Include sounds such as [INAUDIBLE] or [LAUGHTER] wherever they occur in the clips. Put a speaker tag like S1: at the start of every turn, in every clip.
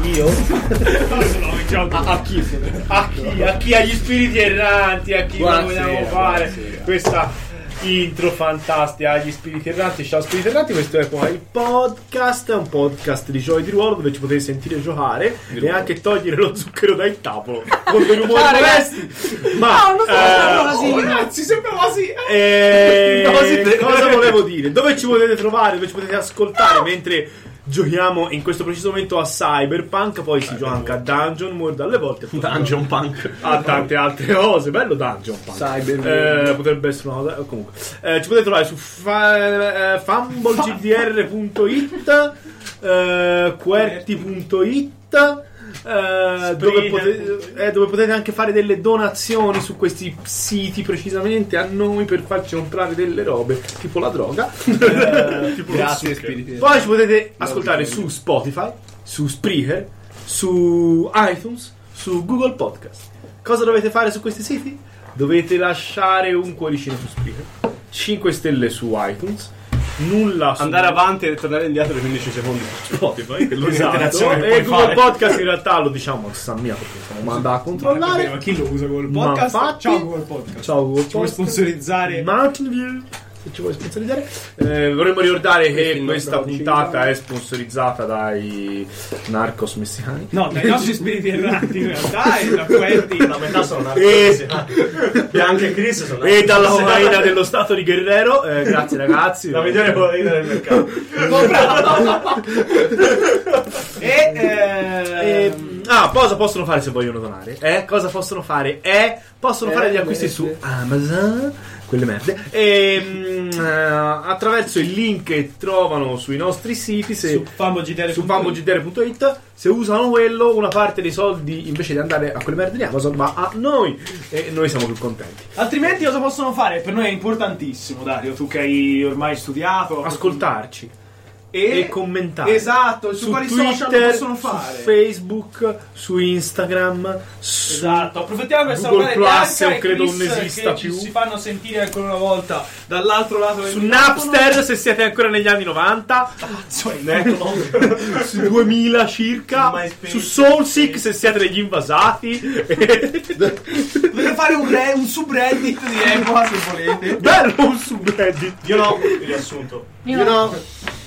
S1: Dio? [LAUGHS]
S2: a, a chi?
S1: A chi? A chi? Agli spiriti erranti, a chi
S2: Buonasera,
S1: vogliamo fare
S2: buonasera.
S1: questa intro fantastica agli spiriti erranti. Ciao spiriti erranti, questo è qua il podcast, è un podcast di giochi di ruolo dove ci potete sentire giocare e anche togliere lo zucchero dal
S3: [LAUGHS]
S1: tavolo con dei rumori
S3: Ciao, ragazzi.
S1: molesti. Ma
S3: Ah, non so,
S1: eh,
S3: la sigla.
S2: ragazzi, sembra quasi.
S1: Eh,
S2: No, sì, te- [LAUGHS]
S1: cosa volevo dire? Dove ci potete trovare? Dove ci potete ascoltare mentre giochiamo in questo preciso momento a Cyberpunk? Poi
S2: Eh,
S1: si gioca anche a Dungeon World alle volte.
S4: Dungeon Punk.
S1: A tante altre cose, bello Dungeon Punk.
S2: Cyber.
S1: Eh, potrebbe essere una cosa. Comunque, Eh, ci potete trovare su fa- eh, fumblegdr.it, eh, QWERTY.it. eh, dove, potete, eh, dove potete anche fare delle donazioni su questi siti precisamente a noi per farci comprare delle robe tipo la droga eh, tipo lo
S2: Grazie,
S1: zucchero.
S2: spiriti.
S1: poi ci potete ascoltare su Spotify su Spreaker su iTunes su Google Podcast cosa dovete fare su questi siti? dovete lasciare un cuoricino su Spreaker 5 stelle su iTunes nulla su
S4: Andare avanti e tornare indietro di 15 secondi. [LAUGHS]
S1: Spotify che è
S4: l'unica
S1: esatto.
S4: interazione che puoi
S1: e Google
S4: fare.
S1: Podcast in realtà lo diciamo a San Mia perché siamo mandati a controllare
S2: Ma chi lo usa col
S1: Ma
S2: podcast?
S1: infatti-
S2: Ciao col podcast.
S1: ciao Google
S2: Ci vuoi
S1: Podcast.
S2: sponsorizzare?
S1: Mountain View se ci vuoi sponsorizzare Eh, vorremmo ricordare che
S4: il
S1: questa
S4: nostro
S1: puntata
S4: cibo.
S1: è sponsorizzata dai narcos messicani
S2: No, dai nostri spiriti erranti in
S1: [LAUGHS]
S2: realtà e da quelli.
S5: La metà sono
S1: Eh.
S5: narcosi. Bianca e Chris sono
S1: e Eh, dalla
S5: narcosi.
S1: cocaina dello stato di Guerrero Eh, grazie
S2: [LAUGHS]
S1: ragazzi
S5: La migliore cocaina del
S1: [LAUGHS]
S5: mercato.
S2: E
S1: Eh,
S2: eh,
S1: ah, cosa possono fare se vogliono donare? Eh, cosa possono fare? Eh, possono
S2: Eh,
S1: fare gli acquisti su
S2: merde.
S1: Amazon, quelle merde. E, mm, eh, attraverso il link che trovano sui nostri siti, se,
S2: su famogitare
S1: su famogdr.it, se usano quello, una parte dei soldi invece di andare a quelle merde di Amazon va a noi e noi siamo più contenti.
S2: Altrimenti cosa possono fare? Per noi è importantissimo, Dario, tu che hai ormai studiato.
S1: Ascoltarci e, commentare.
S2: Esatto, su,
S1: Su
S2: quali social lo
S1: Twitter,
S2: possono
S1: su
S2: fare?
S1: Facebook, su Instagram, su
S2: Esatto, approfittiamo per
S1: Google
S2: salutare
S1: Plus,
S2: Bianca
S1: io
S2: e
S1: credo
S2: Chris
S1: non esista
S2: che ci
S1: più.
S2: si fanno sentire ancora una volta dall'altro lato del
S1: su
S2: microfono. Cioè,
S1: Napster se siete ancora negli anni 90
S2: Cazzo, è
S1: su 2000 circa
S5: MySpace.
S1: su Soulseek se siete degli invasati
S2: Potete fare un, re- un subreddit di Epoca se volete.
S1: bello un subreddit
S5: Io no, riassunto.
S3: Io no.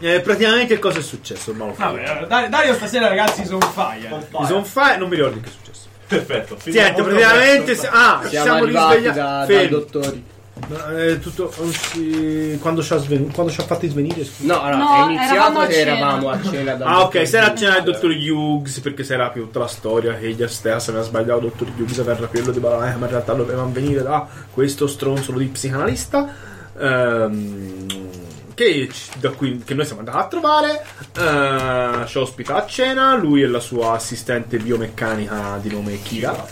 S1: Eh, praticamente cosa è successo ormai
S2: Vabbè, allora, Dar- Dario stasera ragazzi sono on fire.
S1: mi sono fa- non mi ricordo che è successo
S5: Perfetto.
S1: Niente, praticamente si- ah, ci
S3: Siamo,
S1: siamo
S3: arrivati
S1: risvegliati
S3: da, dai
S1: Fermi.
S3: dottori.
S1: No, eh, tutto oh, sì, quando ci ha svenu- quando ci ha fatti svenire scusa.
S3: No, no,
S6: No,
S3: è iniziato
S6: eravamo a
S3: che
S6: cena.
S3: eravamo a cena da
S1: Ah, ok, si era a
S3: cena
S1: cena il dottor Hughes perché si era più tutta la storia che gli Asteas aveva sbagliato il dottor Hughes per rapirlo di Balalaika, ma in realtà dovevano venire da questo stronzolo di psicanalista. ehm, che, ci- da cui- che noi siamo andati a trovare, eh, ci ospita a cena lui e la sua assistente biomeccanica di nome Kira.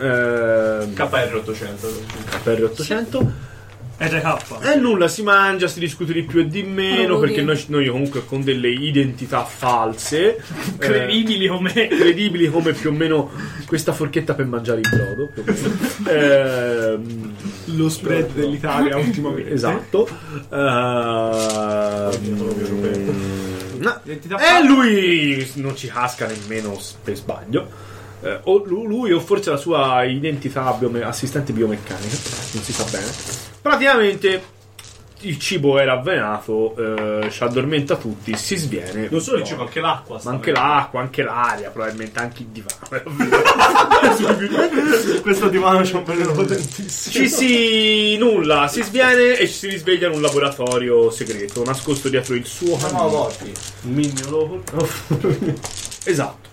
S1: Ehm,
S5: KR 800.
S1: KR800
S2: RK.
S1: e nulla, si mangia, si discute di più e di meno,
S6: Provi.
S1: perché noi, noi comunque con delle identità false, eh,
S2: Credibili come
S1: credibili come più o meno questa forchetta per mangiare il brodo, più o meno. Ehm,
S2: lo spread dell'Italia ultimamente.
S1: esatto. Ehm, no.
S5: Eh,
S2: Identità
S1: E lui non ci casca nemmeno s- per sbaglio. Eh, o lu- lui, o forse la sua identità biome- assistente biomeccanica, non si sa bene. Praticamente il cibo era avvenato, eh, ci addormenta tutti, si sviene.
S5: Non solo il cibo, eh. anche l'acqua.
S1: ma anche l'acqua, anche l'aria, probabilmente anche il divano.
S5: Questo divano c'è un bello potentissimo.
S1: ci si nulla, si sviene e ci si risveglia in un laboratorio segreto, nascosto dietro il suo
S5: Siamo
S1: camino.
S5: morti. Mignolo.
S1: [LAUGHS] Esatto.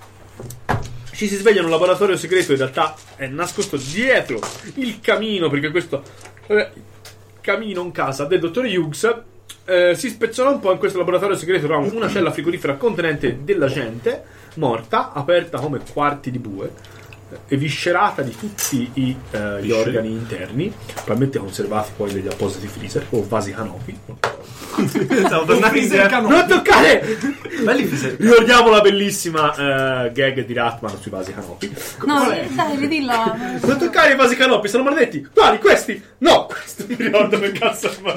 S1: Ci si sveglia in un laboratorio segreto, in realtà è nascosto dietro il camino, perché questo eh, camino in casa del dottor Hughes eh, si spezzolò un po' in questo laboratorio segreto, trovavamo una cella frigorifera contenente della gente morta, aperta come quarti di bue. eviscerata di tutti i, eh, gli
S7: Visceri.
S1: organi interni, probabilmente conservati poi negli appositi freezer o vasi canopi.
S7: Stavo tornando
S2: freezer
S7: indietro.
S2: canopi.
S1: Non toccare!
S7: Belli freezer.
S1: Ricordiamo la bellissima eh, gag di Ratman sui vasi canopi.
S6: No, dai, ridilla.
S1: Non toccare i vasi canopi, sono maledetti! Quali? Questi? No! Questo mi ricordo che cazzo fa.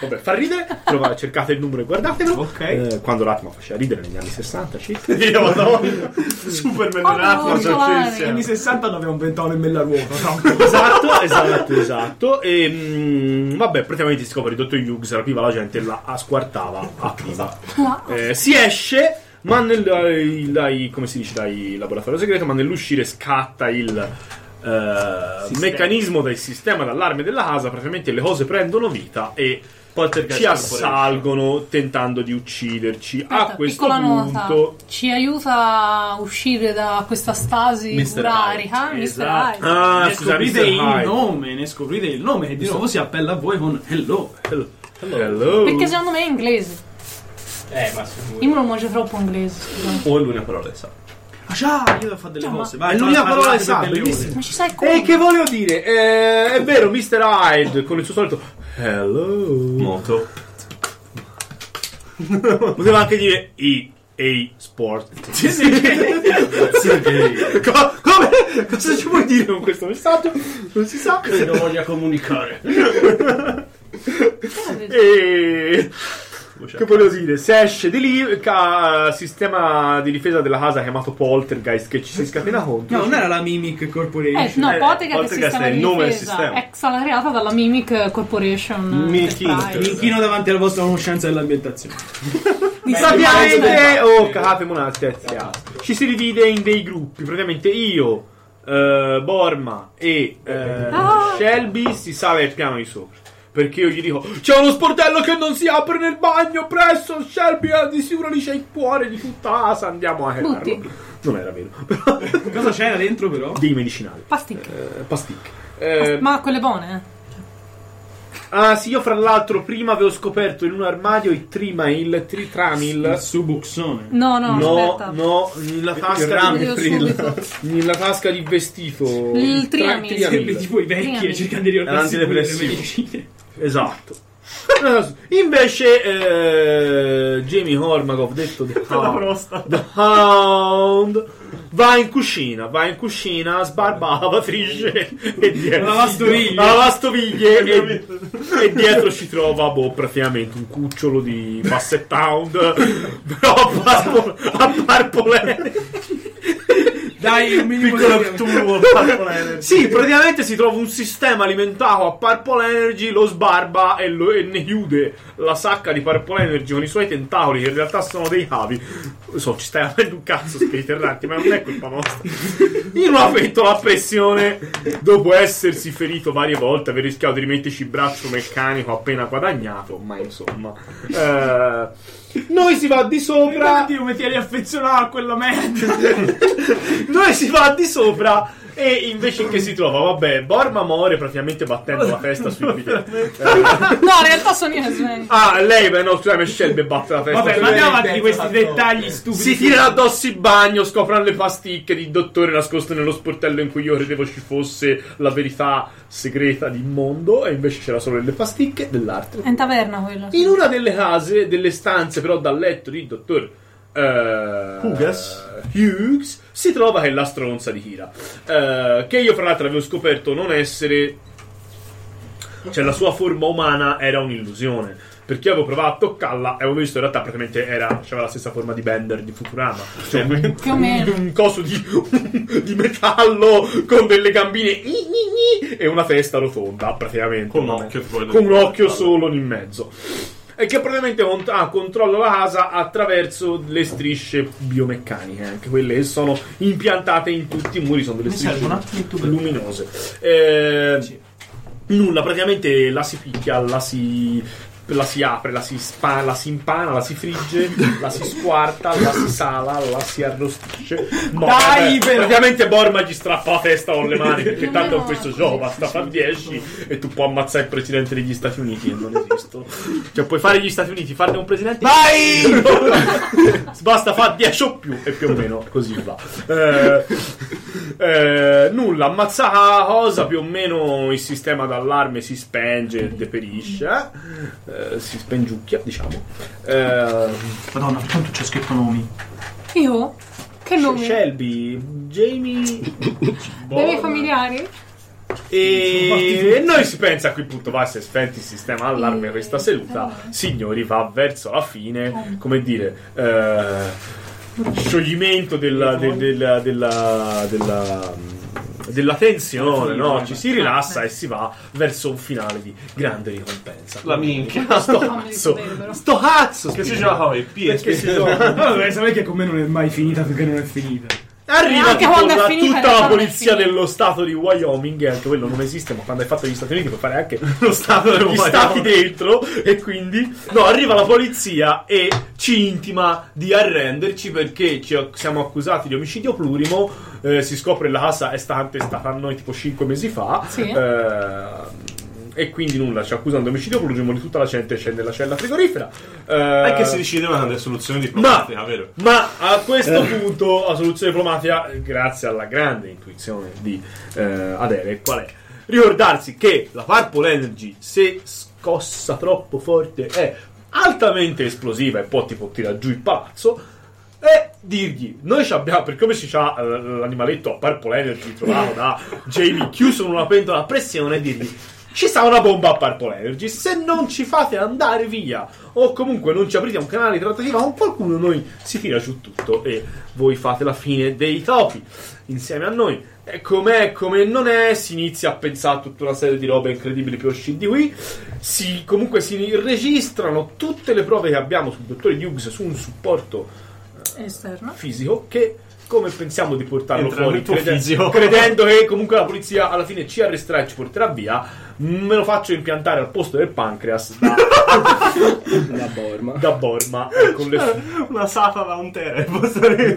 S1: Vabbè, fa ridere, trova- cercate il numero e guardatelo.
S7: Ok.
S1: Eh, quando Ratman faceva ridere negli anni 60, circa.
S7: Io
S1: [LAUGHS]
S7: madonna. Superman
S6: Oh,
S7: e Ratman sono
S6: Giovanni.
S7: usciti
S2: Anni
S7: insieme.
S2: 60 non avevamo inventato nemmeno la ruota, no?
S1: esatto, esatto, esatto. E mm, vabbè, praticamente si scopre che Dottor Hughes rapiva la gente e la squartava a viva.
S6: Ah.
S1: Eh, si esce, ma nel, dai, dai- come si dice, dai laboratorio segreto, ma nell'uscire scatta il eh, meccanismo del sistema d'allarme della casa, praticamente le cose prendono vita e ci assalgono tentando di ucciderci. a
S6: Aspetta,
S1: questo
S6: piccola
S1: punto...
S6: nota. Ci aiuta a uscire da questa stasi
S7: Mr.
S6: urarica.
S2: Hyde,
S6: Mr.
S2: esatto.
S6: Hyde.
S1: Ah,
S2: ne
S1: scusa,
S2: scoprite
S1: Mr.
S2: il
S1: Hyde.
S2: nome, ne scoprite il nome che di nuovo si appella a voi con hello.
S1: Hello. Hello.
S6: Perché secondo me è inglese.
S8: Eh, ma sicuro.
S6: Io me lo mangio troppo inglese. scusa.
S7: O è l'unica parola che sa.
S1: esatto.
S2: Ah già, io devo fare delle
S6: Già, ma-
S2: cose. Vai,
S1: È l'unica
S2: parlate
S1: parola che
S2: per
S1: sa,
S2: delle ore.
S1: bellissimo.
S6: Ma ci sai come?
S1: E che volevo dire? Eh, è vero, Mr. Hyde con il suo solito Hello.
S7: Moto.
S1: [LAUGHS] Poteva anche dire EA
S7: [LAUGHS]
S1: Sport. Co- come? Cosa ci vuoi dire con questo messaggio? Non si sa.
S7: Credo voglia comunicare.
S1: E. Che volevo dire? Se esce di lì, ca- sistema di difesa della casa chiamato Poltergeist che ci si scatena contro.
S2: No, non era la Mimic
S6: Eh,
S2: Corporation.
S6: no,
S1: Eh,
S6: Potica che
S1: Potica
S6: sistema
S1: è il
S6: di
S1: nome del
S6: difesa.
S1: sistema.
S6: Ex salariata dalla Mimic Corporation. eh,
S7: Mimic
S6: Enterprise.
S7: Inter.
S2: Inchino davanti alla vostra conoscenza dell'ambientazione.
S6: Di
S1: Praticamente, oh, cagate monastezia. Ci si divide in dei gruppi. Praticamente io, eh, Borma e eh,
S6: Ah.
S1: Shelby si sale il piano di sopra. Perché io gli dico: C'è uno sportello che non si apre nel bagno. Presto, Shelby, ah, di sicuro lì c'è il cuore di tutta Asa. Andiamo a
S6: Butti.
S1: chiamarlo. Non era vero, [LAUGHS] però
S2: Cosa c'era dentro però?
S1: dei medicinali.
S6: Pasticche.
S1: Eh, pasticche. Eh,
S6: Ma quelle buone?
S1: ah, sì, io fra l'altro prima avevo scoperto in un armadio il Trimil,
S2: Il
S1: Tritramil.
S2: subuxone.
S6: No, no,
S1: No,
S6: aspetta.
S1: no, nella tasca
S6: Lo
S1: di-
S6: vedo subito.
S1: Nella tasca di vestito
S6: Il triamil.
S1: Tra-
S2: Sempre tipo i vecchi e
S6: Triamil.
S2: cercano di ricordarsi
S7: Era
S2: pure le
S7: antidepressivo.
S2: medicine.
S1: [LAUGHS] Esatto Invece eh, Jamie Hormagov detto The Hound, The Hound, va in cucina, va in cucina, sbarba la [LAUGHS] lavatrice e dietro
S2: La lavastoviglie.
S1: la lavastoviglie e, e dietro ci trova boh, praticamente un cucciolo di Basset Hound [LAUGHS] però a parpo- a parpolene.
S2: Dai, un minimo
S7: Piccolo
S2: di...
S7: turbo,
S1: Sì, praticamente si trova un sistema alimentato a Purple Energy, lo sbarba e, lo- e ne chiude la sacca di Purple Energy con i suoi tentacoli, che in realtà sono dei cavi. Lo so, ci stai aprendo un cazzo, spiriti erranti, ma non è colpa nostra. In una pentola a pressione, dopo essersi ferito varie volte, aver rischiato di rimetterci il braccio meccanico appena guadagnato, ma insomma. eh, noi si va di sopra.
S2: Dio, mi tieni affezionato a quella merda.
S1: Noi si va di sopra e invece che si trova, vabbè, Borma muore praticamente battendo la testa
S2: [LAUGHS]
S1: sui biglietti.
S6: Ah, No, in realtà sono io che svengo.
S1: Ah, lei, beh, no, scusami, Shelby batte la testa
S2: Vabbè,
S1: sui
S2: ma andiamo
S1: biglietti.
S2: avanti di questi dettagli stupidi.
S1: Si tira addosso il bagno, scoprono le pasticche di dottore nascosto nello sportello in cui io credevo ci fosse la verità segreta di mondo e invece c'era solo le pasticche dell'altro.
S6: È in taverna quello.
S1: In una delle case, delle stanze però dal letto di dottor eh,
S7: Hughes.
S1: Hughes, si trova che è la stronza di Hira. eh, che io fra l'altro avevo scoperto non essere... Cioè la sua forma umana era un'illusione. Perché avevo provato a toccarla e avevo visto in realtà praticamente era, aveva la stessa forma di Bender di Futurama. Cioè, un,
S6: Più o meno.
S1: un coso di, di metallo con delle gambine "Gni, gni, gni", e una testa rotonda praticamente.
S7: Con un
S1: Vabbè
S7: occhio fuori
S1: con un
S7: dal-
S1: occhio solo in mezzo. E che praticamente cont- ah, controlla la casa attraverso le strisce biomeccaniche, anche quelle che sono impiantate in tutti i muri, sono delle
S2: Mi serve un
S1: strisce
S2: attimino per-
S1: luminose. Eh,
S2: Sì.
S1: Nulla, praticamente la si picchia, la si, la si apre, la si, spa- la si impana, la si
S2: [LAUGHS]
S1: frigge, la si squarta, la si sala, la si arrostisce. Ma
S2: Dai, però!
S1: Praticamente Borma gli strappa la testa con le mani perché
S6: No,
S1: tanto
S6: no.
S1: questo gioco basta far 10 e tu puoi ammazzare il presidente degli Stati Uniti e non esistono. Cioè puoi fare gli Stati Uniti, farne un presidente...
S2: Vai!
S1: Basta fare 10 o più e più o meno così va. Eh, Eh, nulla, ammazzata la cosa, più o meno il sistema d'allarme si spenge, deperisce, eh, si spengiucchia, diciamo. Eh,
S9: Madonna, tanto c'è scritto nomi.
S6: Io? Che nome?
S1: Shelby, Jamie
S6: Dei miei familiari?
S1: E noi si pensa a quel punto va se spenti il sistema allarme questa seduta, signori, va verso la fine, come dire, eh, scioglimento della, del- della, della, della, della tensione, no? ci si rilassa e si va verso un finale di grande ricompensa.
S3: La [LAUGHS] minchia.
S1: Sto cazzo, sto cazzo,
S3: Che si giocava il
S1: perché
S3: PSP.
S1: si gioca?
S3: [LAUGHS]
S2: Vabbè, sapete che con me non è mai finita finché non è finita.
S6: E
S1: Arriva
S6: anche
S1: tipo
S6: quando è
S1: la-
S6: finita, in
S1: tutta
S6: realtà
S1: la
S6: non è
S1: polizia
S6: finita.
S1: dello stato di Wyoming, anche quello non esiste, ma quando è fatto negli Stati Uniti puoi fare anche lo stato degli
S10: Wyoming.
S1: stati dentro e quindi no, arriva la polizia e ci intima di arrenderci perché ci- siamo accusati di omicidio plurimo, eh, si scopre la casa è stata contestata a noi tipo 5 mesi fa.
S6: Sì.
S1: eh, e quindi nulla, ci accusano di omicidio plurimo di tutta la gente scende nella cella frigorifera. Eh,
S3: Anche se decideva una soluzione diplomatica, vero?
S1: ma a questo punto la soluzione diplomatica, grazie alla grande intuizione di eh, Adele, qual è? Ricordarsi che la Purple Energy, se scossa troppo forte, è altamente esplosiva e poi ti può tirare giù il palazzo. E dirgli, noi ci abbiamo, per come si ha l'animaletto a Purple Energy trovato da Jamie chiuso in una pentola a pressione, dirgli ci sta una bomba a Purple Energy. Se non ci fate andare via, o comunque non ci aprite un canale di trattativa con qualcuno, noi si tira giù tutto e voi fate la fine dei topi insieme a noi. E com'è, come non è, si inizia a pensare a tutta una serie di robe incredibili per uscire di qui. Si, comunque si registrano tutte le prove che abbiamo sul dottore Hughes su un supporto
S6: Esterno.
S1: fisico che come pensiamo di portarlo
S3: Entra
S1: fuori
S3: nel tuo
S1: crede-
S3: fisio.
S1: credendo che comunque la polizia alla fine ci arresterà e ci porterà via me lo faccio impiantare al posto del pancreas da,
S2: La borma.
S1: da Borma eh, con le
S3: [LAUGHS] Una sata da un tera. posso dire.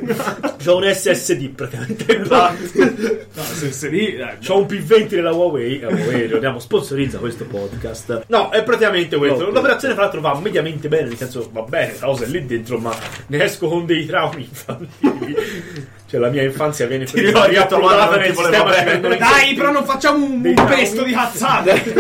S1: c'ho un SSD praticamente là.
S2: No, se se lì, dai,
S1: c'ho un P20 della Huawei eh, Huawei
S3: [LAUGHS]
S1: ricordiamo sponsorizza questo podcast no è praticamente questo
S2: No,
S1: l'operazione fra l'altro va mediamente bene nel senso va bene la cosa è lì dentro ma ne esco con dei traumi [LAUGHS] infantili cioè la mia infanzia viene presa
S3: ricordi tua mamma
S1: riappropriata
S3: non
S1: nel sistema ci
S3: ti voleva bene?
S1: vengono in-
S2: Dai, però non facciamo un,
S1: Dei
S2: un
S1: traumi.
S2: pesto di cazzate.
S1: E eh,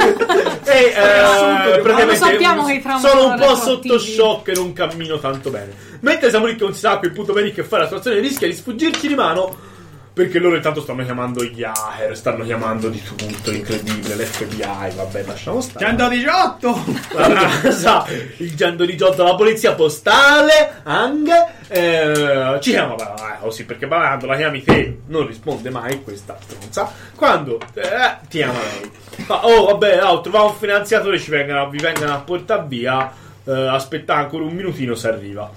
S6: Ma lo
S1: praticamente
S6: sappiamo che i traumi
S1: sono un
S6: sono
S1: po' sotto
S6: retroattivi.
S1: shock e non cammino tanto bene. Mentre siamo lì che non si sa a quel punto bene che fare la situazione rischia di sfuggirci di mano. Perché loro intanto stanno chiamando gli hacker, stanno chiamando di tutto, incredibile, l'FBI, vabbè, lasciamo stare.
S2: 118!
S1: La casa, il 118 la polizia postale, anche, eh, ci chiama Balà, eh, così, perché Balà, quando la chiami te non risponde mai questa stronza, quando eh, ti chiama lei, fa, oh vabbè, oh, troviamo un finanziatore, ci vengano, vi vengano a portare via, eh, aspetta ancora un minutino se arriva.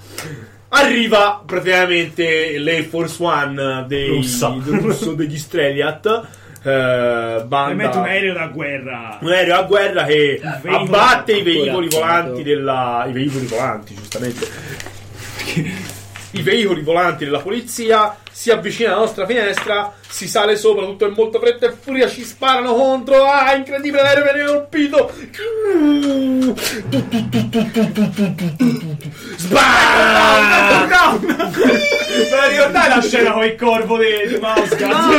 S1: Arriva praticamente l'Air Force One dei,
S10: Russa.
S1: russo degli Streliat, eh,
S2: E
S1: banda
S2: metto un aereo da
S3: Ah.
S2: guerra.
S1: un aereo a guerra che
S2: veicolo-
S1: abbatte i
S2: ancora
S1: veicoli
S2: appunto.
S1: volanti della i veicoli volanti giustamente i veicoli volanti della polizia si avvicina alla nostra finestra si sale sopra tutto in molta fretta e furia ci sparano contro ah incredibile l'aereo viene colpito sbarra
S2: Ah, Ma ricordai la scena con il corvo di, di Mauska?
S3: Ah,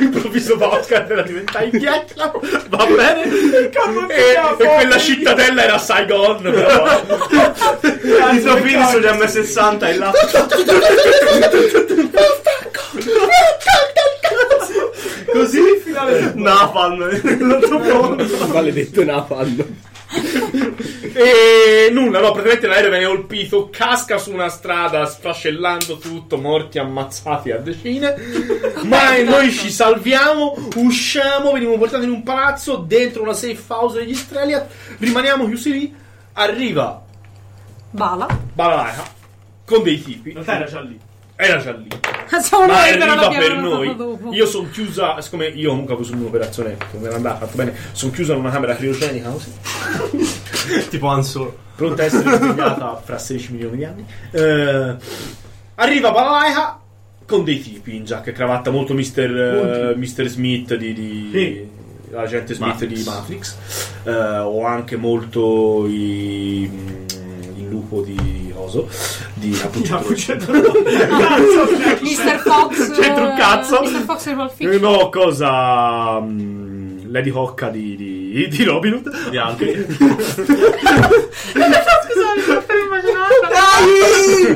S1: Improvviso Boscat era diventata in ghiaccia. Va bene. E, e quella cittadella era Saigon. Però.
S3: I tropini sugli M60 e là. Così il
S2: [LAUGHS]
S3: finale
S6: [LAUGHS]
S3: Napalm l'altro mondo.
S2: Maledetto Napalm.
S1: E nulla, no, praticamente l'aereo viene colpito, casca su una strada, sfrascellando tutto, morti ammazzati a decine.
S6: [LAUGHS]
S1: Ma noi ci salviamo, usciamo, veniamo portati in un palazzo, dentro una safe house degli Streliat, rimaniamo chiusi lì. Arriva
S6: Bala.
S1: Balalaika con dei tipi.
S10: In realtà era già lì.
S1: Era già lì.
S6: Siamo
S1: Ma
S6: noi, però
S1: arriva
S6: l'abbiamo
S1: per
S6: notato
S1: noi.
S6: dopo.
S1: Io sono chiusa, siccome io comunque ho avuto un'operazione, come era andata, fatto bene, sono chiusa in una camera criogenica così.
S3: Tipo Anso.
S1: pronta a essere svegliata fra 16 milioni di anni. Eh, arriva Balalaika con dei tipi in giacca e cravatta, molto Mr. eh, Mr. Smith di. di
S10: Sì.
S1: L'agente Smith
S3: Matrix.
S1: di Matrix, Eh, o anche molto i- mm, il lupo di coso di Cappuccetto
S6: Mr. Fox.
S1: [LAUGHS] C'entra un cazzo.
S6: Mr. Fox e Ralph
S1: Eh, [LAUGHS]
S6: Fiennes.
S1: No, cosa. mm, Lady Hocca di, di, di Robin Hood. Di altri.
S6: Scusami, sono per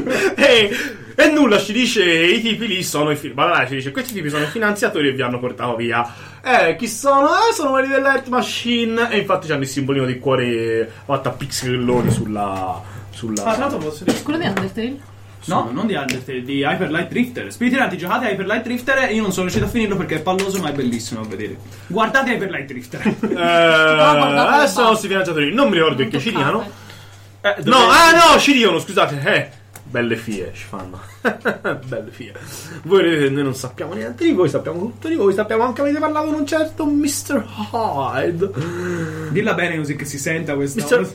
S6: immaginarla.
S1: [LAUGHS] e, e nulla, ci dice i tipi lì sono i fi- Badalai ci dice questi tipi sono i finanziatori e vi hanno portato via. Eh, chi sono? Eh, sono quelli dell'Earth Machine. E infatti hanno il simbolino di cuore eh, fatto a pixelloni sulla. sulla...
S2: Ah, tra l'altro posso dire.
S6: [LAUGHS] Quello di Undertale?
S2: No, non di Undertale, di Hyper Light Drifter. Spiritiranti, giocate a Hyper Light Drifter. Io non sono riuscito a finirlo perché è palloso, ma è bellissimo a vedere. Guardate Hyper Light Drifter.
S1: Eh,
S6: guardate
S1: eh,
S6: le
S1: sono
S6: balle.
S1: questi finanziatori. Non mi ricordo in che ci diano.
S2: [LAUGHS] Eh,
S1: No, ah no, ci dicono, scusate, eh. Belle fie ci fanno. [LAUGHS] Belle fie. Voi vedete, noi non sappiamo niente di voi, sappiamo tutto di voi, sappiamo anche che avete parlato con un certo Mr. Hyde.
S2: ah! Dilla bene così che si senta questa.
S1: Mr. Cioè,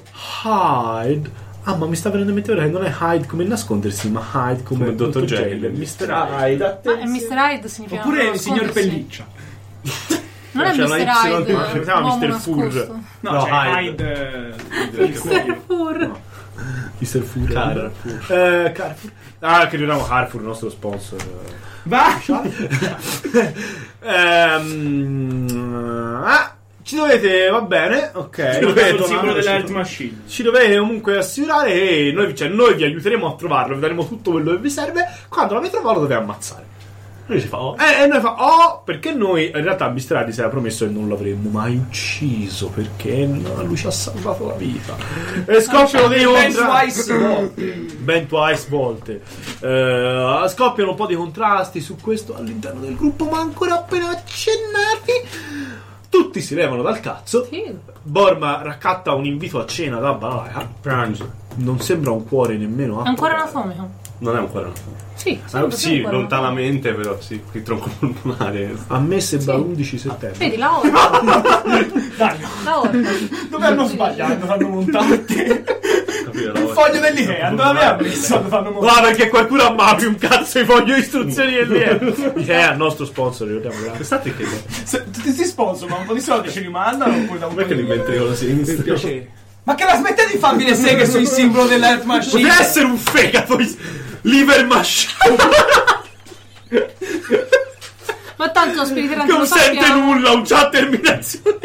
S1: Hyde. Ah, ma mi sta venendo in mente ora che non è Hyde come nascondersi, ma Hyde come,
S11: Come Dr. Jekyll.
S1: Mr. Hyde.
S6: Ma Ah, è Mr. Hyde significa.
S2: Oppure il
S6: nascondersi.
S2: signor Pelliccia.
S6: Non è
S1: Cioè, c'è
S6: Mr.
S1: una Y,
S6: Hyde.
S1: ma si chiama
S6: l'uomo
S1: Mr.
S6: nascosto.
S1: Fur.
S2: No,
S1: No,
S2: c'è
S1: Hyde.
S2: Hyde. eh,
S6: Mr. Fur.
S1: Mr. Fur.
S11: Car-
S1: Eh, Carrefour. Ah, che chiamiamo Carrefour, il nostro sponsor.
S2: Va!
S1: [LAUGHS] Ehm, ah, ci dovete, va bene, ok.
S2: Ricordato il
S1: Dovete-
S2: simbolo
S1: no,
S2: della
S1: no,
S2: Health
S1: ci-
S2: Machine.
S1: Ci dovete comunque assicurare che noi, cioè, noi vi aiuteremo a trovarlo, vi daremo tutto quello che vi serve. Quando l'avete trovato lo dovete ammazzare.
S11: Lui si fa. oh,
S1: Eh, E noi fa, oh, perché noi in realtà Bistrati si era promesso che non l'avremmo mai ucciso perché no, lui ci ha salvato la vita.
S11: Ah,
S1: E
S11: cioè,
S1: scoppiano dei
S2: Ben
S1: contrasti.
S2: Swice no.
S1: [CLEARS THROAT] Ben twice volte. Eh, scoppiano un po' di contrasti su questo all'interno del gruppo, ma ancora appena accennati. Tutti si levano dal cazzo.
S6: Sì.
S1: Borma raccatta un invito a cena da Balalaika.
S11: Prange.
S1: Non sembra un cuore nemmeno. eh.
S6: È Ancora oh. anatomico.
S11: Non è un cuore.
S6: Sì,
S11: Ah,
S6: sempre
S11: sì,
S6: quello.
S11: lontanamente, però sì, qui [LAUGHS] tronco polmonare.
S1: A me sembra
S6: Sì.
S1: l'11 settembre. [LAUGHS]
S6: Vedi, la orca.
S2: Dai,
S6: La orca.
S2: dove hanno sbagliato? Hanno montato il
S11: Capire la voglia.
S2: foglio dell'Ikea. Dove l'aveva messo? Lo fanno montare.
S1: Ah, perché qualcuno ha mai più un cazzo i voglio
S11: [LAUGHS]
S1: istruzioni del DM. Ikea, il nostro sponsor, ricordiamo eh. grazie.
S11: Pensate che.
S2: Se- Tutti si sponsor, ma un po' di soldi ci rimandano oppure da un po'
S11: Perché
S2: di-
S11: li inventi con la sinistra?
S2: Ma che la smette di farmi le seghe sul simbolo dell'Earth Machine?
S1: Potrà essere un fegato [LAUGHS] is- liver machine
S6: Ma tanto spiriterante
S1: che
S6: lo
S1: non sente
S6: sappiamo.
S1: nulla, un chat terminazione.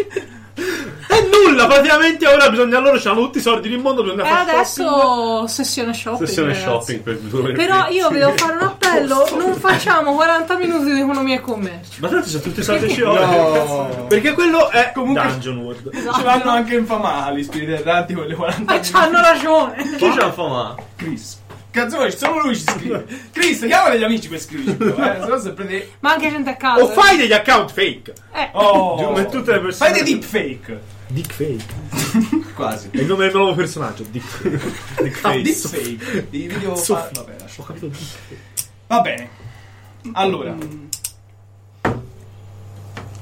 S1: [LAUGHS] È nulla, praticamente ora bisogna loro c'hanno tutti i soldi del mondo, bisogna
S6: E
S1: fare shopping.
S6: Eh, adesso sessione shopping.
S11: Sessione
S6: ragazzi.
S11: shopping per due ore.
S6: Però io devo fare un appello, non facciamo 40 minuti di economia e commercio.
S1: Ma tanto sono tutti soldi ci Perché quello eh, è comunque Dungeon World.
S2: Ce l'hanno anche infamati gli spiriti erranti con le 40
S6: Ma c'hanno ragione.
S11: Chi ce la fa ma?
S2: Chris. Cazzo, solo lui ci scrive. Chris, chiama degli amici per scriverlo, eh. Se no sempre te.
S6: Ma anche gente a caso.
S1: O fai degli account fake.
S6: Eh,
S2: Oh.
S1: Come tutte le persone.
S2: Fai dei deepfake.
S1: Dick fake.
S2: Quasi.
S1: È il nome del nuovo personaggio, Dick fake.
S2: Ah, deepfake. Dei video
S1: Cazzo.
S2: fa- Vabbè, lascio.
S1: Ho capito Dick fake.
S2: Va bene. Allora.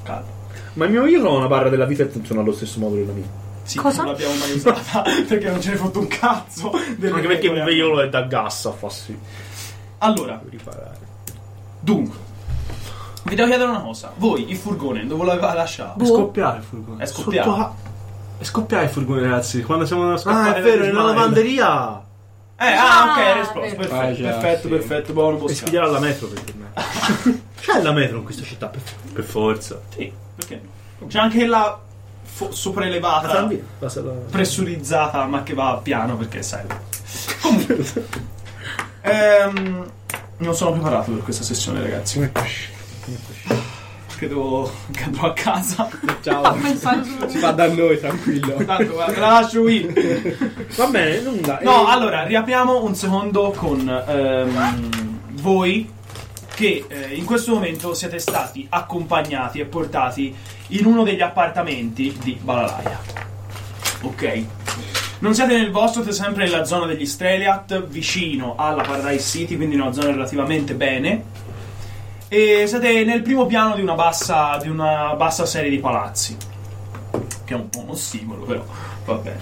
S2: Calma.
S1: [LAUGHS] Ma il mio io ho una barra della vita e funziona allo stesso modo della mia.
S2: Sì,
S6: Cosa?
S2: non l'abbiamo mai usata [LAUGHS] perché non ce ne è fatto un cazzo. delle
S1: Anche perché
S2: regole.
S1: un veiolo è da gas a farsi
S2: Allora,
S1: riparare.
S2: dunque, vi devo chiedere una cosa. Voi il furgone dove l'aveva lasciato?
S6: boh.
S11: È scoppiato il furgone.
S2: È scoppiato.
S11: Sotto a- È scoppiato il furgone, ragazzi. Quando siamo a
S1: Ah,
S11: scappare
S1: è vero, è una
S11: nella
S1: lavanderia!
S2: Eh, ah, ok,
S6: Ah,
S2: risposta.
S6: vero.
S2: Perfetto,
S3: Ah, già,
S2: perfetto,
S3: sì.
S2: perfetto, buono
S1: E si
S2: boscato.
S1: piglierà la metro per me. [LAUGHS] C'è la metro in questa città, per favore.
S11: Per forza.
S2: Sì, perché no? C'è anche la fo-
S1: Ah,
S2: sopraelevata,
S1: La sala-
S2: pressurizzata, ma che va piano perché sai. Comunque, ehm, non sono preparato per questa sessione, ragazzi. Credo [LAUGHS] che andrò a casa.
S6: fa
S3: Ciao.
S6: pensare su...
S3: Si va da noi, tranquillo.
S2: Tanto, guarda, me la lascio qui.
S1: Va bene, nulla.
S2: No,
S1: Eh,
S2: allora, riapriamo un secondo con ehm, voi che eh, in questo momento siete stati accompagnati e portati in uno degli appartamenti di Balalaia. Ok. Non siete nel vostro, siete sempre nella zona degli Streliat, vicino alla Paradise City, quindi in una zona relativamente bene. E siete nel primo piano di una bassa, di una bassa serie di palazzi. Che è un po' uno stimolo, però va bene.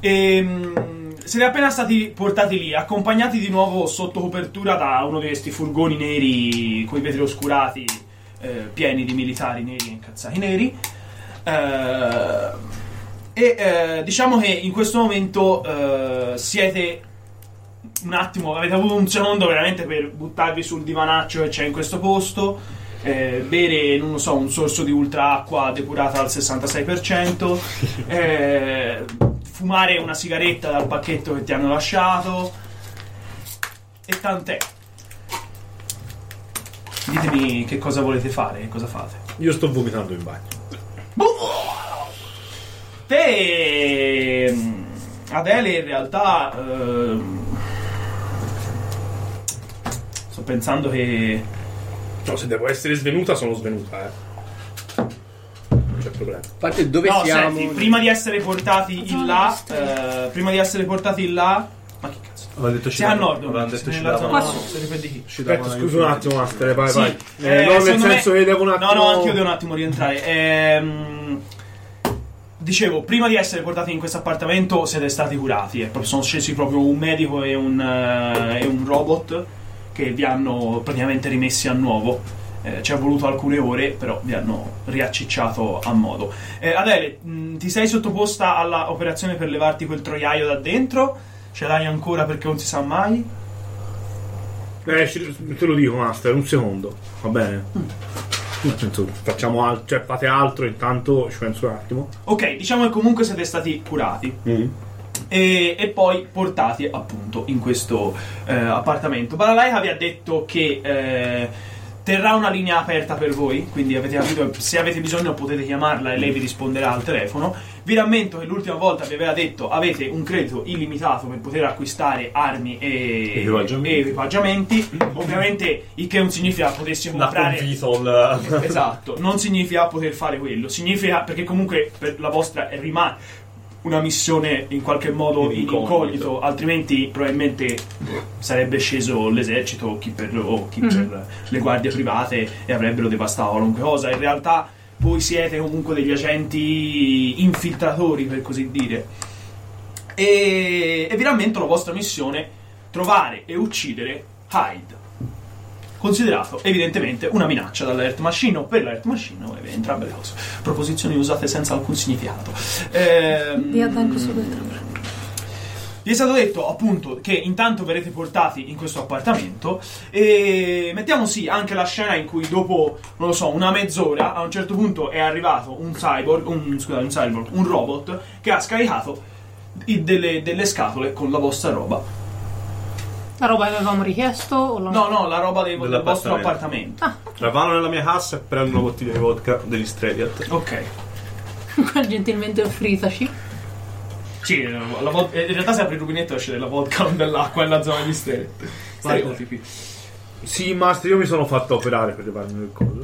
S2: Ehm, siete appena stati portati lì, accompagnati di nuovo sotto copertura da uno di questi furgoni neri con i vetri oscurati, eh, pieni di militari neri e incazzati neri. Eh, e eh, diciamo che in questo momento eh, siete un attimo, avete avuto un secondo veramente per buttarvi sul divanaccio che c'è in questo posto, eh, bere, non lo so, un sorso di ultra acqua depurata al 66%, eh, fumare una sigaretta dal pacchetto che ti hanno lasciato e tant'è. Ditemi che cosa volete fare, che cosa fate.
S12: Io sto vomitando in bagno.
S2: Te, ehm, Adele, in realtà. ehm, sto pensando che.
S12: No, se devo essere svenuta, sono svenuta, eh. Non c'è problema.
S3: Infatti, dove
S2: no,
S3: siamo?
S2: senti, prima di essere portati in là. eh, prima di essere portati in là. Ma che cazzo?
S1: Avevano detto ci
S2: Sei a
S1: davano-
S2: nord.
S1: avevano
S2: comunque,
S1: detto
S2: sei
S1: ci
S2: nella
S1: davano-
S6: Qua
S2: zona-
S6: su.
S2: sei ripendi.
S1: ci davano
S12: Aspetta,
S1: i
S12: scusa un
S1: frutti.
S12: attimo, Master, vai,
S2: Sì, eh,
S12: vai. Eh, no, nel
S2: secondo me-
S12: senso che devo un attimo...
S2: No, no, anche io devo un attimo rientrare. Ehm, dicevo, prima di essere portati in questo appartamento siete stati curati. eh, proprio- sono scesi proprio un medico e un, eh, e un robot che vi hanno praticamente rimessi a nuovo. Eh, ci è voluto alcune ore, però vi hanno riaccicciato a modo. Eh, Adele, mh, ti sei sottoposta all'operazione per levarti quel troiaio da dentro? Ce l'hai ancora perché non si sa mai?
S12: Eh, ci- te lo dico, Master, un secondo, va bene?
S1: Mm.
S12: Nel senso, facciamo altro, cioè fate altro, intanto ci penso un attimo.
S2: Ok, diciamo che comunque siete stati curati.
S1: Mm.
S2: e, e poi portati appunto in questo eh, appartamento. Balalaika vi ha detto che eh, terrà una linea aperta per voi, quindi avete capito, se avete bisogno potete chiamarla e lei vi risponderà al telefono. Vi rammento che l'ultima volta vi aveva detto avete un credito illimitato per poter acquistare armi e
S1: Equipaggiamenti. Mm.
S2: e equipaggiamenti. Ovviamente il che non significa potessi
S1: La
S2: comprare
S1: Convitol.
S2: [LAUGHS] esatto, non significa poter fare quello, significa perché comunque per la vostra è rimane una missione in qualche modo in incognito, altrimenti probabilmente sarebbe sceso l'esercito o chi, per, o chi per le guardie private e avrebbero devastato qualunque cosa. In realtà voi siete comunque degli agenti infiltratori, per così dire. E, e vi rammento la vostra missione, trovare e uccidere Hyde considerato evidentemente una minaccia dall'Alert Machine o per l'Alert Machine o entrambe le cose. Proposizioni usate senza alcun significato. Ehm,
S6: Vi attacco su quel troppo.
S2: vi è stato detto appunto che intanto verrete portati in questo appartamento e mettiamo sì anche la scena in cui dopo, non lo so, una mezz'ora a un certo punto è arrivato un cyborg, un, scusate, un cyborg, un robot che ha scaricato i- delle, delle scatole con la vostra roba.
S6: La roba che avevamo richiesto o la...
S2: No, no, la roba del, del vostro appartamento.
S1: Vanno nella mia cassa e prendo una bottiglia di vodka degli Streliat.
S2: Ok.
S6: [LAUGHS] gentilmente offritaci.
S2: Sì, eh, la vod- in realtà se apri il rubinetto esce della vodka, [LAUGHS] non dell'acqua, è la zona di stere- stereotipi.
S12: Sì, Master, io mi sono fatto operare per levarmi del coso.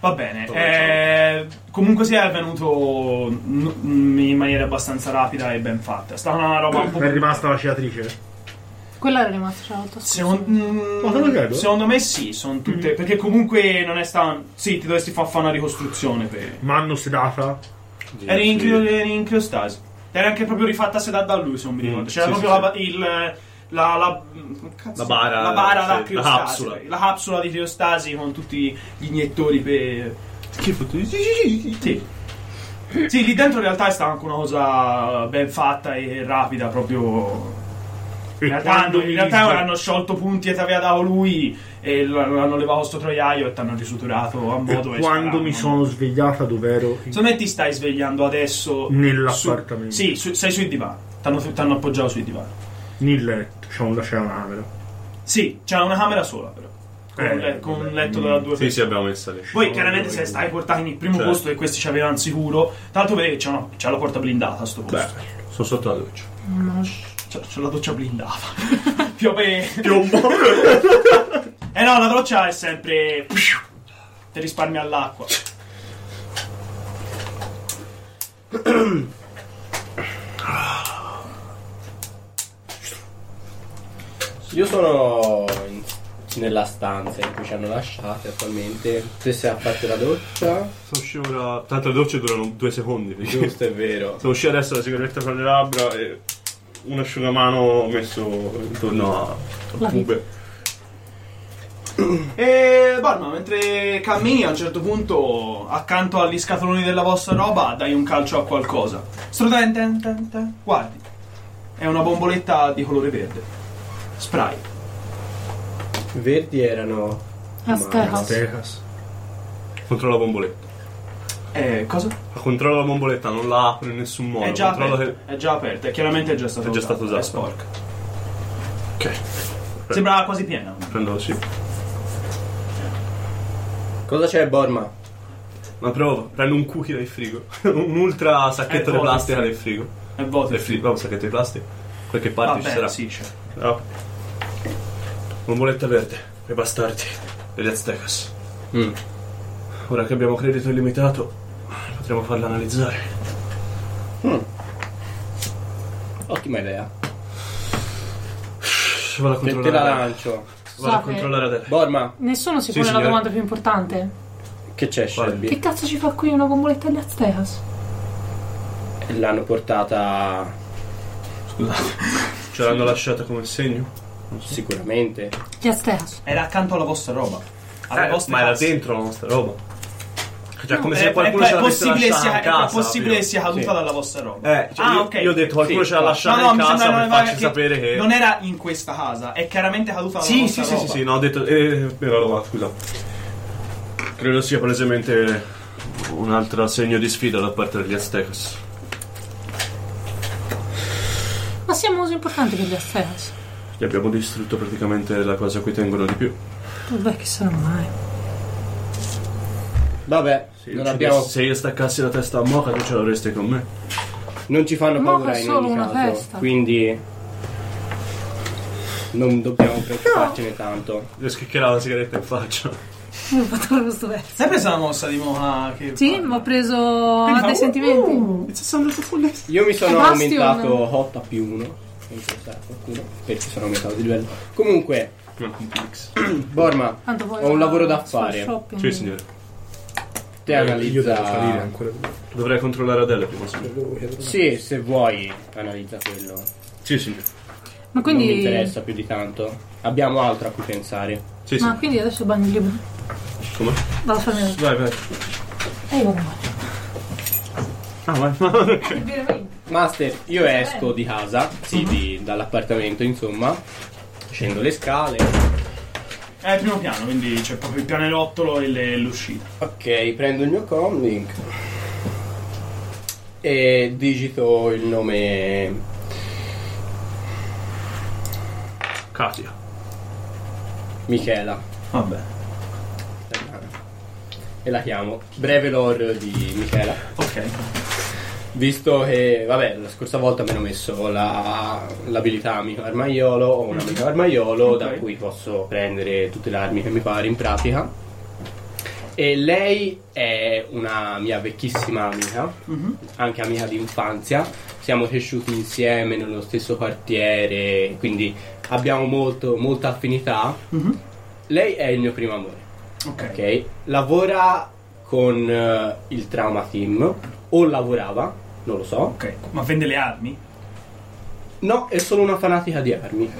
S2: Va bene, eh, comunque sia è avvenuto n- m- in maniera abbastanza rapida e ben fatta. È stata una roba un po'...
S12: Mi è rimasta la cicatrice.
S6: Quella era rimasta la volta scorsa.
S2: Secondo,
S12: Ma te lo chiedo?
S2: mm, secondo me sì, sono tutte... Perché comunque non è stata... Sì, ti dovresti far fare una ricostruzione per...
S12: Mi hanno sedata.
S2: Eri in, crio, eri in criostasi. Era anche proprio rifatta sedata da lui, se non mi ricordo.
S1: Mm,
S2: C'era
S1: sì,
S2: proprio
S1: sì,
S2: la, il. La, la, cazzo?
S1: La bara,
S2: la, bara
S1: sì,
S2: da
S1: la
S2: criostasi,
S1: capsula.
S2: la capsula di criostasi con tutti gli iniettori per.
S1: Che fatto di
S2: Sì. Sì, lì dentro in realtà è stata anche una cosa ben fatta e rapida, proprio.
S12: E
S2: In realtà, hanno,
S12: quando
S2: in
S12: mi
S2: realtà
S12: risve-
S2: hanno sciolto punti e ti aveva dato lui e l- l'hanno levato sto troiaio e ti hanno risuturato a
S12: e
S2: modo. e
S12: quando
S2: sparavano.
S12: mi sono svegliata dov'ero in-
S2: Secondo me ti stai svegliando adesso
S12: Nell'appartamento.
S2: Su, sì, su- sei sui divani. T'hanno, t'hanno appoggiato sui divani.
S12: nel letto, c'è un c'è una camera.
S2: Sì, c'è una camera sola però. Con,
S12: Eh,
S2: un le- con un
S12: vabbè.
S2: letto da due
S1: Sì, sì, abbiamo messo le
S2: Poi chiaramente se stai portati nel primo
S1: Certo.
S2: posto che questi ci avevano sicuro, tanto vedi che c'è, una- c'è la porta blindata a sto posto.
S1: sono sotto la doccia.
S2: C'è, c'è la doccia blindata. [LAUGHS] Piove. Piombo. [LAUGHS] eh no, la doccia è sempre. Ti risparmia all'acqua.
S3: Io sono in- nella stanza in cui ci hanno lasciati attualmente. Tu sei a farti la doccia?
S1: Sono uscito ora. Tanto le docce durano due secondi. perché-
S3: Giusto, è vero.
S1: Sono uscito adesso la sigaretta fra le labbra e un asciugamano messo intorno a al
S6: La
S1: pube.
S2: E Barma, mentre cammini a un certo punto accanto agli scatoloni della vostra roba dai un calcio a qualcosa. Struden, ten, ten, ten. Guardi, è una bomboletta di colore verde. Spray.
S3: Verdi erano.
S6: Aztecas.
S12: Texas.
S1: Controlla la bomboletta.
S2: Eh, cosa?
S1: Ma Controlla la bomboletta, non la apri in nessun modo.
S2: è, Eh, già
S1: Controlla
S2: aperta, è già aperta, chiaramente è già stato
S1: È già stato
S2: È
S1: usato.
S2: sporca. Sembrava quasi piena.
S1: che. Prendo sì.
S3: Cosa c'è, Borma?
S1: Ma prova, prendo un cookie dal frigo. [LAUGHS] un ultra sacchetto
S2: Eh,
S1: di
S2: forse.
S1: plastica dal frigo.
S2: È vuoto.
S1: Dal frigo, proprio un sacchetto di plastica. Qualche parte ci
S2: Vabbè,
S1: sarà.
S2: sì, c'è.
S1: No. Bomboletta verde, i bastardi, degli Aztecas.
S3: Mm.
S1: Ora che abbiamo credito illimitato, potremo farla analizzare.
S3: Ottima idea.
S1: Vado a
S3: Te, te la
S1: controllare.
S3: lancio.
S1: Vado a
S6: Sa che-
S1: controllare Adele.
S3: Borma,
S6: Nessuno si
S1: Sì,
S6: pone
S1: signore.
S6: la domanda più importante.
S3: che c'è,
S1: Quale?
S3: Shelby?
S6: Che cazzo ci fa qui una bomboletta agli Aztecas?
S3: L'hanno portata
S1: Ce l'hanno lasciata come segno?
S3: sicuramente.
S6: Gli Aztecas.
S2: Era accanto alla vostra roba. Alla
S1: Eh,
S2: vostra
S1: ma era
S2: cassa.
S1: dentro la nostra roba. Cioè,
S2: No,
S1: come
S2: è-
S1: se qualcuno
S2: Eh, è,
S1: ce
S2: è
S1: l'avesse
S2: possibile
S1: lasciata
S2: sia,
S1: a casa.
S2: è possibile
S1: capito?
S2: sia caduta
S3: Sì.
S2: dalla vostra roba.
S1: Eh, cioè,
S2: ah,
S1: io,
S2: ok.
S1: io ho detto qualcuno
S3: Sì.
S1: ce l'ha lasciata
S2: No, no,
S1: in
S2: mi
S1: casa
S2: sembra
S1: per
S2: non aveva-
S1: farci
S2: che
S1: sapere che...
S2: non era in questa casa, è chiaramente caduta dalla
S1: Sì,
S2: vostra
S1: sì, sì,
S2: roba.
S1: sì, sì, no, ho detto... Eh, però, no, scusa. Credo sia palesemente un altro segno di sfida da parte degli Aztecas.
S6: Ma siamo così importanti per gli Aztecas.
S1: Gli abbiamo distrutto praticamente la cosa a cui tengono di più.
S6: Vabbè, che sarà mai.
S3: Vabbè,
S1: Se io,
S3: non,
S1: ci
S3: abbiamo-
S1: des- se io staccassi la testa a Mocha, tu ce l'avresti con me.
S3: non ci fanno
S6: Ma
S3: paura
S6: è
S3: in
S6: solo
S3: ogni
S6: una
S3: caso.
S6: festa.
S3: Quindi. Non dobbiamo preoccuparcene tanto.
S1: Le schiccherà la sigaretta in faccia.
S6: Io ho fatto questo verso.
S2: L'hai presa la mossa di Moha che
S6: Sì, ma ho preso
S2: Quindi fa,
S6: dei sentimenti.
S2: "Uh, it's a sound of fullness."
S3: Io mi sono
S6: Bastion.
S3: aumentato 8 più 1. Perché sono aumentato di livello. Comunque, Borma,
S6: Tanto poi
S3: Ho un lavoro da
S6: sul
S3: fare.
S6: shopping.
S1: Sì, signore.
S3: te
S12: Eh, Io devo salire
S3: analizza.
S12: ancora.
S1: Dovrei controllare Adele prima, signore.
S3: Sì, se vuoi, analizza quello.
S1: Sì, signore.
S6: Ma quindi.
S3: Non mi interessa più di tanto. Abbiamo altro a cui pensare.
S1: Sì,
S6: Ma
S1: signore.
S6: quindi adesso bagno il libro.
S1: Come?
S6: Vado a farmi
S1: Vai, vai.
S2: Eh,
S6: E io vado in bagno.
S1: Ah,
S6: [LAUGHS]
S1: vai.
S3: Master, io esco di casa, sì, di- dall'appartamento, insomma. Scendo le scale.
S2: È il primo piano, quindi c'è proprio il pianerottolo e le- l'uscita.
S3: Ok, prendo il mio comlink. E digito il nome.
S1: Katia.
S3: Michela.
S2: Vabbè.
S3: E la chiamo Breve Lore di Michela.
S2: Ok.
S3: Visto che, vabbè, la scorsa volta mi hanno messo la- l'abilità amico armaiolo o un amico armaiolo
S2: Ok.
S3: da cui posso prendere tutte le armi che mi pare in pratica. E lei è una mia vecchissima amica,
S2: Mhm.
S3: anche amica d'infanzia. Siamo cresciuti insieme nello stesso quartiere, quindi abbiamo molto, molta affinità.
S2: Mhm.
S3: Lei è il mio primo amore.
S2: Ok.
S3: Ok, lavora con eh, il Trauma Team o lavorava, non lo so.
S2: Ok. Ma vende le armi?
S3: No, è solo una fanatica di armi.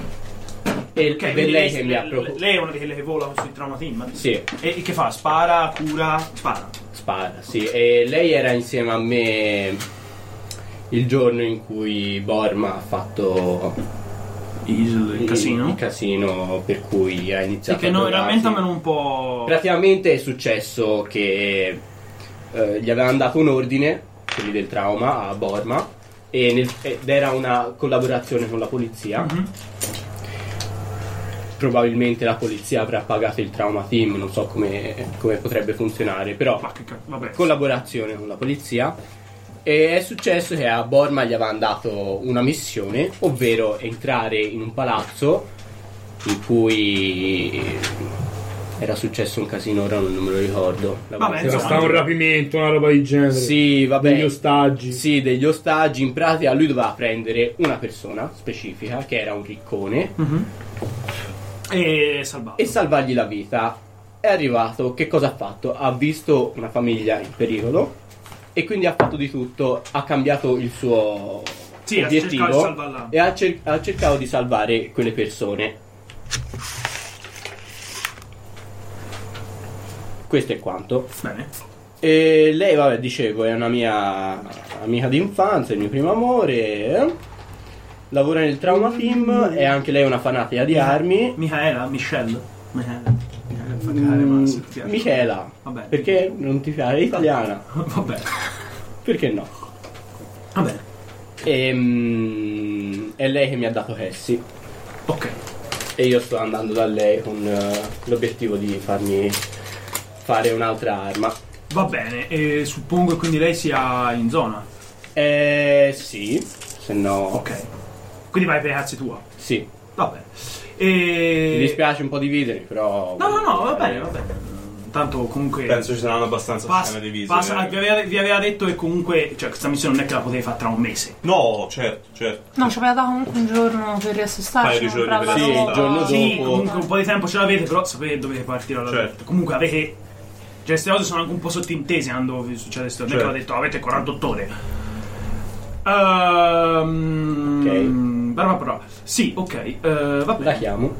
S3: E
S2: Ok,
S3: è
S2: quindi
S3: lei che mi ha procurato.
S2: Lei è una di quelle che vola sui trauma team.
S3: Sì,
S2: E, e che fa? Spara, cura, spara.
S3: spara, sì. E lei era insieme a me il giorno in cui Borma ha fatto
S2: Il, casino.
S3: il casino per cui ha
S2: Sì,
S3: iniziato
S2: che
S3: a
S2: no,
S3: drogarsi.
S2: rammentamelo un po'.
S3: Praticamente è successo che eh, gli avevano dato un ordine, quelli del trauma, a Borma, e nel- ed era una collaborazione con la polizia.
S2: Mhm.
S3: Probabilmente la polizia avrà pagato il trauma team, non so come, come potrebbe funzionare, però
S2: Ma che cazzo, vabbè.
S3: collaborazione con la polizia. E è successo che a Borma gli avevano dato una missione, ovvero entrare in un palazzo in cui era successo un casino, ora non me lo ricordo. La
S2: Vabbè,
S3: polizia-
S12: Era
S2: insomma,
S12: stato un rapimento, una roba del genere.
S3: Sì, vabbè.
S12: Degli ostaggi.
S3: Sì, degli ostaggi. In pratica lui doveva prendere una persona specifica, che era un riccone,
S2: Mhm. E salvato.
S3: e salvargli la vita. È arrivato, che cosa ha fatto? Ha visto una famiglia in pericolo e quindi ha fatto di tutto, ha cambiato il suo
S2: Sì, ha cercato di
S3: obiettivo
S2: salvarla.
S3: e ha, cer- ha cercato di salvare quelle persone. Questo è quanto.
S2: Bene.
S3: E lei, vabbè, dicevo, è una mia amica d'infanzia, il mio primo amore. eh. lavora nel Trauma Film, è anche lei una fanatica di armi.
S2: Michaela, Michelle. Michaela. Michaela,
S3: Mm,
S2: fa cagare, ma se ti piace.
S3: Michela,
S2: Vabbè.
S3: perché non ti piace? È italiana,
S2: [LAUGHS] Vabbè.
S3: perché no?
S2: Vabbè.
S3: Ehm, è lei che mi ha dato Hessi
S2: Ok.
S3: e io sto andando da lei con eh, l'obiettivo di farmi fare un'altra arma.
S2: Va bene, e suppongo che quindi lei sia in zona.
S3: Eh sì, se no...
S2: Ok. Quindi vai per i cazzi tua.
S3: Sì,
S2: Va bene. E...
S3: mi dispiace un po' dividermi, però...
S2: No, no, no, va bene, va bene. Tanto comunque...
S13: Penso ci saranno abbastanza
S2: Passa,
S13: scene divise. eh.
S2: passa-
S3: eh.
S2: vi, aveva, vi aveva detto che comunque cioè, questa missione non è che la potevi fare tra un mese.
S13: No, certo, certo.
S6: No, ci aveva dato comunque un giorno per riassestarci.
S13: Paio di giorni
S6: comprava
S13: per
S6: la
S3: Sì, il
S6: roba.
S3: giorno
S2: Sì,
S3: dopo.
S2: comunque un po' di tempo ce l'avete, però sapete dovete partire alla
S13: Certo.
S2: volta. Comunque avete. Cioè, queste cose sono anche un po' sottintese quando vi succede questo. Non è che l'ho detto, avete 48 ore. Ehm. Però, però. Sì, ok. eh, va
S3: La
S2: bene.
S3: chiamo.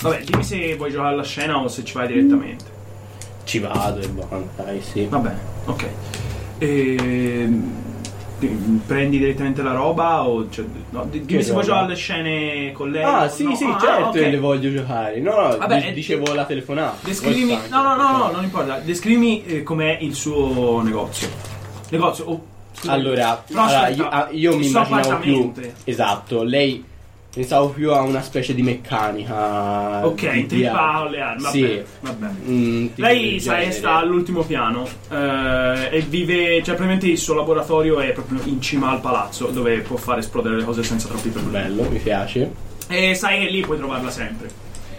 S2: Vabbè, dimmi se vuoi giocare alla scena o se ci vai direttamente.
S3: Ci vado e boh, dai, sì.
S2: Va bene, ok. Ehm, ti- Prendi direttamente la roba o cioè, no, di- dimmi
S3: Che
S2: se vuoi
S3: roba?
S2: giocare alle scene con lei?
S3: Ah,
S2: o
S3: sì,
S2: no.
S3: sì,
S2: Ah,
S3: certo
S2: ok.
S3: che le voglio giocare. No, no,
S2: Vabbè,
S3: di-
S2: eh,
S3: dicevo la telefonata.
S2: Descrivimi,
S3: Voice
S2: no, no, no, no,
S3: anche.
S2: non importa. Descrivimi eh, com'è il suo negozio. Negozio, oh, scusa.
S3: Allora,
S2: No,
S3: allora,
S2: aspetta.
S3: io, ah, io mi
S2: Il suo
S3: immaginavo più.
S2: appartamento.
S3: Esatto, lei pensavo più a una specie di meccanica.
S2: Ok,
S3: Ah,
S2: ah,
S3: di- di
S2: trippa
S3: armi.
S2: le armi.
S3: Sì.
S2: Vabbè, vabbè.
S3: Mm, tipo
S2: Lei
S3: del
S2: sa,
S3: genere.
S2: sta all'ultimo piano eh, e vive, cioè praticamente il suo laboratorio è proprio in cima al palazzo dove può fare esplodere le cose senza troppi problemi.
S3: Bello, mi piace.
S2: E sai che lì puoi trovarla sempre.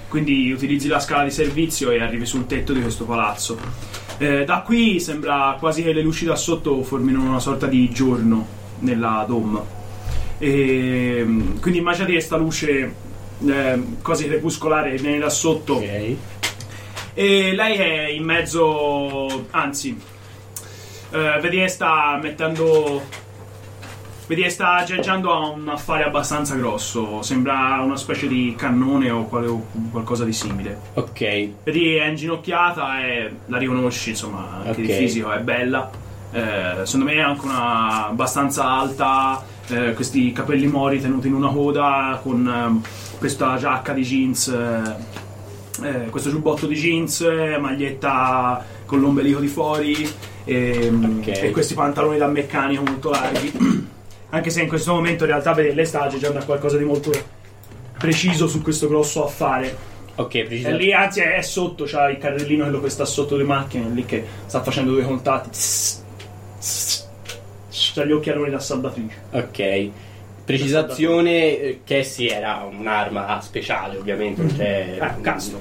S2: Quindi utilizzi la scala di servizio e arrivi sul tetto di questo palazzo. Eh, da qui sembra quasi che le luci da sotto formino una sorta di giorno nella dome. E, mm, quindi immaginate questa luce eh, quasi crepuscolare che viene da sotto.
S3: Ok.
S2: E lei è in mezzo. Anzi, eh, vedi che sta mettendo. Vedi che sta aggeggiando a un affare abbastanza grosso. Sembra una specie di cannone o, quale- o qualcosa di simile.
S3: Ok,
S2: Vedi, è inginocchiata e la riconosci, insomma, anche di
S3: Ok.
S2: fisico, è bella. Eh, secondo me è anche una abbastanza alta. eh, questi capelli mori tenuti in una coda con ehm, questa giacca di jeans, eh, eh, questo giubbotto di jeans, eh, maglietta con l'ombelico di fuori ehm,
S3: Ok.
S2: e questi pantaloni da meccanico molto larghi. [CLEARS THROAT] Anche se in questo momento in realtà vedi, lei sta aggeggiando a qualcosa di molto preciso su questo grosso affare.
S3: ok,
S2: È
S3: preciso.
S2: lì, anzi, è sotto, c'ha il carrellino che lo che sta sotto le macchine, è lì che sta facendo due contatti. C'ha gli occhialoni da saldatrice.
S3: Ok. Precisazione eh, che sì, era un'arma speciale, ovviamente. Cioè,
S2: Eh, custom.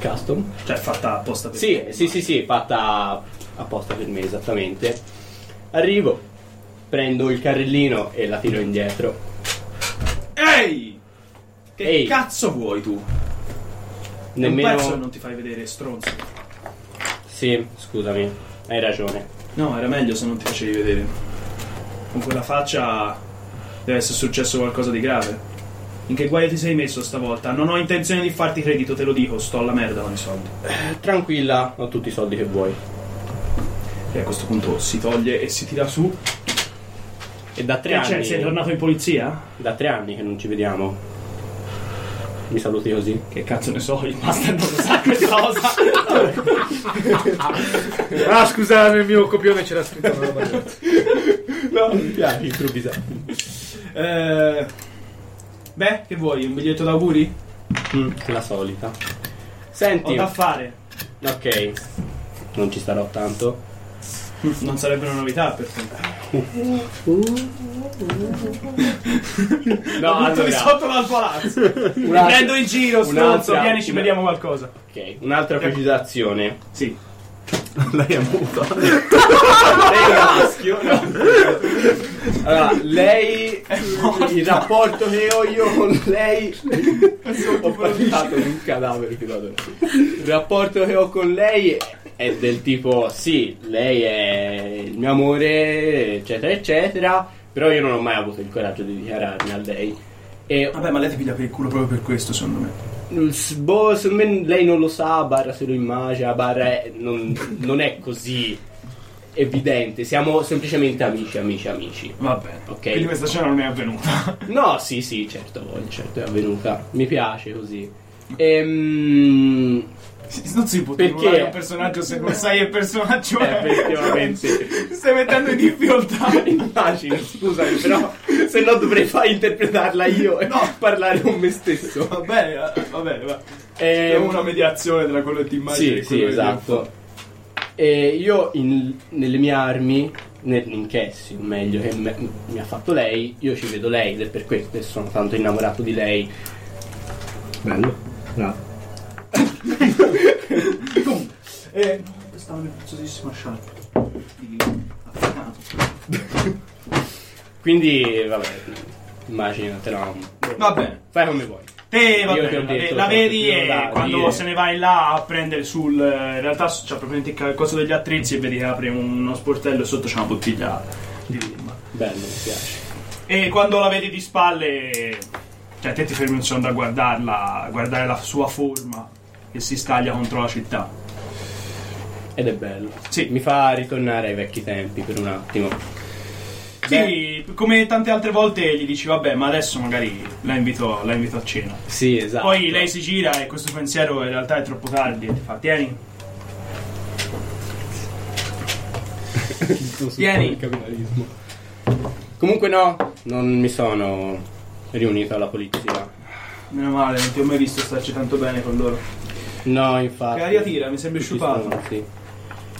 S3: Custom.
S2: Cioè, fatta apposta per
S3: Sì, sì, sì, sì, fatta apposta per me, esattamente. Arrivo, prendo il carrellino e la tiro indietro.
S2: Ehi! Che
S3: Ehi.
S2: cazzo vuoi tu? Nemmeno... pezzo che
S3: Nemmeno...
S2: non ti fai vedere, stronzo.
S3: Sì, scusami, hai ragione.
S2: No, era meglio se non ti facevi vedere. Con quella faccia deve essere successo qualcosa di grave. In che guaio ti sei messo stavolta? Non ho intenzione di farti credito, te lo dico, sto alla merda con i soldi.
S3: Eh, Tranquilla, ho tutti i soldi che vuoi.
S2: E a questo punto si toglie e si tira su.
S3: E da
S2: Che
S3: tre
S2: c'è?
S3: anni...
S2: Sei tornato in polizia?
S3: Da tre anni che non ci vediamo. Mi saluti così. [LAUGHS]
S2: Che cazzo ne so, il master non lo [LAUGHS] sa questa cosa.
S12: Ah, scusate, nel mio copione c'era scritto una roba del- [LAUGHS]
S3: No, mi piace improvvisato.
S2: Eh, beh, che vuoi? Un biglietto d'auguri? Mm.
S3: la solita.
S2: Ho
S3: Senti,
S2: da fare.
S3: ok. Non ci starò
S2: [LAUGHS]
S3: tanto.
S2: Non sarebbe una novità per te.
S3: No,
S2: Tutto di
S3: allora,
S2: sotto dal palazzo.
S3: un'altra-
S2: Prendo in giro, stronzo.
S3: un'altra-
S2: Vieni, ci
S3: una-
S2: vediamo qualcosa.
S3: Ok, un'altra precisazione.
S2: Sì.
S1: Lei è muta.
S3: Allora, lei, il rapporto che ho io con lei, ho parlato di un cadavere che vado. Il rapporto che ho con lei è del tipo, sì, lei è il mio amore, eccetera, eccetera, però io non ho mai avuto il coraggio di dichiararmi a lei. E
S2: Vabbè, ma lei ti piglia per il culo proprio per questo, secondo me.
S3: s- boh, secondo me lei non lo sa, barra se lo immagina, barra è- non, non è così evidente, siamo semplicemente amici, amici, amici.
S2: Va bene.
S3: Ok.
S2: Quindi questa scena non è [LAUGHS] avvenuta.
S3: No, sì, sì, certo, voglio, certo, è avvenuta. Mi piace così.
S2: [LAUGHS]
S3: Ehm,
S2: Non si può
S3: Perché?
S2: trovare un personaggio se [LAUGHS] non sai il personaggio è.
S3: effettivamente.
S2: [LAUGHS] Stai mettendo in [LAUGHS] difficoltà.
S3: Immagino, scusami, però se no dovrei far interpretarla io e parlare con me stesso.
S2: Va bene, va bene, va. È
S3: Ehm,
S2: una mediazione tra quello che ti immagini
S3: Sì,
S2: e
S3: sì,
S2: quello che ti-
S3: esatto. E io in- nelle mie armi, nel, in Cassie, o meglio, che me- mi ha fatto lei, io ci vedo lei ed è per questo che sono tanto innamorato di lei. Bello? No.
S2: Eh, questa è una preziosissima sciarpa. Di- Africano.
S3: Quindi, vabbè, immaginatela.
S2: Va bene.
S3: Fai come vuoi.
S2: Te va
S3: Io ti ho
S2: bene, la-
S3: detto,
S2: la vedi
S3: faccio il
S2: e
S3: giro da-
S2: quando
S3: dire.
S2: se ne vai là a prendere sul... In realtà c'è probabilmente il cal- coso degli attrezzi e vedi che apre uno sportello e sotto c'è una bottiglia di limba.
S3: Bello, mi piace.
S2: E quando la vedi di spalle, cioè te ti fermi un secondo a guardarla, a guardare la sua forma che si staglia contro la città.
S3: Ed è bello.
S2: Sì.
S3: Mi fa ritornare ai vecchi tempi per un attimo.
S2: Sì, come tante altre volte gli dici vabbè, ma adesso magari la invito, la invito a cena.
S3: Sì, esatto.
S2: Poi lei si gira e questo pensiero in realtà è troppo tardi e ti fa tieni,
S3: [LAUGHS] Tu sul
S2: Vieni.
S3: capitalismo. Comunque no, non mi sono riunito alla polizia.
S2: meno male, non ti ho mai visto starci tanto bene con loro.
S3: No, infatti.
S2: Che aria tira, mi sembri
S3: Ci
S2: sciupato.
S3: Ah, sono, sì.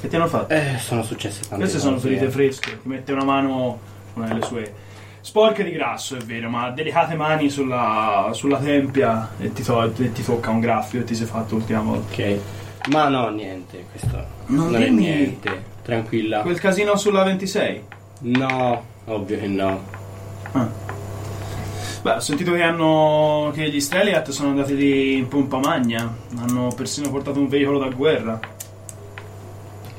S2: Che ti hanno fatto?
S3: Eh, sono successe tante
S2: Queste sono
S3: cose,
S2: ferite
S3: eh.
S2: fresche, ti mette una mano, una delle sue sporche di grasso, è vero, ma delicate mani sulla, sulla tempia e ti, to- e ti tocca un graffio e ti sei fatto l'ultima volta.
S3: eh. Ok. Ma no, niente, questo
S2: Non
S3: non, è
S2: dimmi-
S3: niente. Tranquilla.
S2: Quel casino sulla 26?
S3: No, ovvio che no.
S2: Ah. Beh, ho sentito che, hanno, che gli Streliat sono andati lì in pompa magna, hanno persino portato un veicolo da guerra.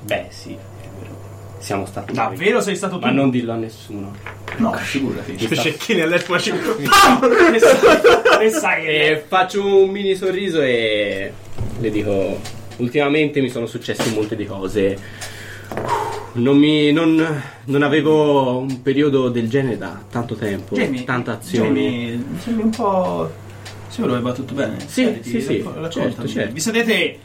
S3: Beh, sì, è vero. Siamo stati noi.
S2: Davvero sei stato tu?
S3: Ma non dirlo a nessuno.
S2: No, figurati.
S3: Mi sta- [LAUGHS]
S2: [LAUGHS] e sai- e sai che
S3: Eh, faccio un mini sorriso e le dico: Ultimamente mi sono successe molte di cose. Non, mi, non, non avevo un periodo del genere da tanto tempo,
S2: Jamie,
S3: tanta azione.
S2: Jamie, mi sembra un po'. Sicuro che va tutto bene.
S3: Sì,
S2: Dai, ti
S3: sì, sì,
S2: racco-
S3: certo,
S2: raccontami.
S3: certo.
S2: Vi sedete,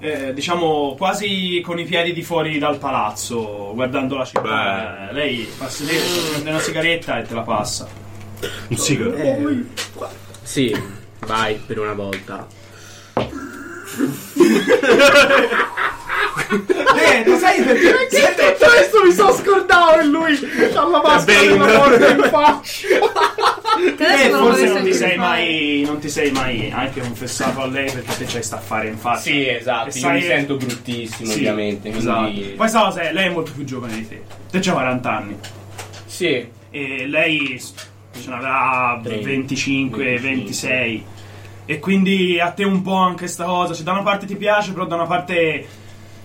S2: eh, diciamo, quasi con i piedi di fuori dal palazzo, guardando la città. Lei fa sedere, prende una sigaretta e te la passa.
S1: Un sigaro.
S3: Sì, vai per una volta.
S14: Eh, lo sai perché?
S12: Tutto questo mi sono scordato e lui alla maschera della morte in faccia.
S6: Che
S2: E
S6: adesso non
S2: Eh, forse
S6: potresti
S2: non ti, sei
S6: più fare.
S2: mai, non ti sei mai anche confessato a lei perché te c'hai sta affare in faccia.
S3: Sì, esatto.
S2: E
S3: Io
S2: sai-
S3: mi sento bruttissimo,
S2: Sì,
S3: ovviamente.
S2: Esatto.
S3: Quindi...
S2: Poi sa cos'è? lei è molto più giovane di te. Te c'ha 40 anni.
S3: Sì,
S2: e lei ce n'avrà
S3: 30,
S2: 25,
S3: 25.
S2: 26 e quindi a te un po' anche sta cosa, cioè da una parte ti piace però da una parte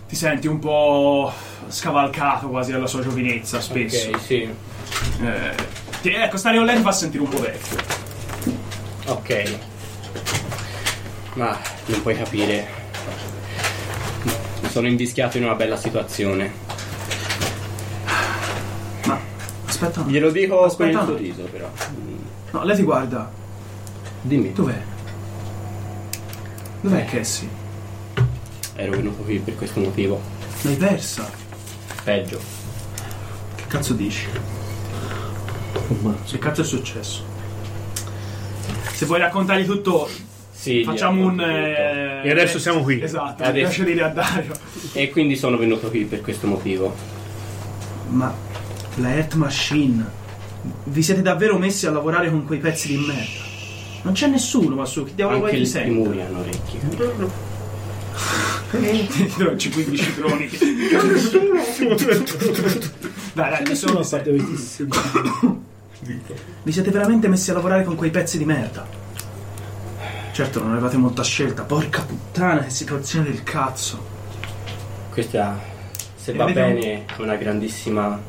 S2: ti senti un po' scavalcato quasi dalla sua giovinezza spesso
S3: ok, sì.
S2: Eh, ti- ecco stare con lei ti fa sentire un po' vecchio
S3: Ok. Ma non puoi capire. Mi sono invischiato in una bella situazione.
S2: ma aspetta un attimo.
S3: Glielo dico
S2: Aspetta.
S3: con il sorriso, però.
S2: no, lei ti guarda
S3: Dimmi, tu
S2: dov'è?
S3: Eh.
S2: dov'è Cassie?
S3: ero venuto qui per questo motivo.
S2: l'hai persa?
S3: Peggio.
S2: che cazzo dici? che cazzo è successo? se vuoi raccontargli tutto
S3: Sì.
S2: Facciamo un.
S3: E
S2: eh,
S12: E adesso siamo qui.
S2: Esatto,
S3: Adesso.
S2: mi piace dire a Dario.
S3: quindi sono venuto qui per questo motivo.
S2: Ma la Earth Machine. Vi siete davvero messi a lavorare con quei pezzi di merda? Non c'è nessuno, ma su, chi Mm. diavolo vuoi
S3: Anche
S2: che
S3: i i
S2: senta?
S3: muri hanno orecchie.
S2: Ci 15 troni. dai, dai, mi sono. Vi siete veramente messi a lavorare con quei pezzi di merda? Certo, non avevate molta scelta. Porca puttana, che situazione del cazzo.
S3: Questa, se
S2: E
S3: va
S2: vediamo-
S3: bene, è una grandissima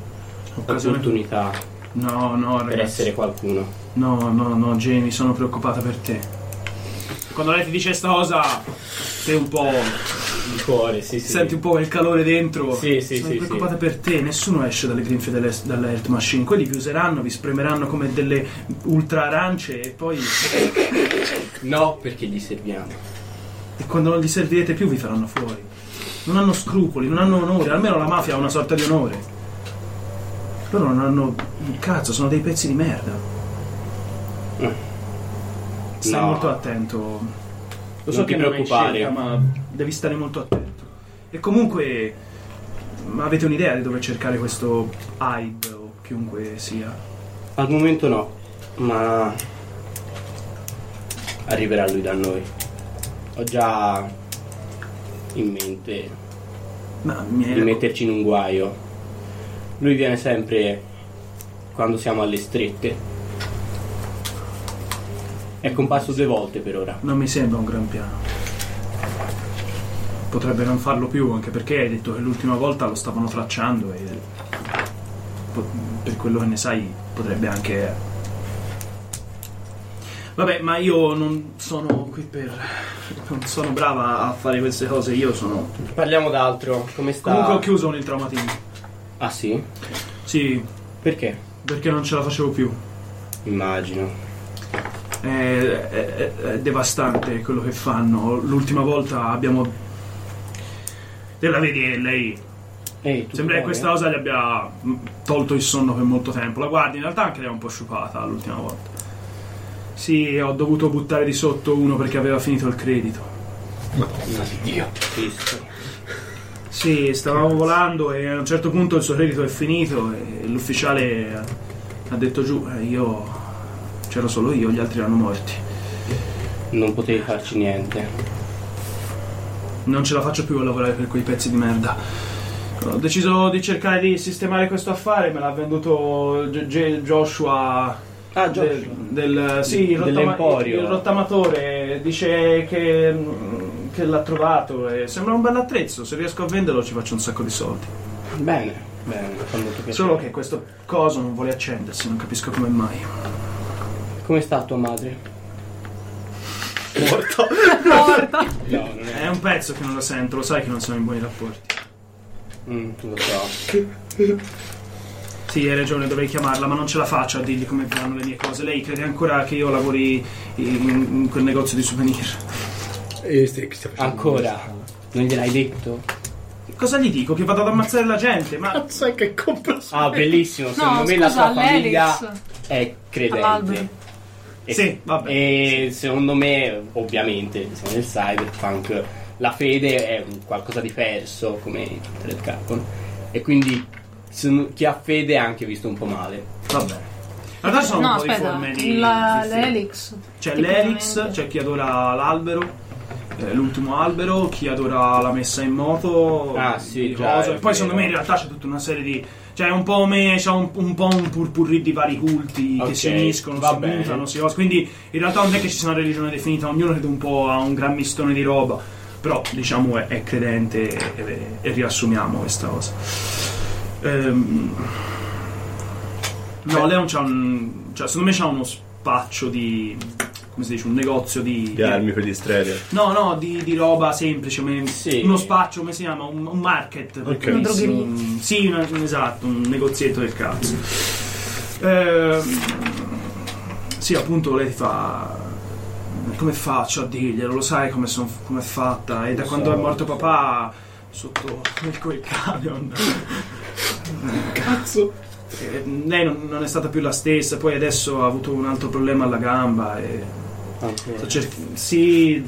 S2: Occasione.
S3: opportunità
S2: No, no,
S3: per
S2: ragazzi.
S3: essere qualcuno.
S2: No, no, no, Jamie, sono preoccupata per te. Quando lei ti dice questa cosa, sei un po'.
S3: Il cuore, sì, sì.
S2: Senti un po' quel calore dentro.
S3: Sì, sì,
S2: Sono
S3: sì,
S2: preoccupata per te. Nessuno esce dalle grinfie delle, dalla Health Machine. Quelli vi useranno, vi spremeranno come delle ultra arance e poi.
S3: No, perché gli serviamo.
S2: E quando non gli servirete più vi faranno fuori. Non hanno scrupoli, non hanno onore, almeno la mafia ha una sorta di onore. Loro non hanno un cazzo, sono dei pezzi di merda. Stai
S3: No.
S2: molto attento. Lo so
S3: Non
S2: che
S3: ti
S2: non hai
S3: preoccupare.
S2: scelta, ma devi stare molto attento. E comunque ma avete un'idea di dove cercare questo Hyde o chiunque sia?
S3: Al momento no, ma arriverà lui da noi. Ho già in mente
S2: Ma mi
S3: di
S2: è...
S3: metterci in un guaio. Lui viene sempre quando siamo alle strette. È comparso due volte per ora.
S2: Non mi sembra un gran piano. Potrebbe non farlo più, anche perché hai detto che l'ultima volta lo stavano tracciando e po- per quello che ne sai potrebbe anche... eh. Vabbè, ma io non sono qui per... non sono brava a fare queste cose, io sono...
S3: Parliamo d'altro. Come sta?
S2: Comunque ho chiuso con il traumatismo.
S3: ah sì?
S2: Sì,
S3: Perché?
S2: perché non ce la facevo più.
S3: Immagino.
S2: È, è- è- è devastante quello che fanno. L'ultima volta abbiamo... Te la vedi, eh, lei
S3: Ehi, tutto
S2: Sembra che
S3: bene?
S2: questa cosa gli abbia mh, tolto il sonno per molto tempo. La guardi, in realtà anche lei è un po' sciupata l'ultima volta. Sì, ho dovuto buttare di sotto uno perché aveva finito il credito.
S3: Madonna di Dio. Cristo.
S2: Sì, stavamo volando e a un certo punto il suo credito è finito e l'ufficiale ha- ha detto giù, eh, io c'ero solo io, gli altri erano morti.
S3: Non potevi farci niente.
S2: Non ce la faccio più a lavorare per quei pezzi di merda. Ho deciso di cercare di sistemare questo affare, me l'ha venduto G- G- Joshua
S3: Ah,
S2: del, del- sì, il, rottama-
S3: Dell'Emporio.
S2: il rottamatore dice che, mm, che l'ha trovato e sembra un bel attrezzo se riesco a venderlo ci faccio un sacco di soldi
S3: Bene, bene, fa molto piacere.
S2: solo che questo coso non vuole accendersi non capisco come mai
S3: Come sta tua madre?
S6: Porta.
S3: No, non
S2: è un pezzo che non lo sento lo sai che non siamo in buoni rapporti
S3: Mm, lo so.
S2: sì hai ragione dovrei chiamarla ma non ce la faccio a dirgli come vanno le mie cose lei crede ancora che io lavori in, in quel negozio di souvenir
S12: E stai- Eh, che stai facendo?
S3: Ancora? Non gliel'hai detto?
S2: cosa gli dico che vado ad ammazzare la gente
S6: [LAUGHS]
S2: ma
S12: Cazzo è che compra su-
S3: Ah, bellissimo. Secondo
S6: No,
S3: me la
S6: scusa,
S3: sua famiglia
S6: l'Elix.
S3: è credente.
S6: All'albero.
S3: E-
S2: Sì, vabbè.
S3: E secondo me, ovviamente, siamo nel cyberpunk, la fede è un qualcosa di perso, come in tutte le Capcom. E quindi se- chi ha fede è anche visto un po' male.
S2: vabbè in realtà sono
S6: No,
S2: un po' di
S6: aspetta,
S2: forme di
S6: la,
S2: di-
S6: l'Elix.
S2: C'è
S6: Tipicamente.
S2: l'Elix, c'è chi adora l'albero, eh, l'ultimo albero, chi adora la messa in moto,
S3: Ah, sì,
S2: di
S3: già,
S2: cosa.
S3: è
S2: E poi secondo me in
S3: vero.
S2: realtà c'è tutta una serie di. Cioè, un po' me, c'è un, un po' un purpurri di vari culti
S3: Ok,
S2: che si uniscono,
S3: va
S2: si
S3: bene.
S2: mutano, si os- Quindi in realtà non è che ci sia una religione definita, ognuno crede un po' a un gran mistone di roba. Però, diciamo, è, è credente e, e- e riassumiamo questa cosa. Ehm, no, lei non c'ha un. Cioè, secondo me c'ha uno spaccio di. come si dice? Un negozio di.
S13: Di armi per gli strelli.
S2: No, no, di, di roba semplice, come-
S3: Sì.
S2: uno spaccio, come si chiama? Un, un market. per
S13: Ok.
S6: Una
S2: capirsi,
S6: drogheria.
S2: un- Sì, una- un- esatto, un negozietto del cazzo. Ehm, sì, appunto lei ti fa... Come faccio a dirglielo? Lo sai come, son- come è fatta? E da
S3: Lo
S2: quando
S3: so,
S2: è morto
S3: lo so.
S2: papà sotto il quel camion.
S12: Cazzo.
S2: Eh, lei non, non è stata più la stessa, poi adesso ha avuto un altro problema alla gamba e...
S3: Ancora.
S2: Sto cer- sì,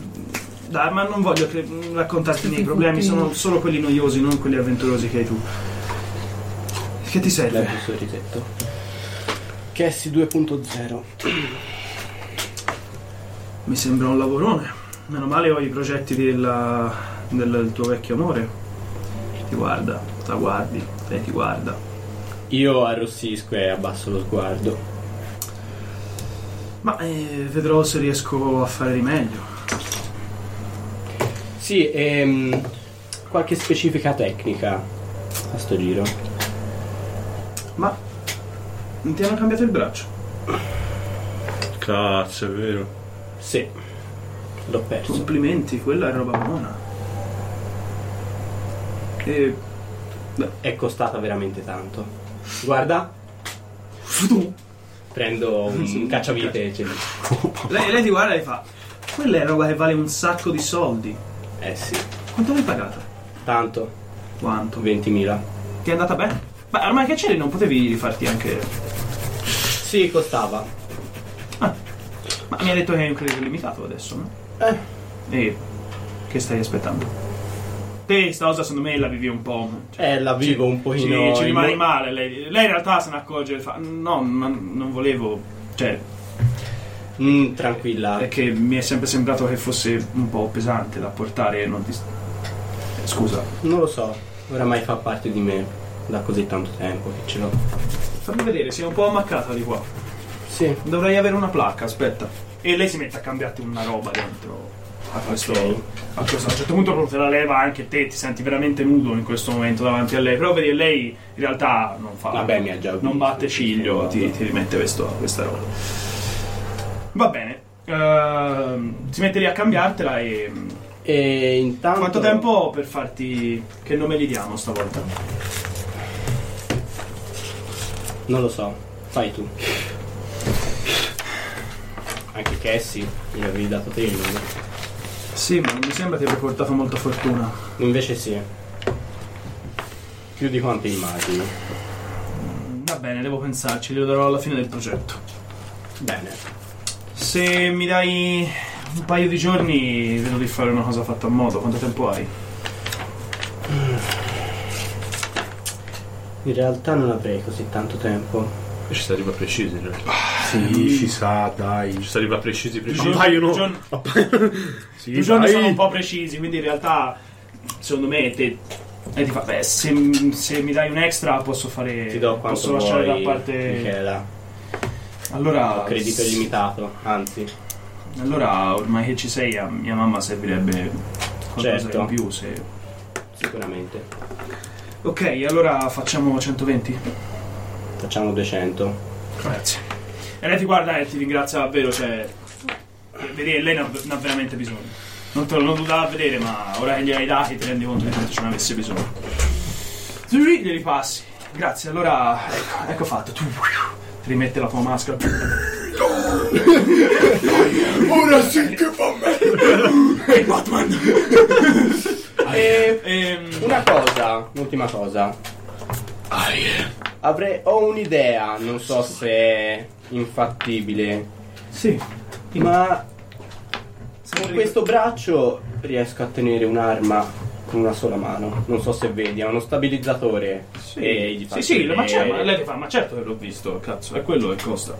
S2: dai, ma non voglio che- raccontarti i miei problemi, sono solo quelli noiosi, non quelli avventurosi che hai tu. Che ti
S3: Leggo
S2: serve?
S3: il sorrisetto. Cassie 2.0.
S2: Mi sembra un lavorone. Meno male ho i progetti della- del tuo vecchio amore. Ti guarda, la guardi, lei ti guarda.
S3: Io arrossisco e abbasso lo sguardo.
S2: Ma eh, vedrò se riesco a fare di meglio.
S3: Sì, ehm, qualche specifica tecnica a sto giro.
S2: Ma non ti hanno cambiato il braccio?
S13: Cazzo, è vero.
S3: Sì, L'ho perso.
S2: Complimenti, quella è roba buona. E
S3: È costata veramente tanto. Guarda,
S2: [LAUGHS]
S3: prendo un, un cacciavite e ce l'ho.
S2: lei, lei ti guarda e fa: Quella è roba che vale un sacco di soldi.
S3: Eh sì,
S2: Quanto l'hai pagata?
S3: tanto.
S2: Quanto?
S3: 20.000.
S2: Ti è andata bene? Ma ormai che c'eri non potevi rifarti anche. Ah,
S3: Sì, costava.
S2: Ma mi ha detto che hai un credito limitato adesso, no? Eh. E che stai aspettando? Te sta cosa secondo me la vivi un po'. Cioè,
S3: Eh, la vivo un
S2: ci,
S3: pochino...
S2: ci
S3: in
S2: rimane
S3: mo-
S2: male. Lei, lei in realtà se ne accorge e fa. No, ma non volevo. Cioè,
S3: Mm, tranquilla.
S2: è che mi è sempre sembrato che fosse un po' pesante da portare e non ti. Eh, Scusa,
S3: Non lo so, oramai fa parte di me da così tanto tempo che ce l'ho.
S2: fammi vedere, sei un po' ammaccata di qua.
S3: Sì.
S2: Dovrei avere una placca, aspetta. E lei si mette a cambiarti una roba dentro a questo. A, questo. a un certo punto proprio te la leva anche te, ti senti veramente nudo in questo momento davanti a lei. Però vedi, lei in realtà non fa.
S3: Vabbè, mi ha già
S2: Non
S3: visto.
S2: batte ciglio, ti, ti rimette questo- questa roba. Va bene. Ehm, si mette lì a cambiartela e. mm,
S3: E intanto...
S2: Quanto tempo ho per farti. Che nome gli diamo stavolta?
S3: Non lo so, fai tu. Anche Cassie, gli avevi dato te il nome.
S2: Sì, ma non mi sembra ti abbia portato molta fortuna.
S3: Invece sì. Più di quanto immagini.
S2: Va bene, devo pensarci, glielo darò alla fine del progetto.
S3: Bene.
S2: Se mi dai un paio di giorni vedo di fare una cosa fatta a modo, quanto tempo hai?
S3: In realtà non avrei così tanto tempo.
S1: Ci si arriva precisi, in realtà.
S12: Sì, ci sa, dai.
S1: Ci si arriva precisi, precisi.
S12: Appaiono.
S2: Giorni-
S12: appaiono- Sì,
S2: I giorni
S12: dai.
S2: sono un po' precisi, quindi in realtà secondo me te... E ti fa, beh, se, se mi dai un extra posso fare...
S3: Ti do quanto
S2: posso lasciare
S3: vuoi,
S2: da parte...
S3: Michela.
S2: Allora...
S3: Ho credito
S2: s-
S3: illimitato, anzi.
S2: Allora, ormai che ci sei, a mia mamma servirebbe qualcosa
S3: Certo.
S2: in più se...
S3: Sicuramente.
S2: Ok, allora facciamo 120.
S3: Facciamo 200.
S2: Grazie. E lei ti guarda e ti ringrazia davvero, cioè. Vedi, lei ne ha, ne ha veramente bisogno. Non te lo dava a vedere, ma ora che gli hai dati ti rendi conto di quanto ce ne avesse bisogno. Sì, gli ripassi. Grazie, allora. Ecco, ecco fatto. Tu ti rimette la tua maschera.
S12: Ora sì che fa me.
S2: Ehi, Batman!
S3: E
S2: Ehm,
S3: una cosa, un'ultima cosa. Avrei, ho un'idea, non so se è infattibile,
S2: sì.
S3: ma con
S2: Sempre-
S3: questo braccio riesco a tenere un'arma con una sola mano. Non so se vedi, ha uno stabilizzatore. E gli
S2: Sì,
S3: faccio
S2: sì, ma, c'è,
S3: vedere.
S2: ma lei ti fa, ma certo che l'ho visto, cazzo, è quello che costa.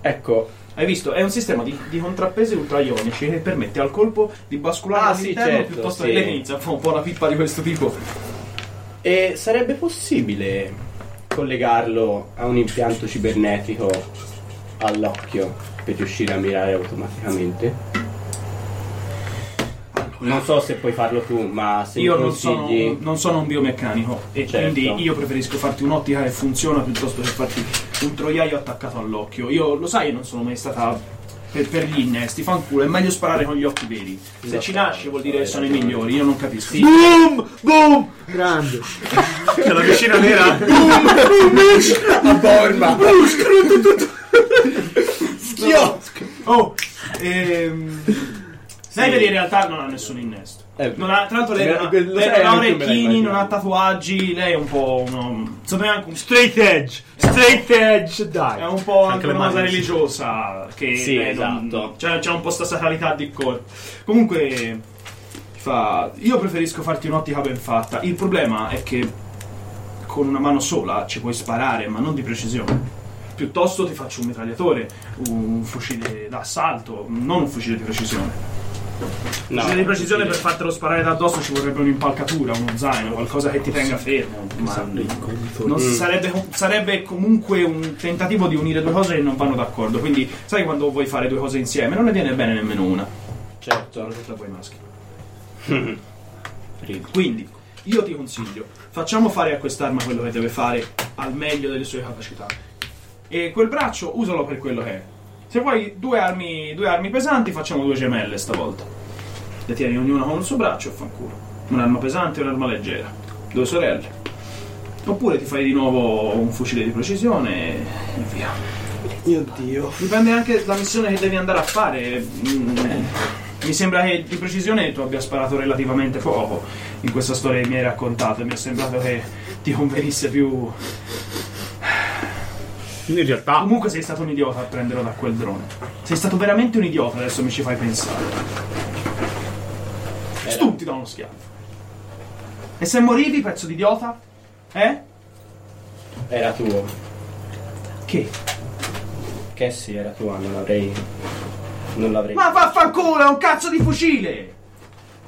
S3: Ecco,
S2: Hai visto? È un sistema di, di contrappesi ultraionici che permette al colpo di basculare
S3: Ah,
S2: all'interno
S3: sì, certo,
S2: piuttosto
S3: sì.
S2: che l'inizia. Fa un po' una pippa di questo tipo.
S3: e sarebbe possibile collegarlo a un impianto cibernetico all'occhio per riuscire a mirare automaticamente? Non so se puoi farlo tu, ma se
S2: io
S3: mi
S2: non sono,
S3: consigli... [LAUGHS]
S2: un- non sono un biomeccanico e
S3: Certo.
S2: quindi io preferisco farti un'ottica che funziona piuttosto che farti un troiaio attaccato all'occhio. Io lo sai, non sono mai stata per, per gli innesti, fanculo, è meglio sparare con gli occhi veri. Se
S3: Lo
S2: ci
S3: so,
S2: nasce vuol dire che
S3: so,
S2: sono i
S3: hai ragione.
S2: migliori, io non capisco.
S12: Boom! Boom! Grande.
S1: C'è la vicina nera.
S2: Oh, ehm... Sai che in realtà non ha nessun innesto.
S3: Eh,
S2: Non ha, tra l'altro lei,
S3: lo
S2: non ha-
S3: sai,
S2: lei non ha
S3: anche me la
S2: orecchini,
S3: immagino.
S2: non ha tatuaggi, lei è un po' uno... Secondo me è anche un,
S12: Straight edge. Straight edge,
S2: è
S12: dai.
S2: un po' anche
S12: Anche le
S2: una cosa
S12: mani, sì.
S2: religiosa che
S3: Sì,
S2: lei non-
S3: esatto.
S2: cioè, c'è un po' sta sacralità di corpo. Comunque fa io preferisco farti un'ottica ben fatta. Il problema è che con una mano sola ci puoi sparare, ma non di precisione. Piuttosto ti faccio un mitragliatore, un fucile d'assalto, non un fucile di precisione.
S3: No,
S2: fucile di precisione per
S3: possibile.
S2: fartelo sparare da addosso ci vorrebbe un'impalcatura, uno zaino, qualcosa che ti tenga fermo. Ma non
S3: Mm.
S2: si- sarebbe, sarebbe comunque un tentativo di unire due cose che non vanno d'accordo. Quindi, sai quando vuoi fare due cose insieme, non ne viene bene nemmeno una.
S3: Certo,
S2: Soprattutto a voi
S3: [LAUGHS]
S2: maschi.
S3: Rido.
S2: Quindi, io ti consiglio, facciamo fare a quest'arma quello che deve fare al meglio delle sue capacità. E quel braccio usalo per quello che è. Se vuoi due armi, due armi pesanti, facciamo due gemelle stavolta. Le tieni ognuna con il suo braccio e fanculo. Un'arma pesante e un'arma leggera. Due sorelle. Oppure ti fai di nuovo un fucile di precisione e via.
S14: Mio Dio.
S2: Dipende anche dalla missione che devi andare a fare. Mm, Mi sembra che di precisione tu abbia sparato relativamente poco in questa storia che mi hai raccontato. e Mi è sembrato che ti convenisse più.
S12: In realtà,
S2: Comunque sei stato un idiota a prenderlo da quel drone. Sei stato veramente un idiota, adesso mi ci fai pensare. Stum ti dà uno schiaffo. E se morivi, pezzo di idiota? Eh?
S3: Era tuo.
S2: Che?
S3: Che sì, era tua, non l'avrei. Non l'avrei.
S2: Ma vaffanculo, è un cazzo di fucile!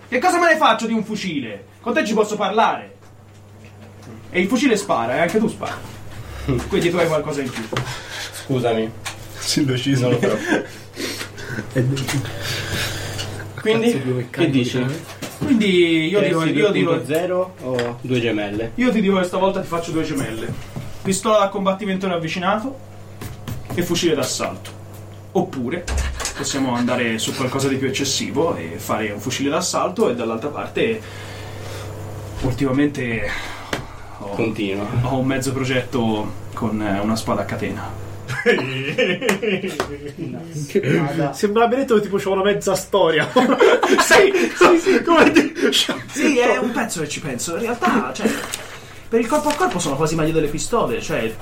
S2: Che cosa me ne faccio di un fucile? Con te ci posso parlare. E il fucile spara, e anche tu spari. Quindi tu hai qualcosa in più.
S3: Scusami.
S12: sillogismo.
S3: Non lo trovo. Quindi, che dici?
S2: Quindi
S3: Eh
S2: io dico, io dico,
S3: 0 o due gemelle?
S2: Io ti dico che stavolta ti faccio due gemelle. Pistola da combattimento ravvicinato e fucile d'assalto. Oppure possiamo andare su qualcosa di più eccessivo e fare un fucile d'assalto e dall'altra parte ultimamente ho,
S3: Continua.
S2: ho un mezzo progetto con eh, una spada a catena.
S12: Sembra ben detto che tipo c'è una mezza storia. [LAUGHS] sì, sì, sì, come di...
S14: Sì, è un pezzo che ci penso. In realtà, cioè, per il corpo a corpo sono quasi meglio delle pistole. Cioè,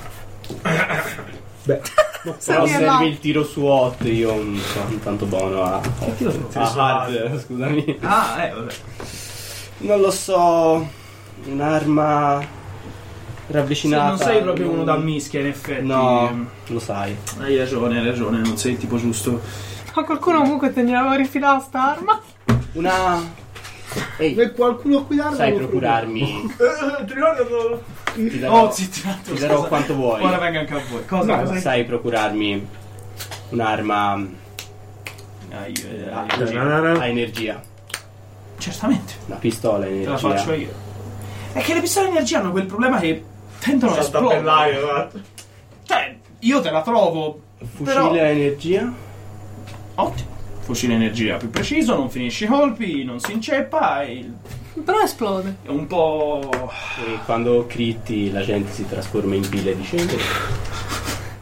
S12: Beh,
S3: Però
S6: Sì,
S3: serve
S6: ma-
S3: il tiro su 8, io non sono tanto buono a. Che tiro
S12: Ah,
S3: su hard, scusami.
S14: ah, eh, vabbè.
S3: Non lo so. Un'arma ravvicinata.
S2: non sei proprio
S3: non-
S2: uno da mischia, in effetti. eh,
S3: No, lo sai.
S2: Hai ragione, hai ragione, non sei il tipo giusto.
S6: Ma qualcuno comunque te ne aveva rifilata sta arma?
S3: Una. Ehi,
S12: se qualcuno qui darlo.
S2: [LAUGHS]
S3: sai procurarmi.
S2: Eh,
S3: Ti darò,
S2: Oh, zitti, tanto
S3: ti darò
S2: scusa.
S3: quanto vuoi.
S2: Ora venga anche a voi. Cosa? cosa?
S3: Sai procurarmi un'arma
S2: Ai, ai, ai,
S3: a,
S2: così.
S3: a energia.
S2: Certamente,
S3: Una pistola a
S2: te
S3: energia.
S2: la faccio io. È che le pistole di energia hanno quel problema che tendono a
S13: Salta per
S2: esplodere.
S13: l'aria, guarda.
S2: Cioè, io te la trovo.
S3: Fucile
S2: però-
S3: a energia?
S2: Ottimo. Fucile energia più preciso, non finisce i colpi, non si inceppa, è
S6: Però esplode.
S2: è un po'.
S3: E quando critti la gente si trasforma in pile
S2: [LAUGHS]
S3: di cenere.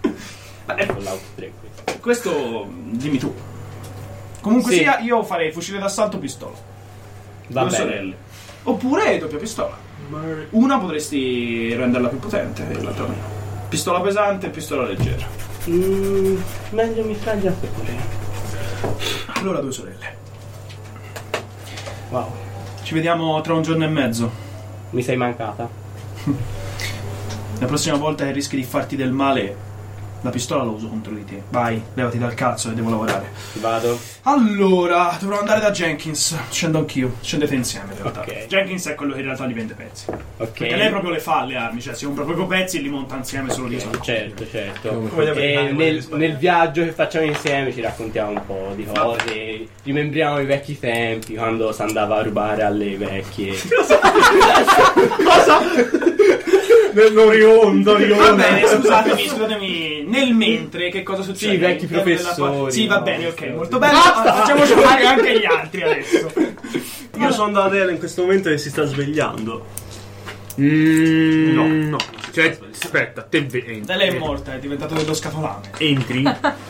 S3: Con l'auto 3
S2: Questo dimmi tu. Comunque
S3: Sì.
S2: sia, io farei fucile d'assalto pistola.
S3: Va
S2: due
S3: bene.
S2: sorelle. Oppure doppia pistola. Una potresti renderla più potente e l'altra meno. Pistola pesante e pistola leggera.
S3: Mm, meglio mitraglia pure.
S2: Allora due sorelle.
S3: Wow.
S2: Ci vediamo tra un giorno e mezzo.
S3: Mi sei mancata.
S2: La prossima volta che rischi di farti del male, la pistola la uso contro di te. Vai, levati dal cazzo e devo lavorare.
S3: Vado.
S2: Allora, dovrò andare da Jenkins. Scendo anch'io. Scendete insieme, in realtà.
S3: Ok.
S2: Jenkins è quello che in realtà li vende pezzi.
S3: Ok.
S2: Perché lei proprio le fa le armi, cioè si compra proprio pezzi e li monta insieme solo lì.
S3: Certo, certo.
S13: vogliamo
S3: E
S13: evitare,
S3: nel,
S13: vogliamo
S3: nel viaggio che facciamo insieme ci raccontiamo un po' di cose, rimembriamo i vecchi tempi quando si andava a rubare alle vecchie.
S12: Nello riondo,
S2: Va
S12: riondo.
S2: bene, scusatemi, scusatemi. Nel mentre, che cosa succede?
S3: Sì, i vecchi
S2: Nel- nella-
S3: professori,
S2: Sì, va
S3: no?
S2: bene, ok, molto bene. Facciamo giocare anche gli altri adesso.
S1: Io sono da Adele in questo momento che si sta svegliando.
S12: Mm, no,
S1: No.
S12: no. Cioè, aspetta, te ve- entri.
S2: Da lei è morta, è diventato dello scatolame.
S12: [LAUGHS] Entri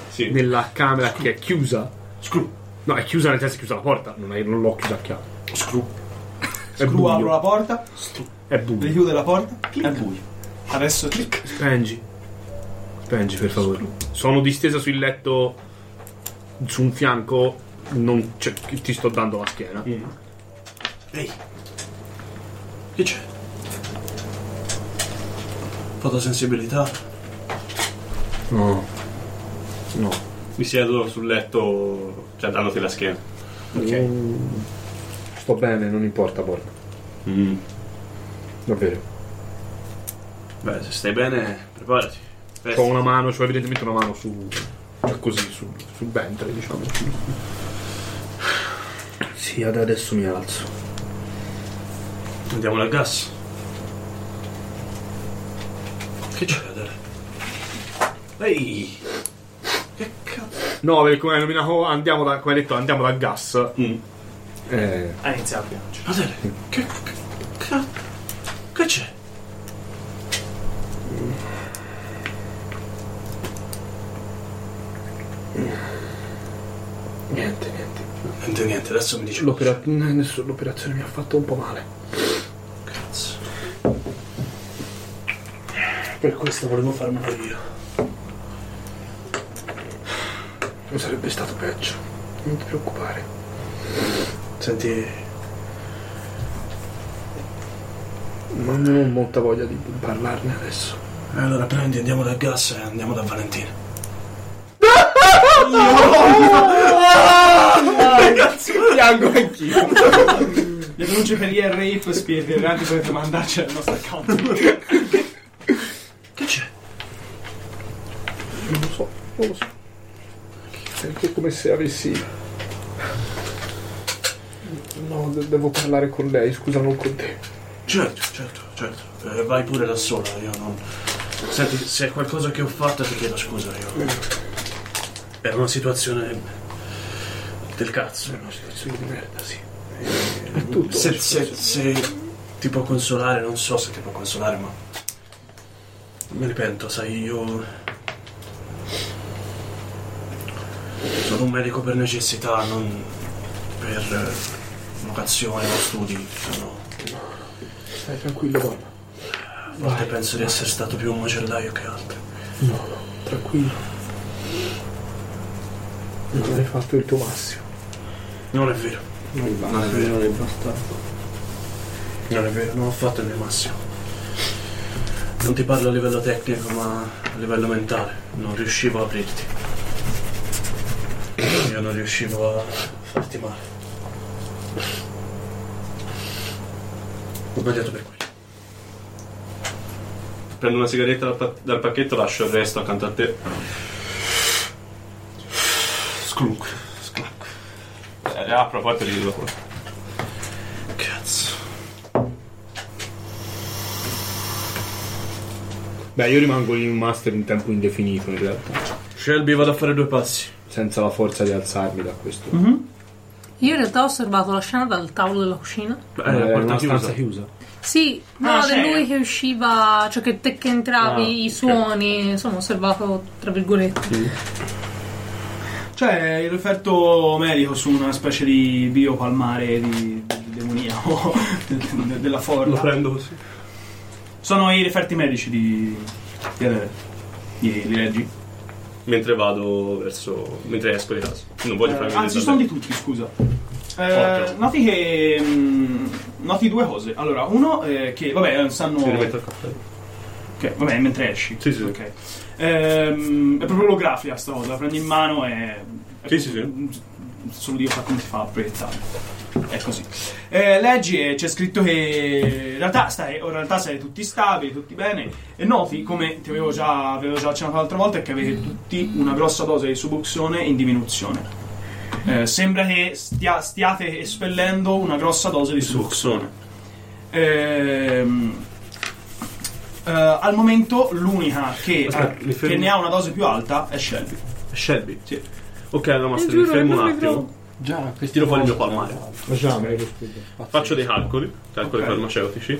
S1: Sì.
S12: nella camera che è chiusa. Screw. No, è chiusa nel senso è chiusa la porta. Non, è- non l'ho chiusa a chiave. Screw. È
S2: Screw, apro la
S12: buio.
S2: porta,
S12: È buio.
S2: richiude la porta, è buio. Adesso clic.
S12: Spengi. Spengi, per favore. Sono distesa sul letto su un fianco. Non, cioè, ti sto dando la schiena.
S13: Ehi. Che c'è? Fotosensibilità.
S12: No. No.
S1: Mi siedo sul letto, cioè dandoti la schiena.
S12: Sto bene, non importa, porca. Davvero.
S1: Beh, se stai bene, preparati. Eh,
S12: Ho una mano, cioè evidentemente una mano su. così, sul, sul ventre, diciamo. Sì, ad- adesso mi alzo.
S1: Andiamo al gas. Che c'è Adele? Ehi! Che cazzo?
S12: No, perché come hai nominato, andiamo da, come hai detto, andiamo da gas. Eh,
S2: Ha iniziato a piangere.
S14: Fratello, che, che, che, che c'è?
S12: niente, niente.
S13: Niente, niente, adesso mi dice.
S12: L'opera- n- nessun- l'operazione mi ha fatto un po' male.
S13: Per questo volevo farmelo io.
S12: Non sarebbe stato peggio. Non ti preoccupare.
S13: Senti,
S12: Non non ho molta voglia di parlarne adesso.
S13: "Eh, allora prendi, andiamo da gas e andiamo da Valentina.
S3: Piango anch'io.
S2: Le denunce per IR rape spieghi erranti potete mandarci al nostro account.
S13: Che c'è?
S12: Non lo so, non lo so. Perché è come se avessi. No, de- devo parlare con lei, scusa, non con te.
S13: Certo, certo, certo. Eh, vai pure da sola, io non. Senti, se è qualcosa che ho fatto ti chiedo scusa, io. Era una situazione del cazzo.
S12: Una situazione di merda, sì. È tutto.
S13: Se, se- se ti può consolare, non so se ti può consolare, ma. Me ne pento, sai, io. Sono un medico per necessità, non per eh, vocazione o studi. Sono...
S12: Stai tranquillo, donna.
S13: A volte penso di essere stato più un macellaio che altro.
S12: No, no, tranquillo. Non hai fatto il tuo massimo.
S13: Non è vero. Non è vero, non è bastato. Non è vero, non ho fatto il mio massimo. Non ti parlo a livello tecnico, ma a livello mentale. Non riuscivo a aprirti. Io non riuscivo a farti male. Ho sbagliato per quello.
S1: Prendo una sigaretta dal, pa- dal pacchetto, lascio il resto accanto a te. Sclunk, sclac. Eh, apro, poi te li dico dopo.
S13: Cazzo.
S15: Beh, io rimango in un master in tempo indefinito in realtà,
S13: Shelby, vado a fare due passi.
S15: senza la forza di alzarmi da questo.
S6: Io in realtà ho osservato la scena dal tavolo della cucina.
S13: Beh,
S15: Era
S13: porta
S15: Eh, una
S13: chiusa.
S15: stanza chiusa.
S6: Sì,
S2: Ah,
S6: no,
S2: c'era.
S6: di lui che usciva, cioè che te che entravi, i suoni, insomma, ho osservato tra virgolette.
S2: C'è Cioè, il referto medico su una specie di biopalmare di, di demoniaco de- della
S1: Lo
S2: forla.
S1: prendo così.
S2: Sono i referti medici di. di IR. Li, li leggi?
S1: Mentre vado verso. mentre esco di casa. Non voglio
S2: Eh,
S1: farmi
S6: ah,
S2: anzi,
S1: vedere.
S2: sono di tutti, scusa. Eh,
S1: Ottimo.
S2: noti che. mm, noti due cose. Allora, uno eh, che. Vabbè, eh, sanno.
S1: Mi rimetto il caffè.
S2: Ok, vabbè, mentre esci.
S1: Sì, sì.
S2: Ok. Ehm, è proprio l'olografia sta cosa, la prendi in mano e.
S1: Sì, sì, sì.
S2: Solo Dio sa come ti fa a proiettare. È così. Eh, leggi e c'è scritto che in realtà, stai, in realtà siete tutti stabili, tutti bene. E noti, come ti avevo già, avevo già accennato l'altra volta, è che avete tutti una grossa dose di suboxone in diminuzione. Eh, sembra che stia- stiate espellendo una grossa dose di suboxone. Ehm, eh, al momento l'unica che, eh,
S1: Aspetta, mi
S2: che
S1: fermo.
S2: ne ha una dose più alta è Shelby.
S1: Shelby?
S2: Sì.
S1: Ok, allora Master,
S6: giuro,
S1: mi fermo
S6: non
S1: un
S6: mi
S1: attimo.
S6: trovo.
S15: Già,
S1: E tiro fuori il mio palmare.
S15: Facciamo, ecco, scusa.
S1: Faccio dei calcoli, calcoli
S2: Ok.
S1: farmaceutici.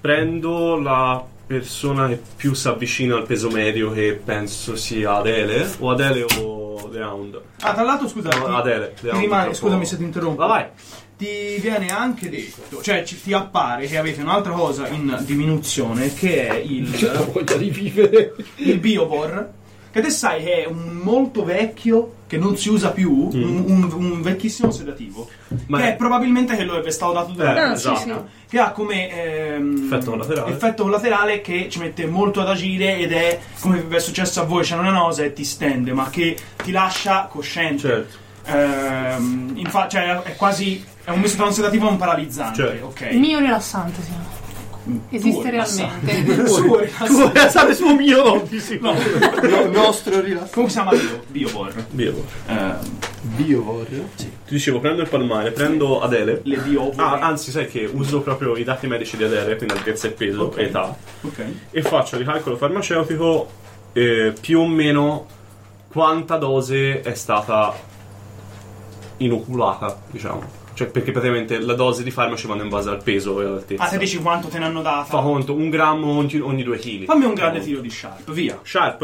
S1: Prendo la persona che più si avvicina al peso medio, che penso sia Adele, o Adele o The Hound.
S2: Ah, tra l'altro, scusa, ti-
S1: No, Adele, The
S2: ti
S1: Hound.
S2: rimane,
S1: troppo-
S2: scusami se ti interrompo.
S1: Vai, vai.
S2: Ti viene anche detto, cioè ci- ti appare che avete un'altra cosa in diminuzione che è
S15: Ho
S2: il,
S15: voglia di vivere.
S2: il Biovor. Che te sai che è un molto vecchio che non si usa più, un, un- un vecchissimo sedativo.
S1: Mm. Ma
S2: che
S1: è-
S2: è probabilmente quello che vi è stato dato durante
S1: Eh,
S2: la
S6: Ah, sì,
S1: esatto.
S6: sì.
S2: che ha come ehm,
S1: Effetto collaterale.
S2: effetto collaterale che ci mette molto ad agire ed è come vi è successo a voi, c'è una cosa e ti stende, ma che ti lascia cosciente.
S1: Certo.
S2: Ehm, infa- cioè, è quasi è un misto tra un sedativo e un paralizzante,
S1: Certo.
S2: ok?
S6: Il mio rilassante si chiama. Esiste
S2: rilassante.
S6: realmente.
S2: Suo
S6: [LAUGHS]
S2: [LAUGHS] rilassante.
S1: Pensate su mio no, sì, sì.
S2: No,
S13: Il nostro rilascio.
S2: come si chiama Bio, Biovor?
S1: Devo.
S2: Ehm,
S1: Ti dicevo, prendo il palmare, prendo Adele.
S2: le Biovor.
S1: Ah, anzi, sai che uso proprio i dati medici di Adele, quindi altezza e peso
S2: Ok.
S1: e età.
S2: ok.
S1: e faccio il calcolo farmaceutico eh, più o meno quanta dose è stata inoculata, diciamo. Cioè, perché praticamente la dose di farmaci vanno in base al peso e all'altezza.
S2: Ah, te dici quanto te ne hanno
S1: Fa
S2: data?
S1: conto, un grammo ogni, ogni due chili.
S2: Fammi un grande tiro di sharp, via.
S1: Sharp?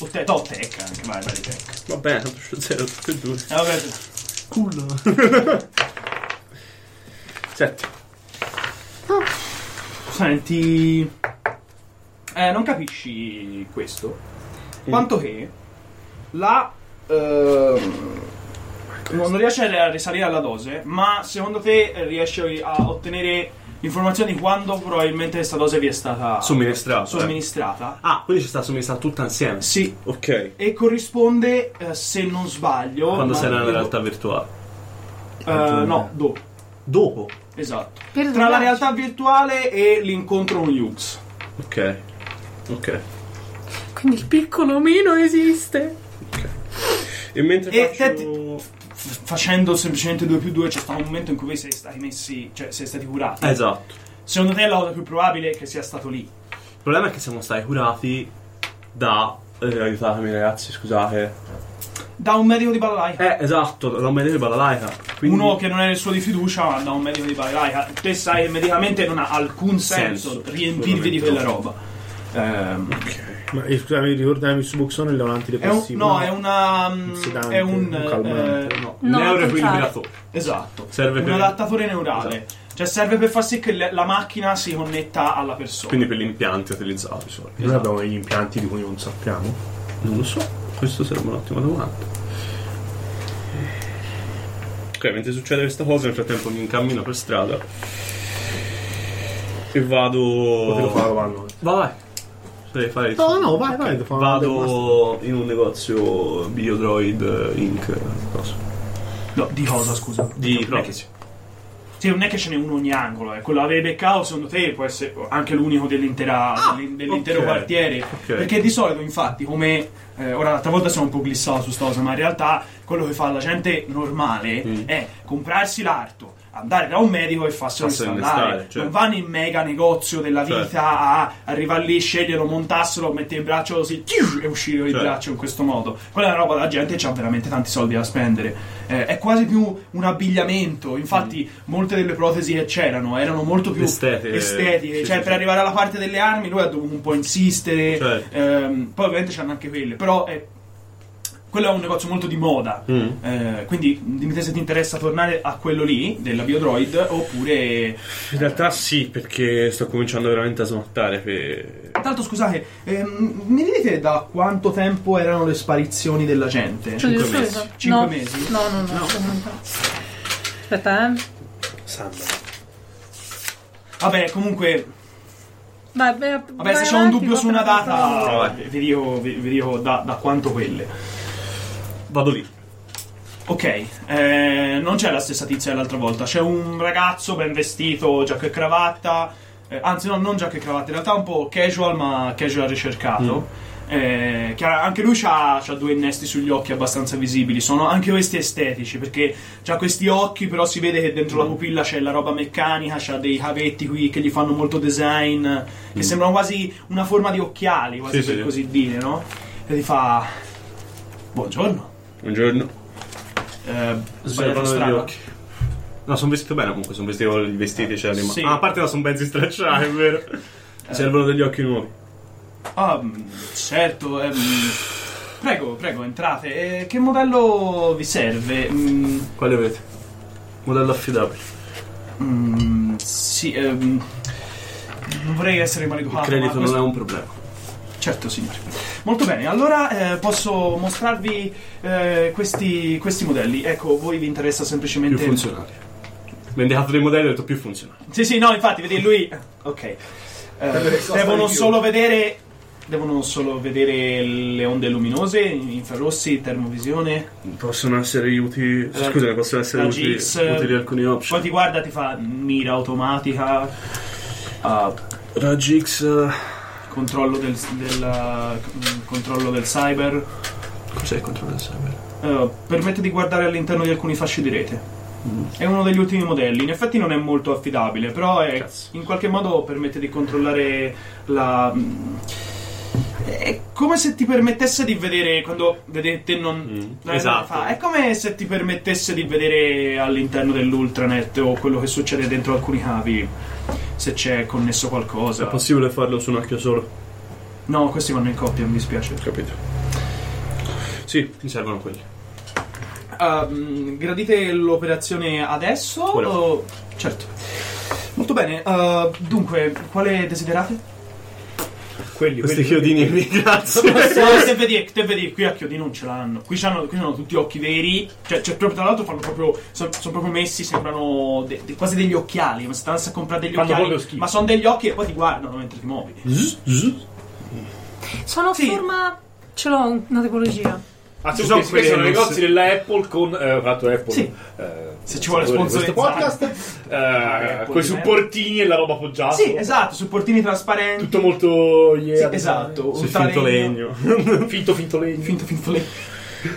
S2: O te, to tech anche, vai, vai, tech.
S1: Va bene, tanto 0, 2, 2.
S2: Eh, vabbè,
S1: Culo.
S2: [LAUGHS]
S1: 7.
S2: senti... Eh, non capisci questo. Quanto che la... ehm, non non riesci a risalire alla dose, ma secondo te riesci a ottenere informazioni di quando probabilmente questa dose vi è stata
S1: Somministrato. eh.
S2: somministrata?
S1: Ah, quindi ci sta somministrata tutta insieme.
S2: Sì,
S1: Ok.
S2: e corrisponde, eh, se non sbaglio...
S1: Quando
S2: ma-
S1: sei nella realtà virtuale.
S2: Eh, no, dopo.
S1: Dopo.
S2: Esatto.
S6: Per
S2: Tra la
S6: rilascio.
S2: realtà virtuale e l'incontro con Yux.
S1: Ok. Ok.
S6: Quindi il piccolo omino esiste.
S1: E mentre
S2: E
S1: faccio...
S2: F- Facendo semplicemente 2 più 2 c'è stato un momento in cui voi siete stati messi, cioè siete stati curati.
S1: Esatto.
S2: Secondo te la cosa più probabile è che sia stato lì.
S1: Il problema è che siamo stati curati da... eh, aiutatemi ragazzi, scusate.
S2: Da un medico di Balalaika.
S1: Eh, esatto, da un medico di Balalaica. Quindi...
S2: Uno che non è il suo di fiducia, ma da un medico di Balalaika. Te sai che medicamente non ha alcun senso,
S1: Senso,
S2: riempirvi di quella roba. Ehm,
S12: Ma eh, scusami, ricordami su Boxone è un
S2: è un,
S12: antidepressivo.
S2: no, è una. mm,
S12: sedante,
S2: è un.
S12: un calmante.
S2: eh,
S1: No,
S6: No, al
S1: neuroequilibratore.
S2: esatto.
S1: Serve
S2: un
S1: per-
S2: adattatore neurale. Cioè, serve per far sì che le- la macchina si connetta alla persona.
S1: Quindi per gli impianti utilizzati Esatto. di solito.
S12: Noi abbiamo degli impianti di cui non sappiamo.
S1: Non lo so, questo sarebbe un'ottima domanda. Ok, mentre succede questa cosa, nel frattempo mi incammino per strada. E
S12: O te lo
S1: vado.
S12: farò a noi.
S1: Vai! Potrei fare il-
S12: No, no, vai, vai. te lo farò avanti.
S1: Vado in un negozio Biodroid eh, Inc. cosa.
S2: No, di cosa, scusa?
S1: Di
S2: non è che-
S1: protesi.
S2: Sì, non è che ce n'è uno ogni angolo, eh. quello avevi beccato secondo te può essere anche l'unico dell'intera- dell'in- dell'intero
S1: Ah, ok,
S2: quartiere.
S1: ok.
S2: Perché di solito, infatti, come eh, ora l'altra volta sono un po' glissato su sta cosa, ma in realtà quello che fa la gente normale
S1: Mm.
S2: è comprarsi l'arto, andare da un medico e farselo
S1: Farselo
S2: installare.
S1: installare, certo.
S2: Non vanno in mega negozio della vita
S1: Certo.
S2: a arrivare lì, sceglierlo, montarselo, mettere il braccio così chiu, e uscire il
S1: Certo.
S2: braccio in questo modo. Quella è una roba da gente che ha veramente tanti soldi da spendere. Eh, è quasi più un abbigliamento. Infatti, molte delle protesi che c'erano erano molto più
S1: Mm. Estetiche.
S2: estetiche.
S1: Sì,
S2: cioè,
S1: sì,
S2: per
S1: sì.
S2: arrivare alla parte delle armi, lui ha dovuto un po' insistere.
S1: Certo.
S2: Ehm, poi, ovviamente, c'hanno anche quelle. Però è- Quello è un negozio molto di moda,
S1: Mm.
S2: Eh, quindi dimmi te se ti interessa tornare a quello lì, della Biodroid, oppure
S1: In realtà sì, perché sto cominciando veramente a smattare. Per...
S2: Tanto scusate, ehm, mi dite da quanto tempo erano le sparizioni della gente?
S6: Cioè,
S1: Cinque
S6: giusto
S1: mesi.
S6: questo?
S2: Cinque
S6: no.
S2: mesi?
S6: No, no, no. Aspetta, eh.
S2: Vabbè, comunque,
S6: Vai, vai,
S2: vabbè, se
S6: vai
S2: c'è un
S6: avanti,
S2: dubbio su una
S6: porta per favore.
S2: data, vi dico, vi- vi dico da, da quanto quelle.
S1: Vado lì.
S2: Ok, eh, non c'è la stessa tizia dell'altra volta, c'è un ragazzo ben vestito, giacca e cravatta, eh, anzi no, non giacca e cravatta, in realtà un po' casual ma casual ricercato.
S1: Mm.
S2: Eh, che ha- anche lui ha due innesti sugli occhi abbastanza visibili, sono anche questi estetici perché ha questi occhi però si vede che
S1: Mm.
S2: dentro la pupilla c'è la roba meccanica, c'ha dei cavetti qui che gli fanno molto design, che sembrano quasi una forma di occhiali, quasi
S1: Mm. Sì,
S2: per
S1: sì.
S2: così dire, no? E gli fa... Buongiorno.
S1: Buongiorno.
S2: Eh,
S1: Sbagliato
S2: sbagliato strano.
S1: gli occhi. No, sono vestito bene comunque, sono vestito con i vestiti, cioè rim-
S2: Sì.
S1: Ah, a parte no, sono mezzi stracciati, è vero. Eh. Servono degli occhi nuovi.
S2: Ah, mm, certo. ehm, prego, prego, entrate. Eh, che modello vi serve? Mm,
S1: Quali avete? Modello affidabile.
S2: mm, sì, ehm, non vorrei essere maleducato.
S1: Il credito
S2: ma questo-
S1: non è un problema.
S2: Certo, signore. Molto bene, allora eh, posso mostrarvi eh, questi, questi modelli. Ecco, voi vi interessa
S1: Più
S2: semplicemente...
S1: funzionale. Mi hai dato dei modelli e ho detto più funzionale.
S2: Sì, sì, no, infatti, vedi, lui... Ok. Eh, devono solo vedere... Devono solo vedere le onde luminose, infrarossi, termovisione...
S1: Possono essere utili.
S2: Eh,
S1: Scusami, possono essere
S2: la
S1: utili,
S2: Gix,
S1: utili alcuni
S2: Poi
S1: option.
S2: ti guarda, ti fa mira automatica, ah,
S1: Raggi X. eh,
S2: controllo del, della- mm, controllo del cyber.
S1: Cos'è il controllo del server?
S2: eh, permette di guardare all'interno di alcuni fasci di rete. È uno degli ultimi modelli. In effetti non è molto affidabile, però è-
S1: Cazzo.
S2: in qualche modo permette di controllare la. mm, È come se ti permettesse di vedere quando vedete non, non è
S1: esatto.
S2: fa. È come se ti permettesse di vedere all'interno dell'ultranet o quello che succede dentro alcuni cavi. Se c'è connesso
S1: È
S2: qualcosa.
S1: possibile farlo su un occhio solo?
S2: no, questi vanno in coppia, mi dispiace.
S1: Capito. Sì, mi servono quelli.
S2: Ehm, gradite l'operazione adesso?
S1: Ora.
S2: o- Certo. Molto bene. eh, dunque, quale desiderate?
S15: Quelli,
S1: Questi
S15: quelli.
S1: chiodini mi
S2: [LAUGHS]
S1: grazie.
S2: No, te vedi, te vedi, qui a Chiodi non ce l'hanno. Qui, c'hanno, qui sono tutti occhi veri. Cioè, cioè, proprio tra l'altro fanno proprio. Sono proprio messi, sembrano de- de- quasi degli occhiali. Ma se andassi a comprare degli
S15: Fanno
S2: occhiali.
S15: proprio schifo.
S2: Ma sono degli occhi e poi ti guardano mentre ti muovi.
S6: Sono
S2: Sì.
S6: forma. Ce l'ho una tipologia.
S15: Ah,
S12: Ci
S15: ci
S12: sono
S15: sono questi sono
S12: quelli, non
S15: negozi
S12: si-
S15: della Apple con eh, ho fatto Apple.
S2: Sì.
S15: eh,
S2: Se ci vuole
S15: questo
S2: sponsorizzare.
S15: podcast eh,
S2: Apple
S15: con i
S2: di
S15: supportini e la roba appoggiata.
S2: Sì, esatto, supportini trasparenti.
S15: Tutto molto yeah,
S2: Sì,
S12: [LAUGHS]
S2: esatto.
S1: Sul
S2: ultralegno.
S1: finto legno.
S15: Finto finto legno.
S2: Finto, finto legno.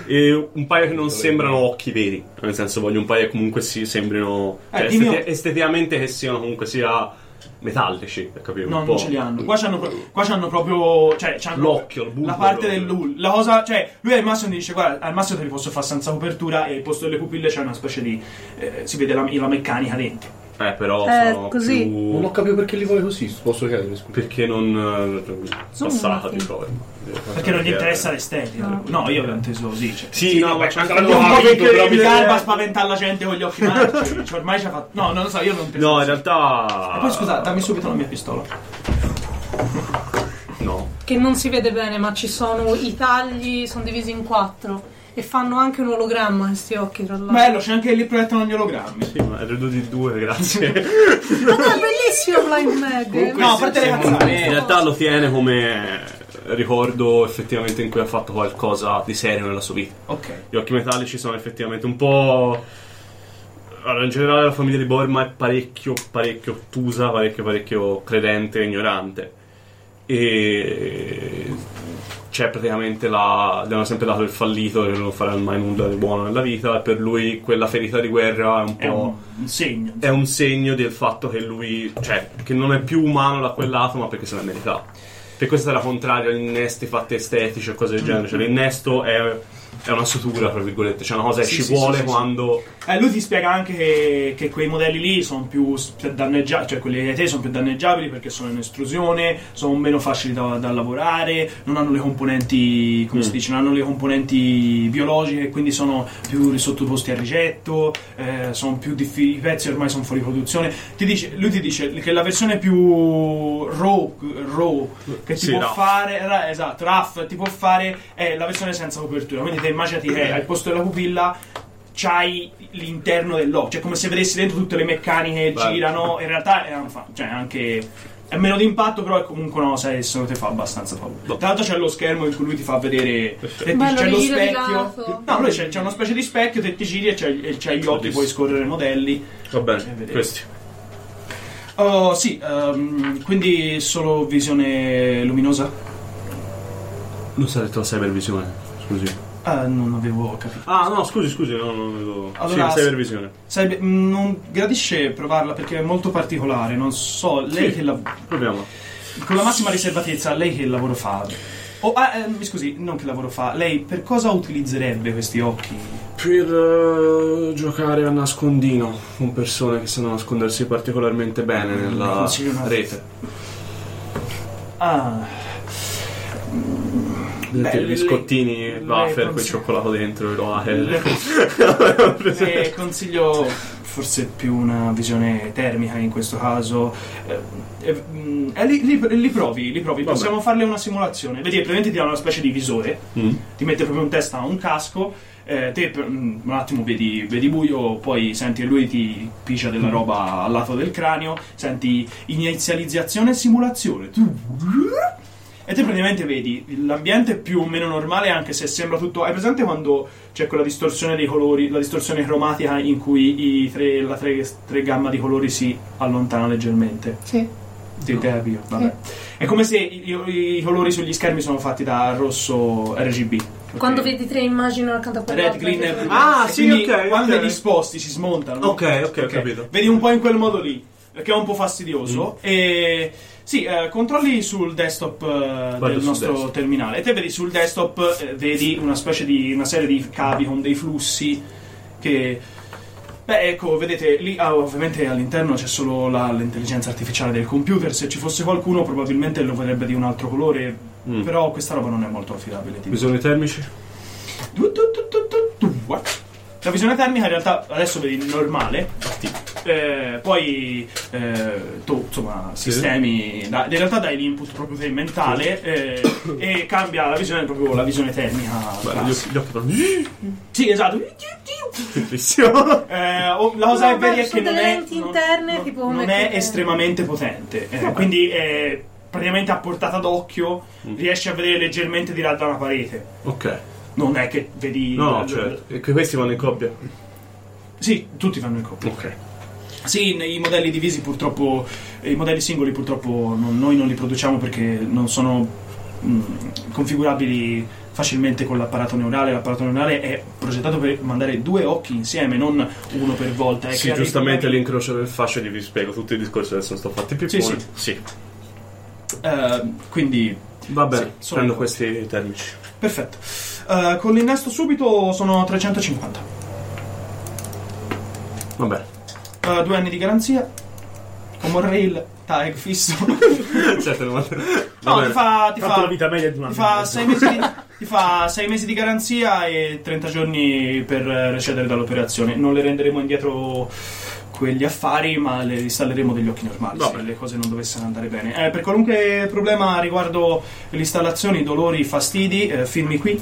S1: E un paio che non sembrano occhi veri. Nel senso, voglio un paio che comunque si sembrino.
S2: Eh,
S1: cioè,
S2: dimmi-
S1: esteti- esteticamente che siano comunque sia metallici, per capire
S2: No,
S1: un po'.
S2: non ce li hanno. Qua c'hanno, pro- qua c'hanno proprio. Cioè, c'hanno
S1: L'occhio, il bulbo,
S2: La parte
S1: proprio.
S2: dell'ul. La cosa. Cioè, lui al massimo ti dice: Guarda, al massimo te li posso fare senza copertura. E al posto delle pupille c'è una specie di. eh, si vede la, la meccanica dentro.
S1: Eh, però
S6: Eh,
S1: sono
S6: così.
S1: più-
S15: Non ho capito perché li vuoi così, posso chiedere scusa.
S1: Perché non eh,
S6: Sono
S1: passata
S6: una
S1: di
S6: figlia.
S1: prove.
S2: Perché non gli interessa l'estetica.
S6: No.
S2: No, io l'ho inteso così. Cioè.
S1: Sì, no, ma c'è anche la
S2: Io un po'
S1: nuova
S2: perché
S1: però mi-
S2: mi garba spaventare la gente con gli occhi magici. Cioè, ormai ci ha fatto. No, non lo so, io non te
S1: No, in
S2: E
S1: realtà.
S2: poi scusa, dammi subito la mia pistola.
S1: No.
S6: Che non si vede bene, ma ci sono i tagli, sono divisi in quattro. E fanno anche un ologramma questi occhi, tra l'altro.
S2: Bello, c'è anche il proiettano gli ologrammi.
S1: Sì, ma ero di due,
S2: [LAUGHS]
S1: grazie.
S6: Ma Ah, no, è bellissimo Blind Mag.
S2: No, a parte le cazzate.
S1: in realtà lo tiene come ricordo effettivamente in cui ha fatto qualcosa di serio nella sua vita.
S2: Ok.
S1: Gli occhi metallici sono effettivamente un po'. Allora, in generale la famiglia di Borma è parecchio, parecchio ottusa, parecchio, parecchio credente e ignorante. E c'è praticamente la. gli hanno sempre dato il fallito che non farà mai nulla di buono nella vita. E per lui quella ferita di guerra è un po'
S2: È un, un segno.
S1: è un segno del fatto che lui, cioè, che non è più umano da quel lato, ma perché se l'è meritato. Per questo era contrario agli innesti fatti estetici o cose del genere. Cioè, l'innesto è, è una sutura, tra virgolette, cioè una cosa che
S2: Sì,
S1: ci
S2: sì,
S1: vuole
S2: sì, sì,
S1: quando.
S2: Eh, lui ti spiega anche che, che quei modelli lì sono più danneggiabili, cioè quelli di te sono più danneggiabili perché sono in estrusione, sono meno facili da, da lavorare, non hanno le componenti, come si dice, non hanno le componenti biologiche, quindi sono più sottoposti a rigetto, eh, sono più diffi- i pezzi ormai sono fuori produzione. Ti dice- lui ti dice che la versione più raw, raw che ti
S1: Sì,
S2: può
S1: rough.
S2: fare, ra- esatto, rough ti può fare è la versione senza copertura, quindi te immaginati che al posto della pupilla c'hai l'interno dell'occhio, cioè come se vedessi dentro tutte le meccaniche
S1: Bello.
S2: girano, in realtà è, un fa- cioè, anche è meno d'impatto, però è comunque una cosa che secondo te fa abbastanza paura.
S1: Boh.
S2: Tra l'altro c'è lo schermo in cui lui ti fa vedere te ti-
S6: Bello,
S2: c'è
S6: li
S2: lo
S6: giro di
S2: specchio.
S6: lato.
S2: No, lui c'è, c'è una specie di specchio, te ti giri e c'è, e c'è gli occhi, puoi scorrere i modelli.
S1: Va
S2: Eh,
S1: bene,
S2: vedete.
S1: questi.
S2: Oh, sì, ehm, quindi solo visione luminosa?
S1: Non si è detto la cybervisione, scusi.
S2: Ah, non avevo capito.
S1: Ah, no, scusi, scusi, no, no, no. no.
S2: Allora,
S1: sì, cybervisione.
S2: Sai, mh, mm, non gradisce provarla perché è molto particolare, non so, lei
S1: Sì.
S2: che la...
S1: Proviamo.
S2: Con la massima riservatezza, lei che lavoro fa? Oh, ah, eh, mi scusi, non che lavoro fa, lei per cosa utilizzerebbe questi occhi?
S1: Per eh, giocare a nascondino con persone che sanno nascondersi particolarmente bene nella
S2: Consiglio una-
S1: rete.
S2: Ah, Beh,
S1: Vedete,
S2: le-
S1: gli scottini,
S2: le-
S1: il wafer,
S2: le-
S1: quel cioccolato dentro, il wafer. [LAUGHS]
S2: le Eh, consiglio forse più una visione termica in questo caso. Eh, eh, mm, eh, li, li- li provi, li provi,
S1: Vabbè.
S2: possiamo farle una simulazione. Vedi, praticamente ti danno una specie di visore.
S1: Mm.
S2: ti mette proprio in testa un casco. eh, te per- mm, un attimo vedi, vedi buio, poi senti che lui ti picia
S1: Mm.
S2: della roba al lato del cranio, senti inizializzazione e simulazione. Tu- E te praticamente vedi l'ambiente più o meno normale, anche se sembra tutto. Hai presente quando c'è quella distorsione dei colori, la distorsione cromatica in cui i tre- la tre, tre gamma di colori si allontana leggermente?
S6: Sì.
S2: Ti te capisco, vabbè. È come se i, i- i colori sugli schermi sono fatti da rosso RGB. ok?
S6: Quando vedi tre immagini accanto a quell'altra,
S2: Red, green e
S6: vedi-
S2: blue.
S1: Ah,
S2: E
S1: sì,
S2: quindi
S1: ok,
S2: Quando
S1: ok.
S2: li sposti si smontano.
S1: Ok, ok, ho
S2: Ok.
S1: capito. Mm.
S2: Vedi un po' in quel modo lì, perché è un po' fastidioso. E Sì, eh, controlli sul desktop eh,
S1: Vado
S2: del
S1: sul
S2: nostro
S1: desktop.
S2: terminale. E te vedi sul desktop, eh, vedi una specie di una serie di cavi con dei flussi che... Beh, ecco, vedete, lì ah, ovviamente all'interno c'è solo la- l'intelligenza artificiale del computer. Se ci fosse qualcuno probabilmente lo vedrebbe di un altro colore,
S1: Mm.
S2: però questa roba non è molto affidabile. ti dico.
S1: Bisogni termici?
S2: Tu, tu, tu, tu, tu, tu, guarda. La visione termica in realtà adesso vedi normale, infatti, eh, poi eh, tu insomma sistemi, da- in realtà dai l'input proprio te mentale eh, e cambia la visione proprio la visione termica.
S1: Guarda, gli
S2: classica.
S1: occhi, gli occhi proprio.
S2: Sì, esatto.
S1: Bellissimo.
S2: Eh, o- la cosa
S6: No,
S2: è vera è che
S6: sono
S2: non
S6: delle
S2: è,
S6: lenti
S2: non-
S6: interne,
S2: non-
S6: tipo
S2: non
S6: mettete-
S2: è estremamente potente, eh, quindi è praticamente a portata d'occhio, riesci a vedere leggermente di là da una parete.
S1: Ok.
S2: Non è che vedi...
S1: No, no,
S2: l-
S1: certo. E que- questi vanno in coppia.
S2: Sì, tutti vanno in coppia.
S12: Eh,
S1: Ok.
S2: Sì, i modelli divisi purtroppo, i modelli singoli purtroppo non- noi non li produciamo perché non sono mh, configurabili facilmente con l'apparato neurale. L'apparato neurale è progettato per mandare due occhi insieme, non uno per volta. e
S1: sì,
S2: crea dei
S1: giustamente
S2: problemi.
S1: l'incrocio del fasce vi spiego tutti i discorsi adesso non sto fatti più.
S2: Sì,
S1: buoni.
S2: sì.
S1: sì.
S2: Eh, quindi,
S1: Va bene,
S2: Sì, sono
S1: prendo
S2: d'accordo.
S1: questi termici.
S2: perfetto. Eh, con l'innesto subito sono 350.
S1: Va [LAUGHS] bene.
S2: Eh, due anni di garanzia, come un rail, tag fisso.
S1: certo, non Va
S2: No, ti
S1: bene.
S2: fa... Ti
S12: Tanto
S2: fa
S12: la vita media di una
S2: Ti fa,
S12: vita.
S2: 6 mesi di, ti fa sei mesi di garanzia e 30 giorni per eh, recedere dall'operazione. Non le renderemo indietro quegli affari, ma le installeremo degli occhi normali
S1: Vabbè.
S2: se le cose non dovessero andare bene. Eh, per qualunque problema riguardo le installazioni, dolori, fastidi, eh, firmi qui.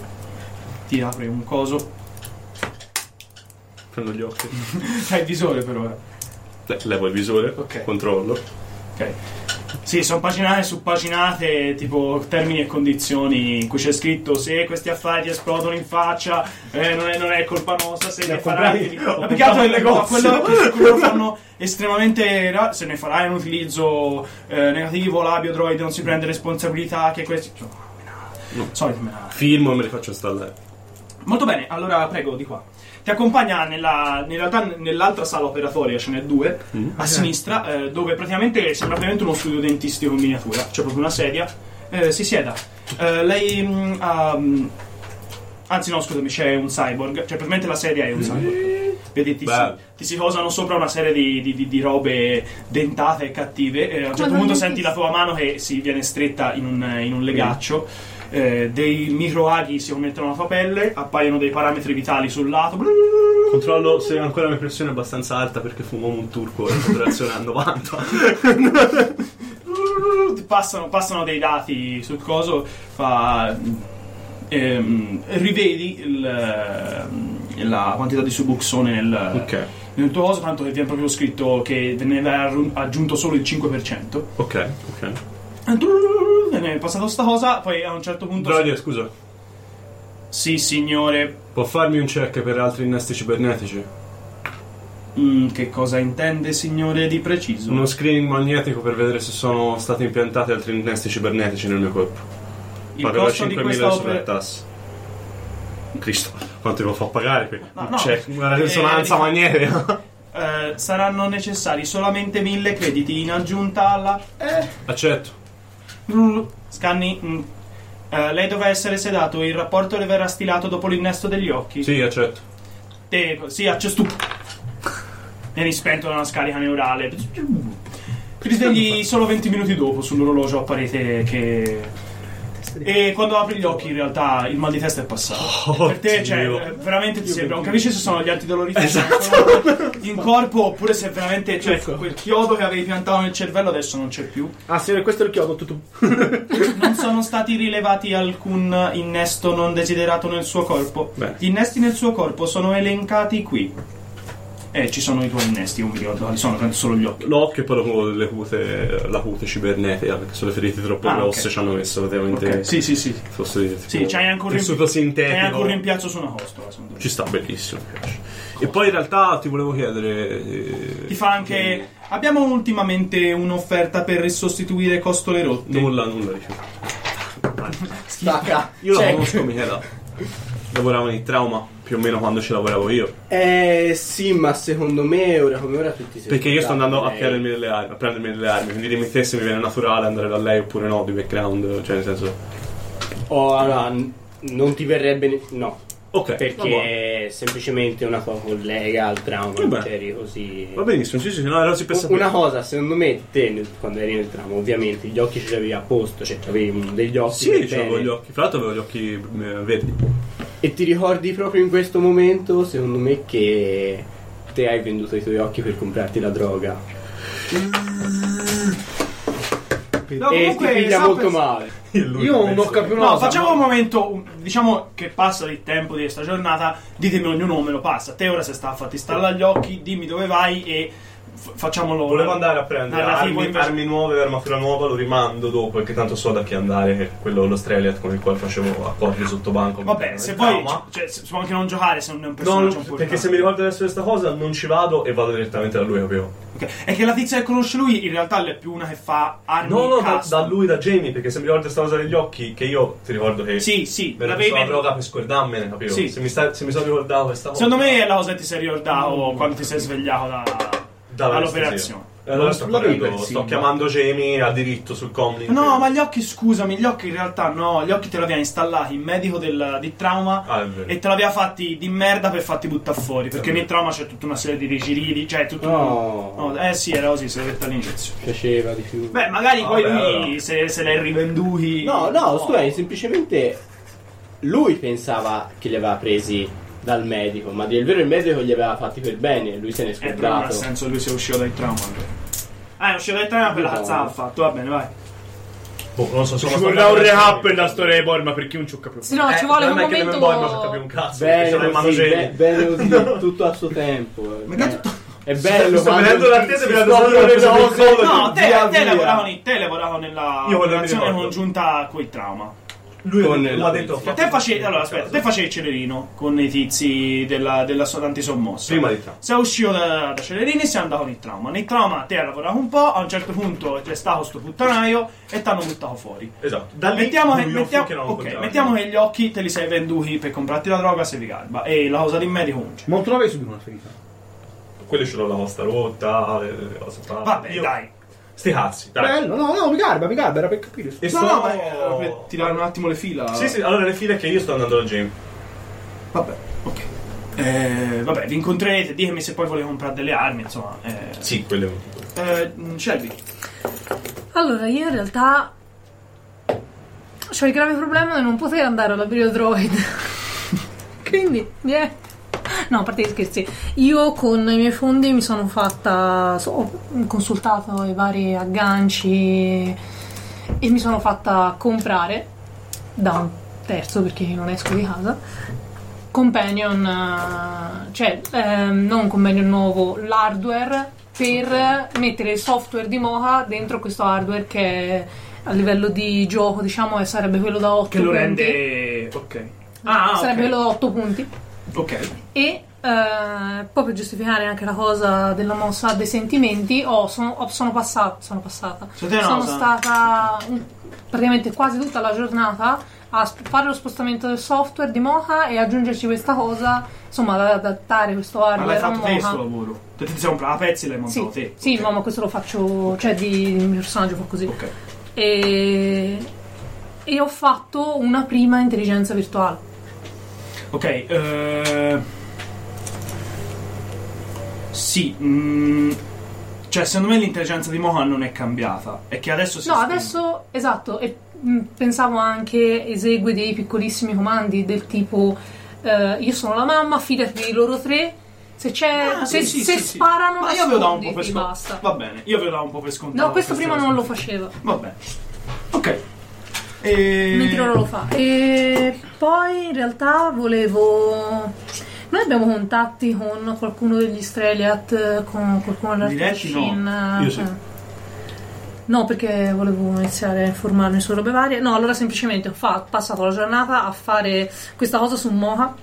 S2: Ti apre un coso. [LAUGHS]
S1: Prendo gli occhi.
S2: Hai il visore però. eh.
S1: Le- Levo il visore,
S2: Ok.
S1: controllo.
S2: Ok. Sì, sono paginate su paginate, tipo termini e condizioni, in cui c'è scritto se questi affari ti esplodono in faccia, eh, non, è, non è colpa nostra, se ne farai... Ma più che altro è legato a [LAUGHS] quello che quello fanno estremamente... ra- Se ne farai un utilizzo eh, negativo, labio, droid, non si prende responsabilità, che questi... Cioè, no. Solite menate.
S1: Filmo e me li faccio installare.
S2: Molto bene, allora prego di qua. Ti accompagna nella, in realtà nell'altra sala operatoria, ce n'è due, a sinistra, eh, dove praticamente sembra veramente uno studio dentistico in miniatura. C'è proprio una sedia, eh, si sieda. Eh, lei mm, ha, mm, Anzi no, scusami, c'è un cyborg. Cioè, praticamente la sedia è un cyborg. Vedi, ti si,
S1: Bello.
S2: ti si posano sopra una serie di, di- di- di robe dentate e cattive. eh, a un certo
S6: non
S2: punto
S6: mi
S2: senti la
S6: esiste.
S2: tua mano che si viene stretta in un, in un legaccio. eh, dei microaghi si commettono alla tua pelle, appaiono dei parametri vitali sul lato.
S1: Controllo se ancora la mia pressione è abbastanza alta perché fumo un turco [LAUGHS] in operazione a 90.
S2: Ti Passano, passano dei dati sul coso, fa, ehm, rivedi il, ehm, la quantità di subuxone nel,
S1: Ok,
S2: nel tuo coso, tanto che viene proprio scritto che ne aveva arru- aggiunto solo il 5%.
S1: ok, ok.
S2: E ne è passato sta cosa, poi a un certo punto...
S1: Droide, scusa,
S2: Sì, signore,
S1: può farmi un check per altri innesti cibernetici?
S2: Mm, che cosa intende, signore, di preciso?
S1: Uno screening magnetico per vedere se sono stati impiantati altri innesti cibernetici nel mio corpo.
S2: il
S1: Pagherò
S2: costo di
S1: 5.000
S2: questa
S1: euro
S2: opera...
S1: sulle tasse. Cristo, quanto devo far pagare qui?
S2: No, no.
S1: C'è una
S2: Eh,
S1: risonanza
S2: eh,
S1: magnetica.
S2: Eh, saranno necessari solamente 1000 crediti in aggiunta alla...
S1: [LAUGHS] Accetto.
S2: Scanni. mm. Eh, lei dovrà essere sedato, il rapporto le verrà stilato dopo l'innesto degli occhi.
S1: Sì, accetto.
S2: Te, sì, accesto. Vieni spento da una scarica neurale. Ti risvegli solo 20 minuti dopo sull'orologio a parete che... E quando apri gli occhi in realtà il mal di testa è passato.
S1: Oh,
S2: per te, cioè,
S1: Dio.
S2: eh, veramente ti sembra... Non capisci se sono gli antidolorifici esatto. in corpo oppure se veramente... Cioè,
S1: Ecco.
S2: quel chiodo che avevi piantato nel cervello adesso non c'è più.
S12: Ah, signore, questo è il chiodo. Tutto.
S2: Non sono stati rilevati alcun innesto non desiderato nel suo corpo.
S1: Bene.
S2: Gli innesti nel suo corpo sono elencati qui. Eh, ci sono i tuoi innesti, non mi ricordo quali sono, tanto solo gli occhi.
S1: L'occhio e poi dopo le cute, la cute cibernetica, perché sulle ferite troppo
S2: Ah,
S1: grosse
S2: ok.
S1: ci hanno messo praticamente.
S2: Ok, Sì, sì, sì.
S1: Fosse di tipo
S2: Sì, c'hai ancora
S1: tessuto sintetico.
S2: C'hai ancora un rimpiazzo su una costola, sono due.
S1: Ci sta bellissimo, mi piace. E poi in realtà ti volevo chiedere. eh,
S2: Ti fa anche... Abbiamo ultimamente un'offerta per sostituire costole rotte.
S1: Nulla, nulla rifiuto.
S3: Stacca.
S1: Io la
S3: Check.
S2: Cioè-
S1: conosco Michela. Lavorava in trauma. più o meno quando ci lavoravo io.
S3: Eh sì, ma secondo me ora come ora tutti si
S1: Perché io sto andando a prendermi delle armi, a prendermi delle armi, quindi dimmi te se mi viene naturale andare da lei oppure no, di background, cioè nel senso.
S3: Oh, allora, n- non ti verrebbe... ne- No,
S1: Ok, va buono.
S3: perché è semplicemente una tua collega al trauma
S1: Vabbè.
S3: non c'eri così...
S1: Va benissimo, sì, sì, sì, no, era così Eh, per sapere.
S3: Una cosa, secondo me, te nel- quando eri nel tramo, ovviamente gli occhi ce li avevi a posto, cioè avevi uno degli occhi per
S1: Sì,
S3: bene.
S1: avevo gli occhi, fra l'altro avevo gli occhi eh, verdi.
S3: e ti ricordi proprio in questo momento, secondo me, che te hai venduto i tuoi occhi per comprarti la droga.
S2: No,
S3: e ti
S2: comunque,
S3: piglia
S2: stavo
S3: molto
S2: pens-
S3: male.
S12: Io non ho capito una
S2: No,
S12: cosa.
S2: facciamo un momento, un- diciamo che passa il tempo di questa giornata, ditemi ognuno me lo passa. Te ora se sta a farti stare agli occhi, dimmi dove vai e f- facciamolo.
S1: Volevo andare a prendere
S2: Narrativo
S1: armi,
S2: invece-
S1: armi nuove, armatura nuova, lo rimando dopo, perché tanto so da chi andare, quello lo Streliat con il quale facevo accordi sotto banco.
S2: Vabbè, se poi cioè, se- si può anche non giocare se non è un
S1: No,
S2: personaggio un po'
S1: Eh, perché
S2: irritante.
S1: se mi ricordo adesso questa cosa non ci vado e vado direttamente da lui, avevo.
S2: Ok, È che la tizia che conosce lui in realtà è più una che fa armi
S1: No, no, da,
S2: custom.
S1: da lui, da Jamie, perché se mi ricordo questa cosa degli occhi, che io ti ricordo che
S2: Sì, sì,
S1: me la
S2: l'avevi
S1: sono
S2: venduto.
S1: droga per scordarmene, capito?
S2: Sì.
S1: Se, mi sta- se mi sono ricordato questa cosa.
S2: Secondo me è la cosa che ti sei
S1: Mm.
S2: ricordato quando ti sei svegliato da- dall'operazione.
S1: Eh, allora sto,
S12: Non l'avevi
S1: correndo,
S12: persi,
S1: sto
S12: no?
S1: chiamando Jamie a diritto sul comlink.
S2: No, ma gli occhi, scusami, gli occhi in realtà no, gli occhi te li aveva installati il medico del, di trauma
S1: Ah, è vero.
S2: e te l'aveva fatti di merda per farti buttare fuori, perché
S1: Vabbè.
S2: nel trauma c'è tutta una serie di rigiriti, cioè tutto...
S3: No.
S2: No, eh sì, era così, se l'ho detto all'inizio.
S3: Piaceva di più.
S2: Beh, magari
S1: Ah,
S2: poi
S1: beh,
S2: lui
S1: allora.
S2: se, se l'è rivenduti...
S3: no, no, eh, scusami, semplicemente lui pensava che li aveva presi dal medico, ma del vero il medico li aveva fatti per bene, lui se ne è
S2: Eh, però non ha
S3: scordato.
S2: senso che lui sia uscito dal trauma. allora. Ah, è uscito dal trauma per la
S3: No.
S2: cazzata ha fatto, va bene, vai.
S1: Boh, non so, sono
S12: Ci vorrà un recap per la storia di Borma per chi non ci ho capito.
S6: Se no,
S2: Eh,
S6: ci vuole un momento.
S1: un cazzo, perché ce l'ho
S2: cioè,
S3: Bene
S1: in mano
S3: così,
S1: Jamie.
S3: be- bene
S1: [LAUGHS]
S3: così, tutto a suo tempo. Ma che tutto... È bello,
S1: Sto
S3: quando
S1: vedendo
S3: ti-
S1: l'attesa
S3: si
S1: per la
S3: scoprono
S1: domanda, ho preso
S3: cose-
S1: per il collo,
S2: No, te,
S3: via,
S2: te,
S3: via.
S2: lavoravo, in- te lavoravo nella
S1: Io quello mi
S2: relazione
S1: ricordo.
S2: congiunta con il trauma.
S1: Lui
S3: Con
S1: mi
S3: la
S1: ha detto
S3: polizia.
S2: Te facevi, allora, aspetta, te facevi il celerino con i tizi della, della sua antisommossa.
S1: prima di te.
S2: Sei uscito da, da Celerini e sei andato nel trauma. Nel trauma te hai lavorato un po', a un certo punto c'è stato sto puttanaio e ti hanno buttato fuori.
S1: Esatto.
S2: Mettiamo, che,
S1: Lui mi
S2: mettiamo-
S1: offrì che non
S2: ok,
S1: contava.
S2: mettiamo che gli occhi te li sei venduti per comprarti la droga se vi calma. E la cosa di medico non c'è.
S12: Ma non tu l'avevi subito una ferita?
S1: Quelli ce l'ho la vostra rotta, le, le cose fatte.
S2: Vabbè,
S1: Io-
S2: dai.
S1: Sti cazzi, dai.
S12: Bello, no, no, mi garba, mi garba, era per capire.
S1: E
S2: No,
S1: sono-
S2: no, ma era per tirare un attimo le fila.
S1: Sì, sì, allora le file è che io sto andando al gym.
S2: Vabbè, ok. Eh, vabbè, vi incontrerete, ditemi se poi volete comprare delle armi, insomma. Eh,
S1: Sì, quelle.
S2: eh, Shelby.
S6: Allora, io in realtà. Ho il grave problema di non poter andare all'abrio droid. Quindi, niente. No, a parte gli scherzi, io con i miei fondi mi sono fatta. so- ho consultato i vari agganci e mi sono fatta comprare da un terzo perché non esco di casa. Companion, eh, cioè ehm, non Companion nuovo, l'hardware per mettere il software di Moha dentro questo hardware che a livello di gioco diciamo eh, sarebbe quello da 8
S2: Che lo
S6: punti.
S2: rende. Ok. Ah,
S6: sarebbe
S2: ok.
S6: quello da 8 punti.
S2: Ok.
S6: E eh, poi per giustificare anche la cosa della mossa dei sentimenti, ho- sono, ho- sono passata. Sono, passata.
S2: Senti una
S6: sono
S2: cosa.
S6: stata un- praticamente quasi tutta la giornata a sp- fare lo spostamento del software di Mocha e aggiungerci questa cosa, insomma, ad adattare questo
S2: Ma l'hai
S6: hardware a
S2: fatto te sto
S6: Mocha.
S2: lavoro? Te ti sei comprato a pezzi e l'hai
S6: Sì,
S2: montato te?
S6: sì,
S2: Ok.
S6: no, ma questo lo faccio, cioè di il mio personaggio fa così.
S2: Ok.
S6: E, e ho fatto una prima intelligenza virtuale.
S2: Ok, eh, Sì, mm, cioè secondo me l'intelligenza di Mohan non è cambiata. È che adesso si
S6: No,
S2: esprime.
S6: adesso esatto, e mh, pensavo anche esegue dei piccolissimi comandi del tipo eh, io sono la mamma, fidati di loro tre. Se c'è
S2: Ah,
S6: se,
S2: sì, sì,
S6: se
S2: sì, sì.
S6: sparano
S2: Ma io ve lo davo un po'
S6: nasconditi,
S2: per scontato.
S6: basta.
S2: Va bene, io ve lo davo un po' per scontato.
S6: No, questo
S2: queste
S6: prima non
S2: cose.
S6: lo faceva,
S2: Va bene. Ok. Eh, E...
S6: mentre ora lo fa. E poi in realtà volevo noi abbiamo contatti con qualcuno degli Streliat, con qualcuno della
S2: Diretti no.
S6: Shin,
S1: Io sì.
S6: eh. No, perché volevo iniziare a informarmi su robe varie. No, allora semplicemente ho fa- passato la giornata a fare questa cosa su Moha.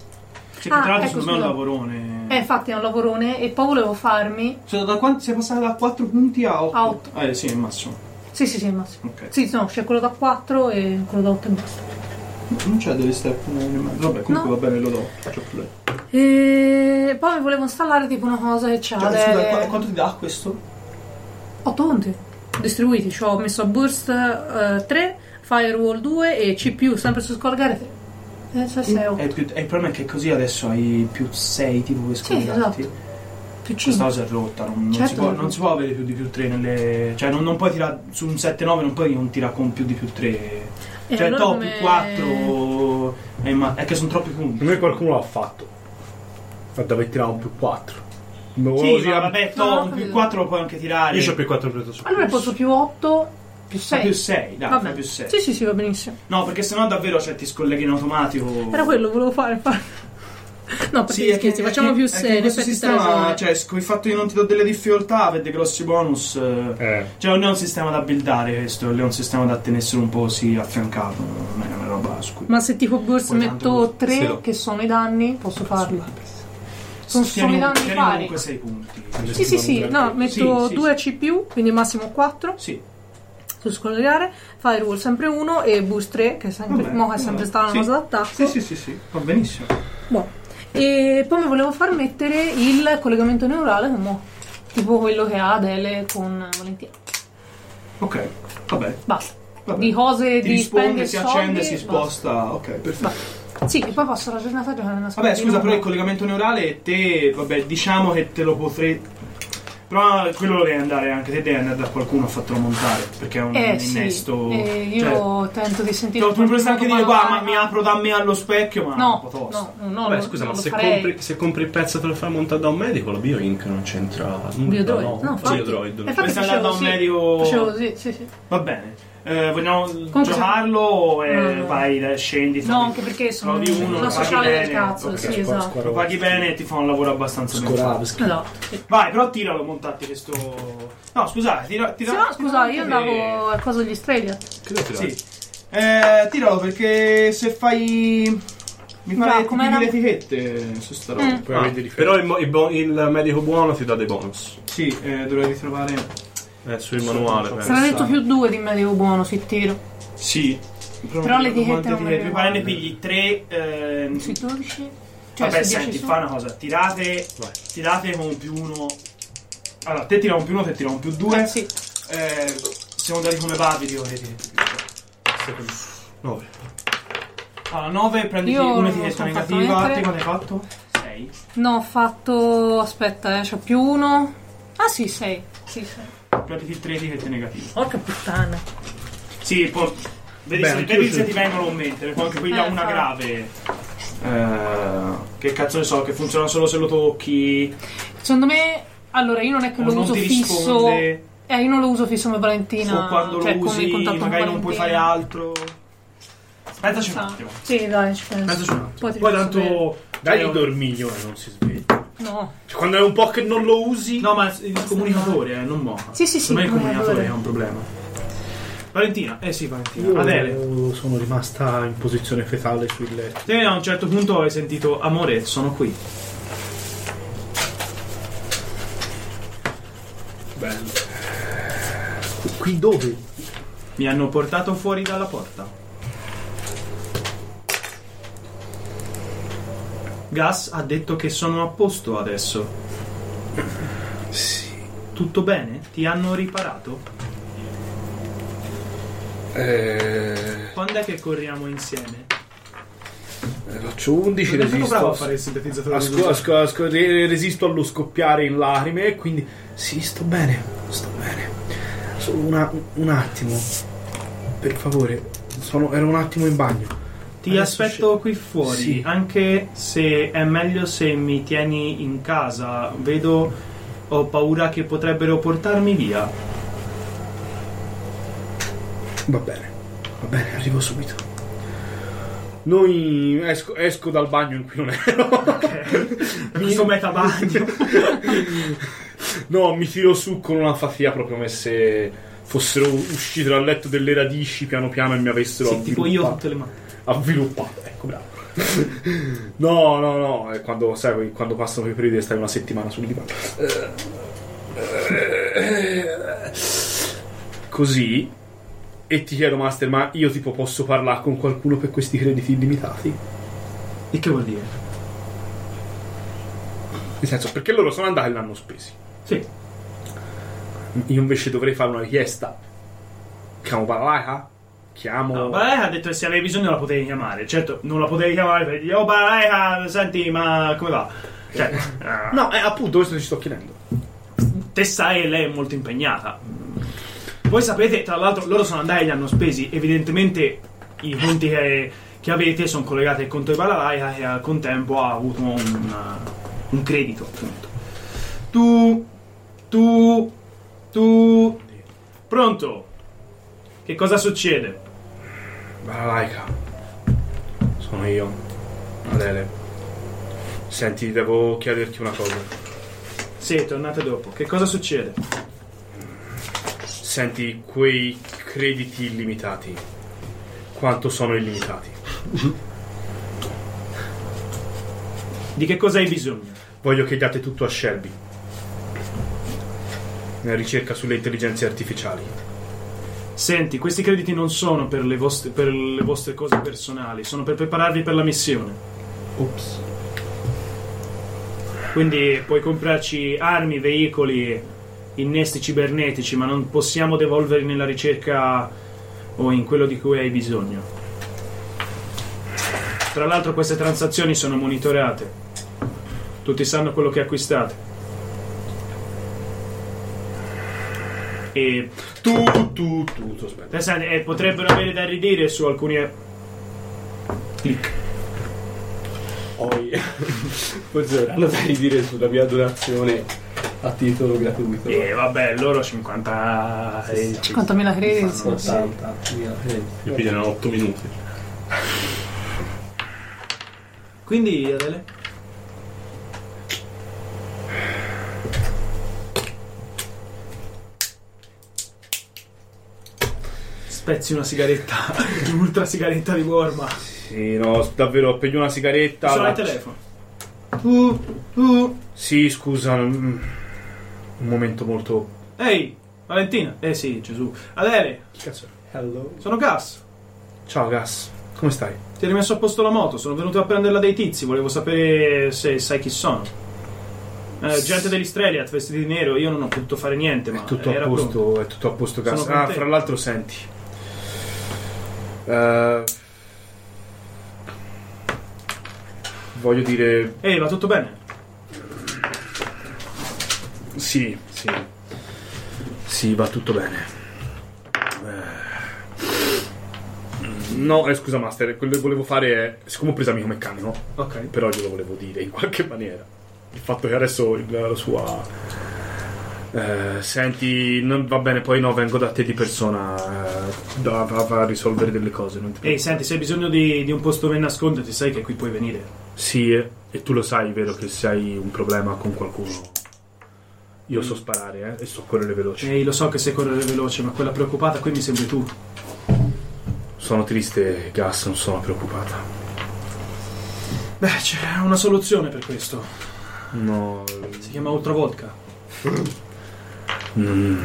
S2: Sì, che tra
S6: Ah,
S2: l'altro
S6: ecco,
S2: secondo me è un
S6: scusa.
S2: lavorone.
S6: Eh, infatti è un lavorone e poi volevo farmi...
S2: Cioè, da quanto sei passato da 4 punti a 8?
S6: A otto.
S2: Eh sì, il massimo.
S6: Sì, sì, sì, Massimo.
S2: Ok.
S6: Sì, no, c'è quello da 4 e quello da 8 e basta.
S2: Non c'è delle step nel mezzo. Vabbè, comunque
S6: No.
S2: va bene, lo do. Faccio play.
S6: E poi mi volevo installare tipo una cosa che c'ha
S2: Cioè,
S6: le-
S2: scusa, qua- quanto ti dà questo?
S6: 8 punti distribuiti, cioè ho messo Burst eh, 3, Firewall 2 e CPU sempre su Scolgare 3. Eh, cioè sei ho-
S2: È più- è il problema è che così adesso hai più 6 tipo per scollegati.
S6: esatto. più
S2: Questa
S6: 5.
S2: cosa è rotta, non, non si
S6: Certo.
S2: può, non si può avere più di più 3 nelle. Cioè non, non puoi tirare su un 7-9 non puoi non tirare con più di più 3.
S6: E
S2: Cioè
S6: Eh, allora
S2: top
S6: come-
S2: 4 è, ma- è che sono troppi punti.
S12: Per me qualcuno l'ha fatto. Infatti avevi tirato un più 4.
S2: Sì, ma vabbè,
S6: No,
S2: top,
S6: no,
S2: un più
S6: capito.
S2: 4 lo puoi anche tirare.
S1: Io c'ho più 4 preso su.
S6: Allora posso più 8, più
S2: Fa
S6: 6.
S2: più 6, dai, fa più 6.
S6: Sì, sì, sì, va benissimo.
S2: No, perché sennò davvero cioè, ti scolleghi in automatico.
S6: Era quello, volevo fare. fare. [LAUGHS] No, perché
S2: è
S6: scherzi, facciamo più 6.
S2: in questo sistema, cioè, sc- il fatto che non ti do delle difficoltà, avete grossi bonus. eh.
S15: Eh,
S2: Cioè, non è un sistema da buildare questo, non è un sistema da tenerselo un po' così affiancato. Non è una roba su cui.
S6: Ma se tipo burst
S2: Poi tanto-
S6: metto 3,
S1: Sì, no.
S6: che sono i danni, posso farli. Sono, sono i
S2: Tieni-
S6: danni
S2: tieni
S6: pari.
S2: comunque 6 punti.
S6: Sì, sì, sì, no, metto
S2: Sì, sì,
S6: 2 CPU, quindi massimo 4
S2: Sì,
S6: su scollegare, firewall sempre 1 e boost 3, che è sempre,
S2: Vabbè,
S6: mo è
S2: vabbè.
S6: sempre stata una
S2: Sì.
S6: cosa d'attacco.
S2: sì, sì, sì, sì, va benissimo.
S6: Boh. E poi mi volevo far mettere il collegamento neurale, mo, tipo quello che ha Adele con Valentina.
S2: Ok, vabbè.
S6: Basta.
S2: vabbè.
S6: Di cose
S2: Ti
S6: di
S2: risponde,
S6: spendere
S2: si
S6: soldi,
S2: accende, si
S6: basta.
S2: sposta. Ok, perfetto.
S6: Sì, e poi passo la giornata a giocare nella scuola.
S2: Vabbè,
S6: di
S2: scusa,
S6: nuovo.
S2: però il collegamento neurale te, vabbè, diciamo che te lo potrei. Però quello lo devi andare anche te, devi andare da qualcuno a fartelo montare. Perché è un
S6: eh, sì.
S2: innesto.
S6: Eh,
S2: cioè,
S6: io tento di
S2: te
S6: sentire.
S2: lo- tu potresti anche dire, guarda, ma mi
S6: apro
S2: apro da me allo specchio, ma è un po'
S6: No,
S2: tosta.
S6: no, no,
S1: Vabbè,
S6: lo-
S1: scusa,
S6: non
S1: ma
S6: lo
S1: se
S6: farei.
S1: compri, se compri il pezzo e te lo fai montare da un medico, la Bioinc non c'entra nulla.
S6: Biodroid,
S1: no?
S6: no, infatti. Eh,
S1: Biodroid.
S6: Infatti
S2: Potresti andare
S6: facevo
S2: da un
S6: sì.
S2: medico.
S6: Facevo così, sì, sì.
S2: Va bene. Eh, vogliamo
S6: se-
S2: giocarlo o eh,
S6: No, no, no.
S2: vai, dai, scendi?
S6: No,
S2: fai-
S6: anche perché sono
S2: trovi uno, lo
S6: una
S2: paghi
S6: sociale del
S2: bene,
S6: cazzo,
S2: ok.
S6: sì, esatto.
S2: Lo paghi bene e ti fa un lavoro abbastanza ben fatto.
S12: Scoravski.
S6: Esatto. sì.
S2: Vai, però tiralo, montatti questo. No, scusate, tira, tira,
S6: Se no,
S2: tira
S6: scusa,
S2: anche
S6: io
S2: te.
S6: andavo al coso degli Australia.
S2: Sì. Eh, tiralo perché se fai. Mi
S6: Già,
S2: pare che ti
S6: com'era?
S2: pigli le etichette su sta roba.
S6: Mm.
S12: Poi
S1: Ah,
S12: avete difetto.
S1: però il, mo- il bo- il medico buono ti dà dei bonus.
S2: Sì, eh, dovrei ritrovare.
S1: Eh, sul manuale. penso.
S6: Sarà detto più due di medio buono se tiro.
S2: Sì.
S6: Però
S2: non
S6: le
S2: ricordo quante
S6: etichette non me le
S2: etichette. Mi pare ne
S6: ricordo.
S2: pigli tre. ehm,
S6: Sui 12. Cioè,
S2: Vabbè,
S6: su 10
S2: senti,
S6: su-
S2: fa una cosa. Tirate.
S1: Vai.
S2: Tirate con più uno. Allora, te tira un più uno, te tira un più due.
S6: Eh, sì.
S2: Eh, siamo andati come va, vi dico le etichette.
S1: Nove.
S2: Allora, 9 prenditi
S6: Io non
S2: un'etichetta
S6: sono fatto
S2: negativa.
S6: niente.
S2: Te quanto hai fatto? 6.
S6: No, ho fatto. Aspetta, eh, c'ho più uno. Ah, sì, sei. Sì, sei.
S2: Prenditi 3 etichette negative.
S6: Porca puttana.
S2: Sì, poi vedi, se, vedi se ti vengono o mente, puoi anche pigliare
S6: Eh,
S2: una
S6: fa.
S2: grave. Eh, che cazzo ne so, che funziona solo se lo tocchi.
S6: Secondo me. Allora, io non è che
S2: O
S6: lo
S2: Oh, non
S6: uso
S2: ti
S6: fisso.
S2: risponde.
S6: Eh, io non lo uso fisso come Valentina.
S2: o quando
S6: cioè,
S2: lo
S6: come
S2: usi,
S6: in contatto con
S2: magari non puoi
S6: Valentina.
S2: fare altro. Pensaci un
S6: Sa-
S2: attimo.
S6: Sì, dai, ci penso.
S2: Pensaci un attimo.
S6: Poi, ti
S12: Poi
S6: faccio sapere.
S12: tanto dai il dormiglione, non si sveglia.
S6: No.
S12: Cioè, quando è un po' che non lo usi,
S2: No, ma il comunicatore, eh, non mo.
S6: Sì, sì, sì,
S2: Secondo me il comunicatore
S6: comunicatore.
S2: è un problema. Valentina, eh sì, Valentina.
S12: io
S2: Adele,
S12: sono rimasta in posizione fetale sul letto.
S2: te a un certo punto hai sentito amore, sono qui.
S12: Bello. Qui dove?
S2: Mi hanno portato fuori dalla porta. Gas ha detto che sono a posto adesso. Tutto bene? Ti hanno riparato?
S15: eh,
S2: Quando è che corriamo insieme?
S15: faccio 11,
S2: Non è stato bravo a
S15: resisto.
S2: fare il sintetizzatore. di
S12: Asco-
S2: voce.
S12: asco- asco- re- resisto allo scoppiare in lacrime e quindi... Sì, sto bene, sto bene. Solo una- un attimo. Per favore, sono- ero un attimo in bagno.
S2: Ti
S12: Adesso
S2: aspetto qui fuori,
S12: Sì.
S2: anche se è meglio se mi tieni in casa. Vedo, ho paura che potrebbero portarmi via.
S12: Va bene, va bene, arrivo subito. Noi esco, esco dal bagno in cui non ero.
S2: Questo [LAUGHS] metabagno.
S12: No, mi tiro su con una fatica proprio come se fossero uscite dal letto delle radici piano piano e mi avessero
S2: sì, tipo io
S12: avviluppato.
S2: tutte le mani.
S12: avviluppato. Ecco, bravo. [LAUGHS] No, no, no, è quando, sai, quando passano quei periodi e stai una settimana sul divano. Così E ti chiedo, Master, ma io tipo posso parlare con qualcuno per questi crediti illimitati?
S14: E che vuol dire?
S12: Nel senso, perché loro sono andati e l'hanno spesi.
S14: Sì.
S12: Io invece dovrei fare una richiesta. Chiamo Balalaika?
S14: Oh.
S12: Chiamo...
S2: No, Balalaika ha detto che se avevi bisogno la potevi chiamare. Certo, non la potevi chiamare per dire, oh Balalaika, senti, ma come va?
S14: [LAUGHS]
S2: Cioè, eh,
S12: No, eh, appunto, questo ti sto chiedendo.
S2: te sai che lei è molto impegnata. Voi sapete, tra l'altro, loro sono andati e li hanno spesi. Evidentemente i conti che, che avete sono collegati al conto di Balalaika che al contempo ha avuto un, eh, un credito, appunto. Tu, tu, tu... Pronto? Che cosa succede?
S12: Balalaika. Sono io. Adele. Senti, devo chiederti una cosa.
S2: Sì, tornate dopo. Che cosa succede?
S12: Senti, quei crediti illimitati, quanto sono illimitati?
S2: Di che cosa hai bisogno?
S12: Voglio che diate tutto a Shelby. Nella ricerca sulle intelligenze artificiali.
S2: Senti, questi crediti non sono per le vostre, per le vostre cose personali, sono per prepararvi per la missione.
S12: Ops.
S2: Quindi puoi comprarci armi, veicoli, innesti cibernetici, ma non possiamo devolverli nella ricerca o in quello di cui hai bisogno. Tra l'altro queste transazioni sono monitorate. Tutti sanno quello che acquistate. E
S12: Tu, tu, tu, tu, aspetta.
S2: Adesso, eh, potrebbero avere da ridire su alcuni. eh, Clic.
S3: Oh, [LAUGHS] yeah. Forse avranno da ridire sulla mia donazione a titolo gratuito.
S2: E eh, vabbè, loro 50. eh,
S6: 50.000 credits. sì.
S3: 80. eh.
S1: Io pigliano 8 minuti.
S2: Quindi, Adele? Spezzi una sigaretta, [LAUGHS] l'ultra sigaretta di Worma.
S12: Sì, no, davvero, ho preso una sigaretta.
S2: Sono
S12: la-
S2: al telefono. Tu, tu.
S12: Sì, scusa. mm, Un momento molto...
S2: Ehi, Valentina. Eh sì, Gesù. Adele,
S12: Che cazzo è?
S3: Hello.
S2: sono Gas.
S12: Ciao, Gas. Come stai?
S2: Ti hai rimesso a posto la moto, sono venuto a prenderla dai tizi, volevo sapere se sai chi sono. Eh, gente degli Streliat, vestiti di nero, io non ho potuto fare niente, ma
S12: È tutto
S2: era
S12: a
S2: pronto.
S12: posto, è tutto a posto, Gas.
S2: Sono con
S12: Ah,
S2: te.
S12: fra l'altro, senti. Eh, voglio dire,
S2: Ehi, va tutto bene?
S12: Sì, sì. Sì, va tutto bene. Eh, No, eh, scusa Master, quello che volevo fare è... Siccome ho preso amico meccanico,
S2: Ok.
S12: però glielo volevo dire in qualche maniera. Il fatto che adesso il- la sua... eh, senti, non- va bene, poi no, vengo da te di persona eh, da, va- va a risolvere delle cose. Non ti
S2: Ehi,
S12: preoccupare.
S2: senti, se hai bisogno di, di un posto dove nasconderti, sai che qui puoi venire.
S12: Sì, eh, e tu lo sai, vero, che se hai un problema con qualcuno. Io so sparare, eh, e so correre veloce.
S2: Ehi, lo so che sei correre veloce, ma quella preoccupata qui mi sembri tu.
S12: Sono triste, Gas, non sono preoccupata.
S2: Beh, c'è una soluzione per questo.
S12: No.
S2: Si chiama Ultra Vodka.
S12: mm,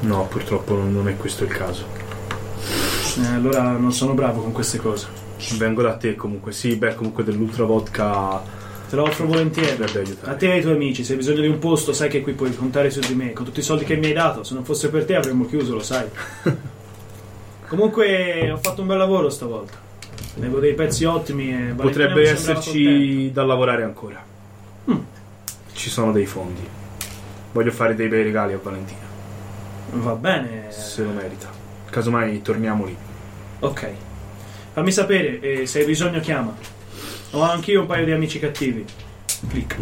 S12: no, purtroppo non non è questo il caso.
S2: Eh, allora non sono bravo con queste cose.
S12: Vengo da te comunque. Sì, beh, comunque dell'ultra vodka
S2: Te lo offro volentieri.
S12: dovrebbe
S2: A
S12: aiutare.
S2: te e ai tuoi amici, se hai bisogno di un posto, sai che qui puoi contare su di me. Con tutti i soldi che mi hai dato, se non fosse per te avremmo chiuso, lo
S12: [LAUGHS]
S2: sai. Comunque, ho fatto un bel lavoro stavolta. Avevo dei pezzi ottimi e Valentina mi
S12: Potrebbe
S2: sembrava contenta.
S12: esserci da lavorare ancora. Ci sono dei fondi. Voglio fare dei bei regali a Valentina,
S2: Va bene.
S12: se lo merita. Casomai torniamo lì.
S2: Ok. Fammi sapere, e se hai bisogno chiama. Ho anch'io un paio di amici cattivi. Clic.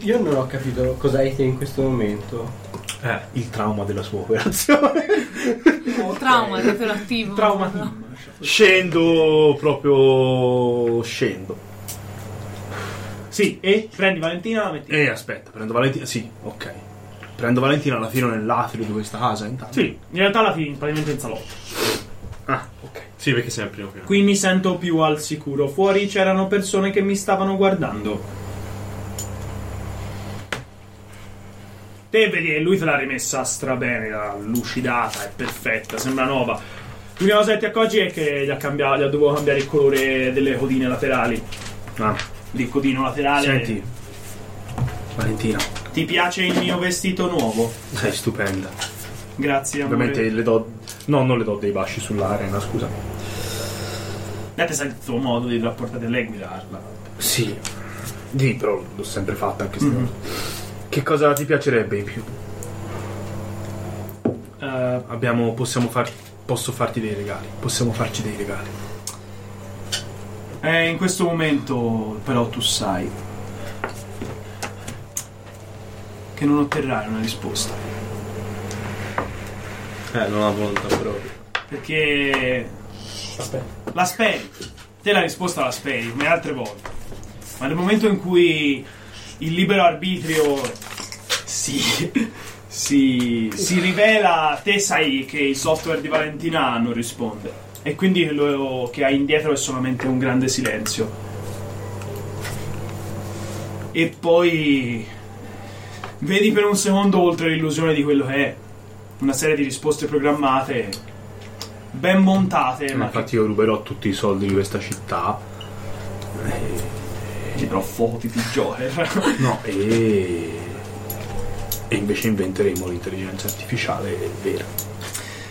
S3: Io non ho capito cosa hai te in questo momento.
S12: Eh, il trauma della sua operazione.
S6: Trauma, retroattivo.
S2: Trauma.
S12: [LAUGHS] Scendo proprio. Scendo.
S2: Sì, e prendi Valentina la metti.
S12: E aspetta, prendo Valentina. Sì, ok. Prendo Valentina, la fino nell'atrio di questa casa. Intanto.
S2: Sì, in realtà la fini praticamente in salotto.
S12: Ah, ok.
S1: Sì, perché sei al primo piano.
S2: Qui mi sento più al sicuro. Fuori c'erano persone che mi stavano guardando. Te vedi che lui te l'ha rimessa strabene, l'ha lucidata, è perfetta, sembra nuova. L'unica cosa che ti accorgi è che gli ha, cambiato, gli ha dovuto cambiare il colore delle codine laterali. Ah. Del codino laterale.
S13: Senti, Valentina,
S2: Ti piace il mio vestito nuovo?
S13: sei stupenda.
S2: Grazie, amore.
S12: Ovviamente le do. No, non le do dei baci sull'arena, scusa.
S2: Date sai il tuo modo di rapportare lei e guidarla.
S12: Sì. Di, però l'ho sempre fatta anche se. Che cosa ti piacerebbe in più?
S2: Eh,
S12: Abbiamo. possiamo far. Posso farti dei regali. Possiamo farci dei regali.
S2: Eh, in questo momento, però, tu sai che non otterrai una risposta.
S1: Eh, non ha volontà proprio.
S2: Perché la speri. Te la risposta la speri, come altre volte. Ma nel momento in cui il libero arbitrio si, si, si rivela, te sai che il software di Valentina non risponde. E quindi quello che hai indietro è solamente un grande silenzio. E poi vedi per un secondo oltre l'illusione di quello che è. Una serie di risposte programmate, ben montate, ma che
S12: Infatti, io ruberò tutti i soldi di questa città.
S2: Sì, però foti di Joker.
S12: No, e. E invece inventeremo l'intelligenza artificiale vera.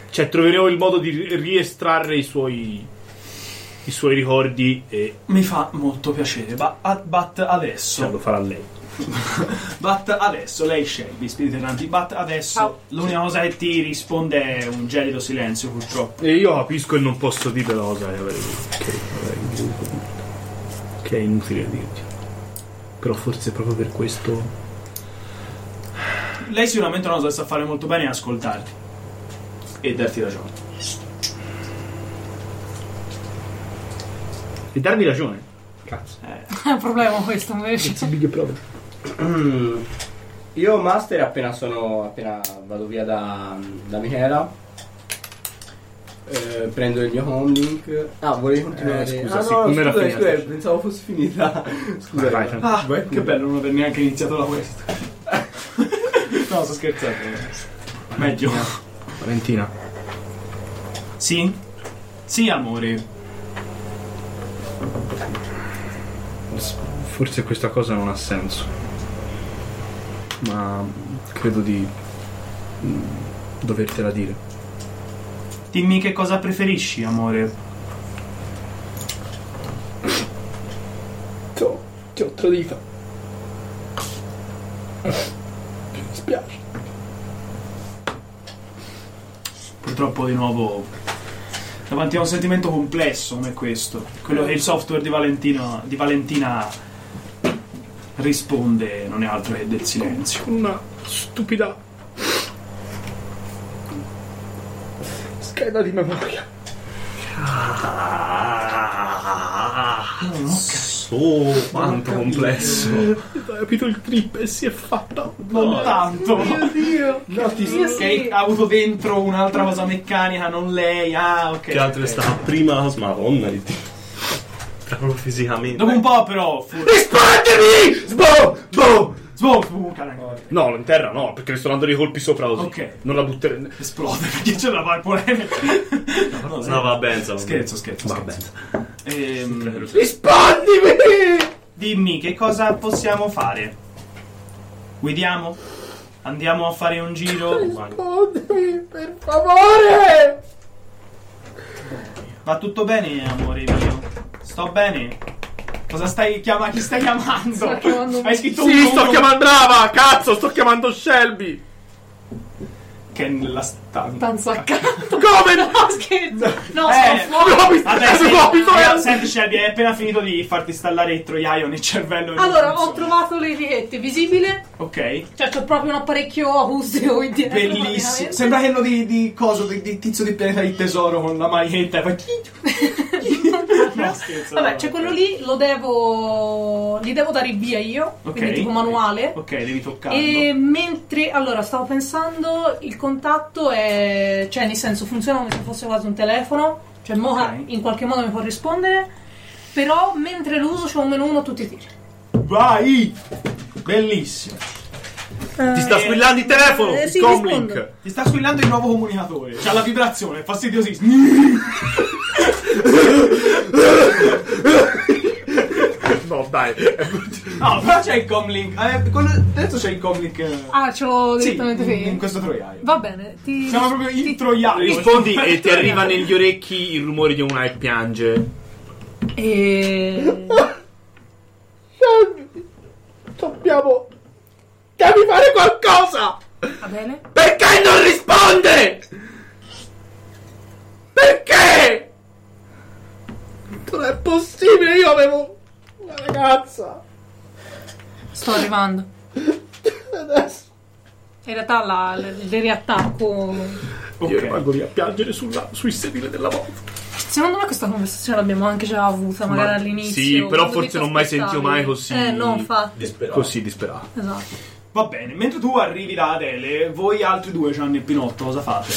S12: Cioè, troveremo il modo di riestrarre i suoi. i suoi ricordi e.
S2: [LAUGHS] Mi fa molto piacere, ma but
S12: cioè,
S2: adesso.
S12: lo farà lei.
S2: But adesso, lei sceglie, spiriti erranti. But adesso,
S6: Ciao.
S2: l'unica cosa che ti risponde è un gelido silenzio, purtroppo.
S12: E io capisco e non posso dire la cosa che avrei, che avrei dovuto dire. Che è inutile dirti. Però forse proprio per questo.
S2: Lei sicuramente una cosa che sa fare molto bene è ascoltarti e darti ragione.
S12: E darmi ragione. Cazzo.
S6: È un problema questo invece.
S12: It's a big problem.
S3: Mm. Io master appena sono appena vado via da, da Michela eh, prendo il mio homelink. Ah, volevi continuare?
S12: Eh, scusa,
S3: ah,
S12: sì,
S3: no,
S12: non era
S3: scusa,
S12: finita. eh,
S3: scusa, pensavo fosse
S12: [LAUGHS]
S3: finita. Scusa.
S12: Vai, vai,
S2: Ah, che bello non aver neanche iniziato la quest. [LAUGHS] no, sto scherzando. Meglio.
S12: Valentina.
S2: Sì? Sì, amore.
S12: Forse questa cosa non ha senso. Ma credo di. mm, dovertela dire.
S2: Dimmi che cosa preferisci, amore.
S3: Ti ho- ti ho tradita. Mi spiace.
S2: Purtroppo di nuovo davanti a un sentimento complesso come questo, quello che il software di, Valentino, di Valentina risponde non è altro che del silenzio.
S12: Una stupida
S3: Scheda di memoria.
S1: Ah, So quanto complesso.
S12: Ha capito il trip e si è fatta.
S2: Non tanto!
S3: No, ti
S6: Io
S2: Ok,
S6: sì.
S2: ha avuto dentro un'altra cosa meccanica, non lei. Ah, ok.
S1: Che altro è
S2: ok.
S1: stata prima cosa? Madonna di Dio. Proprio fisicamente.
S2: Dopo un po' però fu...
S12: Rispondimi! Sbo! Boh!
S2: Sboh, fu un cane.
S12: No, in terra no, perché le sto dando dei colpi sopra così.
S2: Ok.
S12: Non la butterei.
S2: Esplode [LAUGHS] perché c'è la polemica. No, no,
S1: No, va bene, insomma.
S2: Scherzo, scherzo, scherzo. Ehm,
S12: Rispondimi!
S2: Dimmi che cosa possiamo fare. Guidiamo? Andiamo a fare un giro?
S12: Rispondimi, per favore!
S2: Va tutto bene, amore mio? Sto bene? Cosa stai chiamando? Chi stai chiamando?
S6: Sto chiamando me.
S2: Hai scritto un
S12: Sì, sto
S2: numero
S12: chiamando brava, cazzo, sto chiamando Shelby.
S2: Che è nella
S12: [LAUGHS]
S2: stanza. [LAUGHS]
S6: Danzo accanto.
S12: Come no?
S6: [LAUGHS] Scherzo. No,
S2: Eh.
S6: sto fuori.
S12: No, mi
S2: Vabbè,
S12: stai no,
S2: senti,
S12: mi stai-
S2: senti Shelby, hai appena finito di farti installare il troiaio nel cervello. e non
S6: Allora, ho
S2: funziona.
S6: trovato le riette visibile.
S2: Ok.
S6: Cioè, c'ho proprio un apparecchio acustico qui dietro.
S2: Bellissimo.
S6: praticamente.
S2: Sembra quello di, di coso, di, di tizio di pianeta di tesoro con la maglietta. e fa chi-
S6: [LAUGHS]
S2: chi- No, scherzo.
S6: Vabbè, c'è quello lì, lo devo. li devo dare via io.
S2: Ok.
S6: Quindi tipo manuale.
S2: Ok, devi toccarlo.
S6: E mentre allora stavo pensando, il contatto è. cioè, nel senso, funziona come se fosse quasi un telefono. Cioè, Moha
S2: Ok.
S6: in qualche modo mi può rispondere. Però mentre lo uso c'è un meno uno a tutti i tiri.
S2: Vai! Bellissimo.
S1: Ti sta squillando il telefono!
S6: Eh, sì,
S1: Comlink!
S6: rispondo.
S2: Ti sta squillando il nuovo comunicatore. C'ha la vibrazione, è fastidiosissimo. [LAUGHS]
S12: No, dai.
S2: No, però c'è il comlink. Eh, quello- adesso c'è il comlink. eh,
S6: Ah, ce l'ho
S2: sì,
S6: direttamente qui.
S2: in, in questo troiaio.
S6: Va bene, ti.
S2: Siamo proprio in
S6: ti-
S2: troiaio.
S13: [LAUGHS] Rispondi e
S12: Cioè, [LAUGHS]
S13: ti arriva negli orecchi il rumore di una che piange.
S6: E.
S12: Dobbiamo. Devi fare qualcosa!
S6: Va bene?
S13: Perché non risponde? Perché?
S12: Non è possibile, io avevo. Una ragazza.
S6: Sto arrivando.
S1: [LAUGHS]
S12: Adesso.
S6: In realtà la, il riattacco.
S12: Io rimango lì a piangere sulla, sui sedili della volta.
S6: Secondo me questa conversazione l'abbiamo anche già avuta, magari
S13: Ma-
S6: all'inizio.
S13: sì, però
S6: quando
S13: forse
S6: ti
S13: non mai
S6: aspettavi.
S13: sentivo mai così-
S6: Eh, no, infatti.
S1: Disperato.
S12: Così disperato.
S6: Esatto.
S2: Va bene, mentre tu arrivi da Adele, voi altri due, Gianni e Pinotto, cosa fate?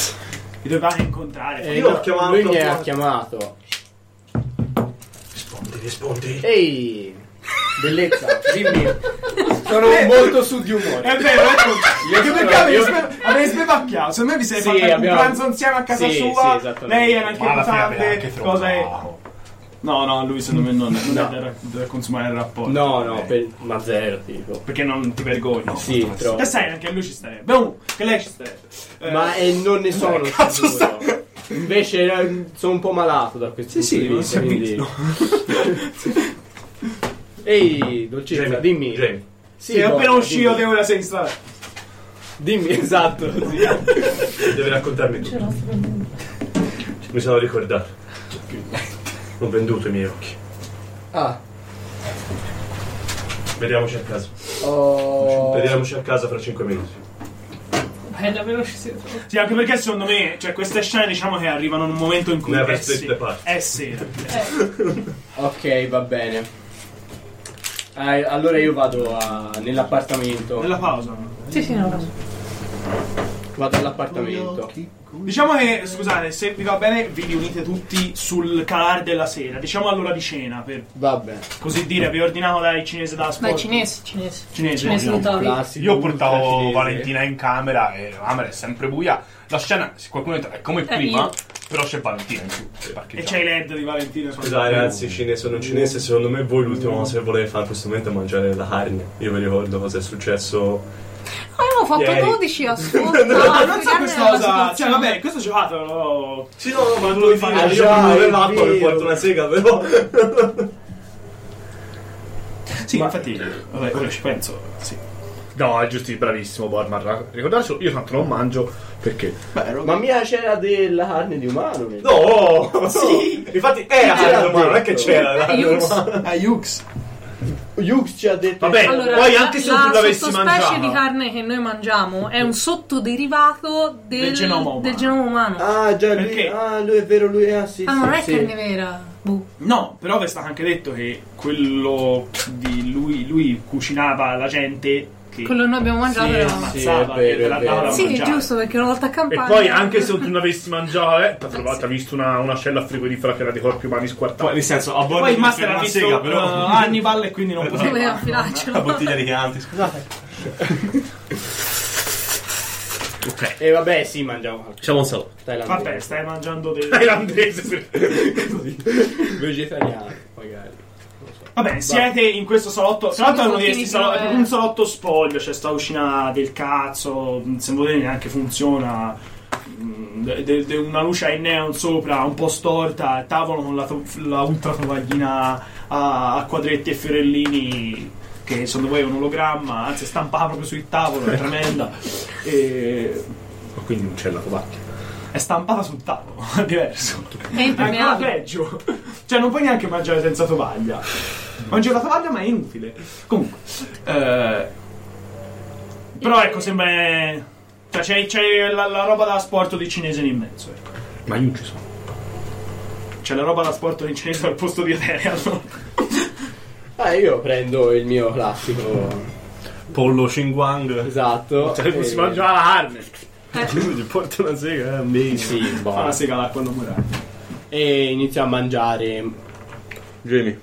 S2: Vi dovevate incontrare.
S3: Eh,
S2: Io
S3: no,
S2: ho chiamato.
S3: Lui mi ha chiamato.
S13: Rispondi, rispondi.
S3: Ehi, bellezza, dimmi.
S12: [LAUGHS]
S3: Sono
S12: Eh,
S3: molto su di umore.
S2: È vero, ecco. Anche perché
S3: io-
S2: avevi spe- avevi spevacchiato. Secondo me vi siete
S3: Sì,
S2: fatti
S3: abbiamo-
S2: un pranzo insieme a casa
S3: Sì, sì,
S2: sua.
S3: esattamente.
S2: Lei era anche
S13: Ma alla fine aveva
S2: mutante.
S13: anche
S2: Cosa è?
S13: trovato.
S2: No, no, lui secondo me non, non è da, da consumare il rapporto.
S3: No, no, per, ma zero, tipo.
S2: Perché non ti vergogni.
S3: Sì, troppo.
S2: E sai, anche lui ci starebbe. Oh, che lei ci starebbe. Eh,
S3: Ma eh, non ne sono sicuro. Invece eh, sono un po' malato da questo
S2: Sì,
S3: punto
S2: sì,
S3: di
S2: non
S3: vista, quindi- [LAUGHS] Ehi, dolcezza, dimmi.
S1: Jamie.
S3: Sì,
S2: Sei appena
S3: guarda,
S2: uscito,
S3: dimmi.
S2: devo la sei in strada.
S3: Dimmi, esatto. sì.
S1: Devi raccontarmi tutto. Mi sono ricordato. Ho venduto i miei occhi.
S3: Ah,
S1: Vediamoci a casa.
S3: oh.
S1: Vediamoci a casa fra 5 minuti.
S6: Bella velocità.
S2: Sì, anche perché secondo me, cioè, queste scene diciamo che arrivano in un momento in cui eh
S1: Never
S2: è,
S1: split
S2: se-
S1: the party.
S2: è sera.
S3: Ok, va bene. Eh, allora io vado a- nell'appartamento.
S2: Nella pausa.
S6: Sì, sì, no. no.
S3: Vado all'appartamento.
S2: Diciamo che, scusate, se vi va bene, vi riunite tutti sul calar della sera. Diciamo all'ora di cena, per
S3: Va bene.
S2: così dire. Vi ordinavo dai cinese da sport.
S6: Dai, cinese, cinese.
S2: Cinese, diciamo.
S6: Cinese
S2: no.
S6: d'Italia.
S3: Classico.
S16: Io portavo
S3: ultracinese.
S16: Valentina in camera e la camera è sempre buia. La scena, se qualcuno entra, è come prima,
S6: io.
S16: però c'è Valentina in più.
S2: Eh, E
S16: parcheggiata.
S2: c'è i led di Valentina.
S1: Dai ragazzi, cinese o non cinese, secondo me voi l'ultima cosa che volete fare in questo momento è mangiare la carne. Io vi ricordo cosa è successo.
S6: Avevo fatto
S1: Ieri.
S6: 12 ascolta.
S2: Ah, non so questa
S6: Adriana era la
S2: cosa. Cioè,
S6: situazione.
S2: vabbè, questo giocato. lo-
S1: Sì, no, no, ma tu lo
S3: Ah,
S1: fai. Io
S3: già,
S1: non
S3: è
S1: bevo l'acqua, mi
S3: vero.
S1: porto una sega, però.
S2: Sì, infatti, vabbè, quello ci penso. Sì.
S12: No, è giusto, bravissimo Bormar. Ricordarcelo, io tanto non mangio perché.
S3: Ma mia c'era della carne di umano. nel-
S1: No! Sì! Infatti era
S3: Sì,
S1: la domanda, non è
S3: detto.
S1: che c'era la
S6: Eh, Yux.
S1: domanda.
S2: Ah, Yux.
S3: Yux ci ha detto.
S1: Vabbè,
S6: Allora,
S1: poi
S6: la-
S1: anche se
S6: la
S1: tu l'avessi
S6: sottospecie di
S1: mangiata.
S6: carne che noi mangiamo è un sottoderivato del,
S2: Del genoma umano.
S6: del genoma umano. Ah,
S3: Ah, già lui.
S2: Perché?
S3: Ah, lui è vero, lui è ah, sì, sì,
S6: ma non è
S3: sì.
S6: carne vera. Boh.
S2: No, però vi è stato anche detto che quello di lui, lui cucinava la gente che
S6: Quello che noi abbiamo mangiato era
S3: sì,
S2: ammazzava
S3: è vero,
S2: e ve la
S3: è vero.
S2: dava da
S6: Sì,
S2: mangiare.
S6: giusto, perché una volta a
S12: E
S6: campagna...
S12: poi,
S6: [LAUGHS]
S12: anche se tu non avessi mangiato, eh, l'altra volta ha visto una, una scella frigorifera che era di corpi umani
S16: Poi,
S12: squartati.
S16: nel senso, a bordo
S2: Poi il
S16: di
S2: master ha
S16: una
S2: visto
S16: sega, però.
S2: eh, Hannibal e quindi non poteva. [LAUGHS]
S6: Voleva
S16: La
S6: infilarcelo.
S16: bottiglia di Chianti, scusate.
S1: Ok.
S3: E Eh, vabbè, sì, mangiamo qualcosa.
S1: Facciamo un saluto.
S3: Thailandese.
S2: Vabbè, stai mangiando dei...
S12: Thailandese.
S3: [LAUGHS] Vegetariano, magari.
S2: Vabbè, siete in questo salotto. Tra l'altro, è uno di questi
S6: continui,
S2: salo- è
S6: eh.
S2: proprio un salotto spoglio. C'è sta cucina del cazzo. mh, Se volete, neanche funziona. mh, de- de- de- una luce in neon sopra, un po' storta. il Tavolo con la, to- la ultra tovaglina a, a quadretti e fiorellini. Che secondo voi è un ologramma. Anzi, è stampata proprio sul tavolo. È tremenda. E-
S12: Ma quindi non c'è la covacchia.
S2: È stampata sul tavolo. [LAUGHS] È diverso.
S6: È
S2: È ancora
S6: impermeabile.
S2: peggio. Cioè, non puoi neanche mangiare senza tovaglia. Mangi la tovaglia, ma è inutile. Comunque, eh, però ecco, sembra. Cioè, c'è, c'è la, la roba da sport di cinese lì in mezzo. Ecco.
S12: Ma io ci sono.
S2: C'è la roba da sport di cinese al posto di Ethereal.
S3: Ah, io prendo il mio classico.
S1: Pollo Xinguang.
S3: Esatto.
S12: Cioè,
S3: e-
S12: si mangiava la
S3: Ah,
S12: carne.
S6: Eh,
S1: Gli porto una sega, eh. è amazing.
S3: Sì,
S2: Fa
S1: Ah,
S3: buono.
S2: la sega là quello murale.
S3: E inizio a mangiare.
S1: Jamie,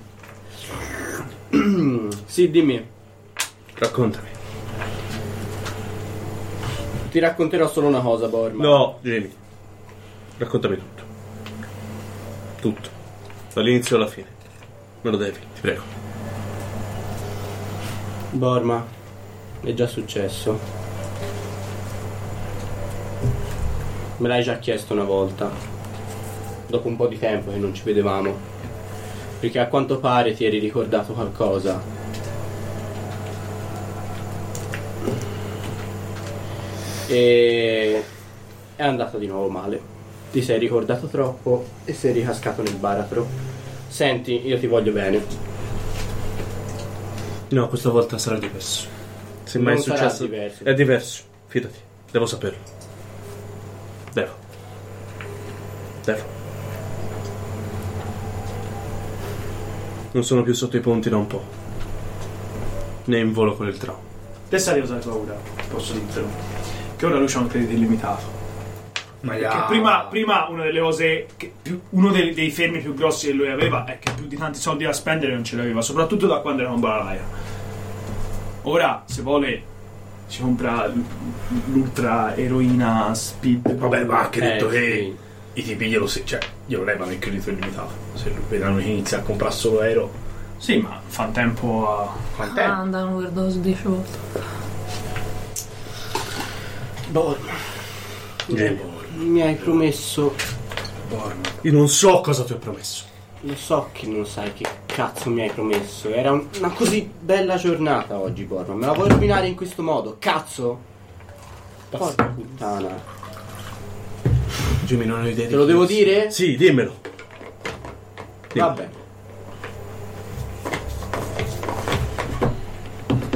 S3: Sì, dimmi.
S1: raccontami.
S3: Ti racconterò solo una cosa, Borma.
S1: No, dimmi. Raccontami tutto. Tutto. Dall'inizio alla fine. Me lo devi, ti prego.
S3: Borma, è già successo. Me l'hai già chiesto una volta, dopo un po' di tempo che non ci vedevamo, perché a quanto pare ti eri ricordato qualcosa. E è andata di nuovo male. Ti sei ricordato troppo e sei ricascato nel baratro. Senti, io ti voglio bene.
S1: No, questa volta sarà diverso. Se mai è
S3: Non sarà
S1: successo.
S3: diverso.
S1: È diverso, fidati. Devo saperlo. Devo. Devo. Non sono più sotto i ponti da un po'. Né in volo con il tram.
S2: Te sai usare paura, posso interrompere. Che ora lui c'ha un credito illimitato.
S12: Ma
S2: Perché
S12: ya.
S2: prima, prima una delle cose, che più- uno dei, dei fermi più grossi che lui aveva è che più di tanti soldi da spendere non ce l'aveva, soprattutto da quando era con Balalaia. Ora, se vuole, si compra l- l'ultra eroina speed.
S16: Vabbè, ma anche detto
S3: Eh,
S16: che i tipi glielo, se- cioè, glielo levano il credito illimitato. Se lo vedranno che inizia a comprare solo aereo,
S2: Sì, ma fa in tempo a...
S16: quant'è?
S6: Ah, andano overdose di show.
S3: Borma,
S1: Eh,
S3: mi hai promesso
S1: Io non so cosa ti ho promesso.
S3: Lo so che non sai che cazzo mi hai promesso. Era un- una così bella giornata oggi, Borma. Me la vuoi rovinare in questo modo? Cazzo! Porca puttana.
S1: Jimmy, non ho idea di
S3: Te lo
S1: chi
S3: devo
S1: sia.
S3: dire?
S1: Sì, dimmelo. Dimmelo.
S3: Vabbè.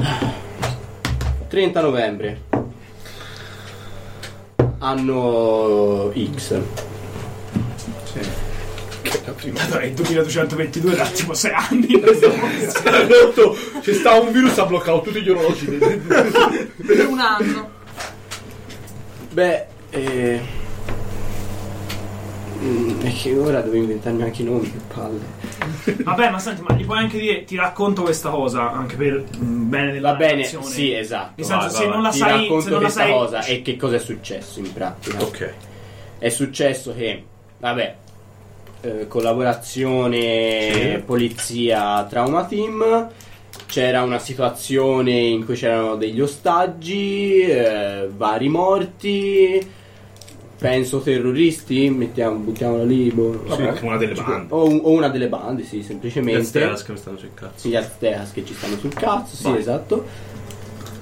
S3: bene. 30 novembre. Anno X.
S2: Allora, il 2222 da tipo 6 anni. Esatto.
S15: C'è sta un virus ha bloccato tutti gli orologi.
S6: Un anno.
S3: Beh, eh... mm, è che ora devo inventarmi anche i nomi, che palle.
S2: [LAUGHS] Vabbè, ma senti, ma gli puoi anche dire, ti racconto questa cosa, anche per mm, bene della
S3: Va bene,
S2: relazione.
S3: sì, esatto.
S2: Nel senso,
S1: Vai,
S2: se
S1: vai,
S2: non
S1: vai.
S2: la
S3: Ti
S2: sai, se
S3: racconto
S2: non la
S3: questa
S2: sai,
S3: cosa e che cosa è successo in pratica.
S1: Ok.
S3: È successo che, vabbè, eh, collaborazione polizia trauma team. C'era una situazione in cui c'erano degli ostaggi, eh, vari morti, penso terroristi, mettiamo, buttiamola lì. boh.
S15: Sì, una delle bande.
S3: O, un- o una delle bande, sì,
S1: Gli
S3: semplicemente
S1: Asteras che mi stanno cercando.
S3: gli Aztecas che ci stanno sul cazzo, sì,
S1: Vai.
S3: esatto.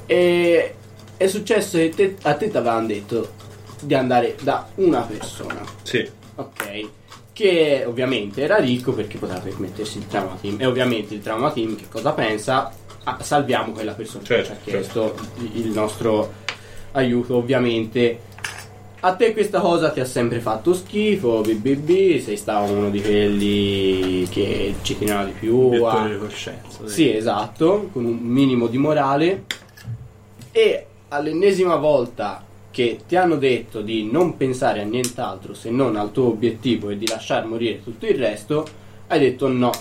S3: E è successo che te- a te ti avevano detto di andare da una persona,
S1: Sì.
S3: ok? Che ovviamente era ricco perché poteva permettersi il trauma team. E ovviamente il trauma team che cosa pensa? Ah, salviamo quella persona
S15: Certo,
S3: che ci ha chiesto i- il nostro aiuto, ovviamente. A te questa cosa ti ha sempre fatto schifo, BBB, sei stato uno di quelli che ci teneva di più. a-
S1: Obiettore di coscienza. dai.
S3: sì, esatto, con un minimo di morale. E all'ennesima volta che ti hanno detto di non pensare a nient'altro se non al tuo obiettivo e di lasciar morire tutto il resto, hai detto no,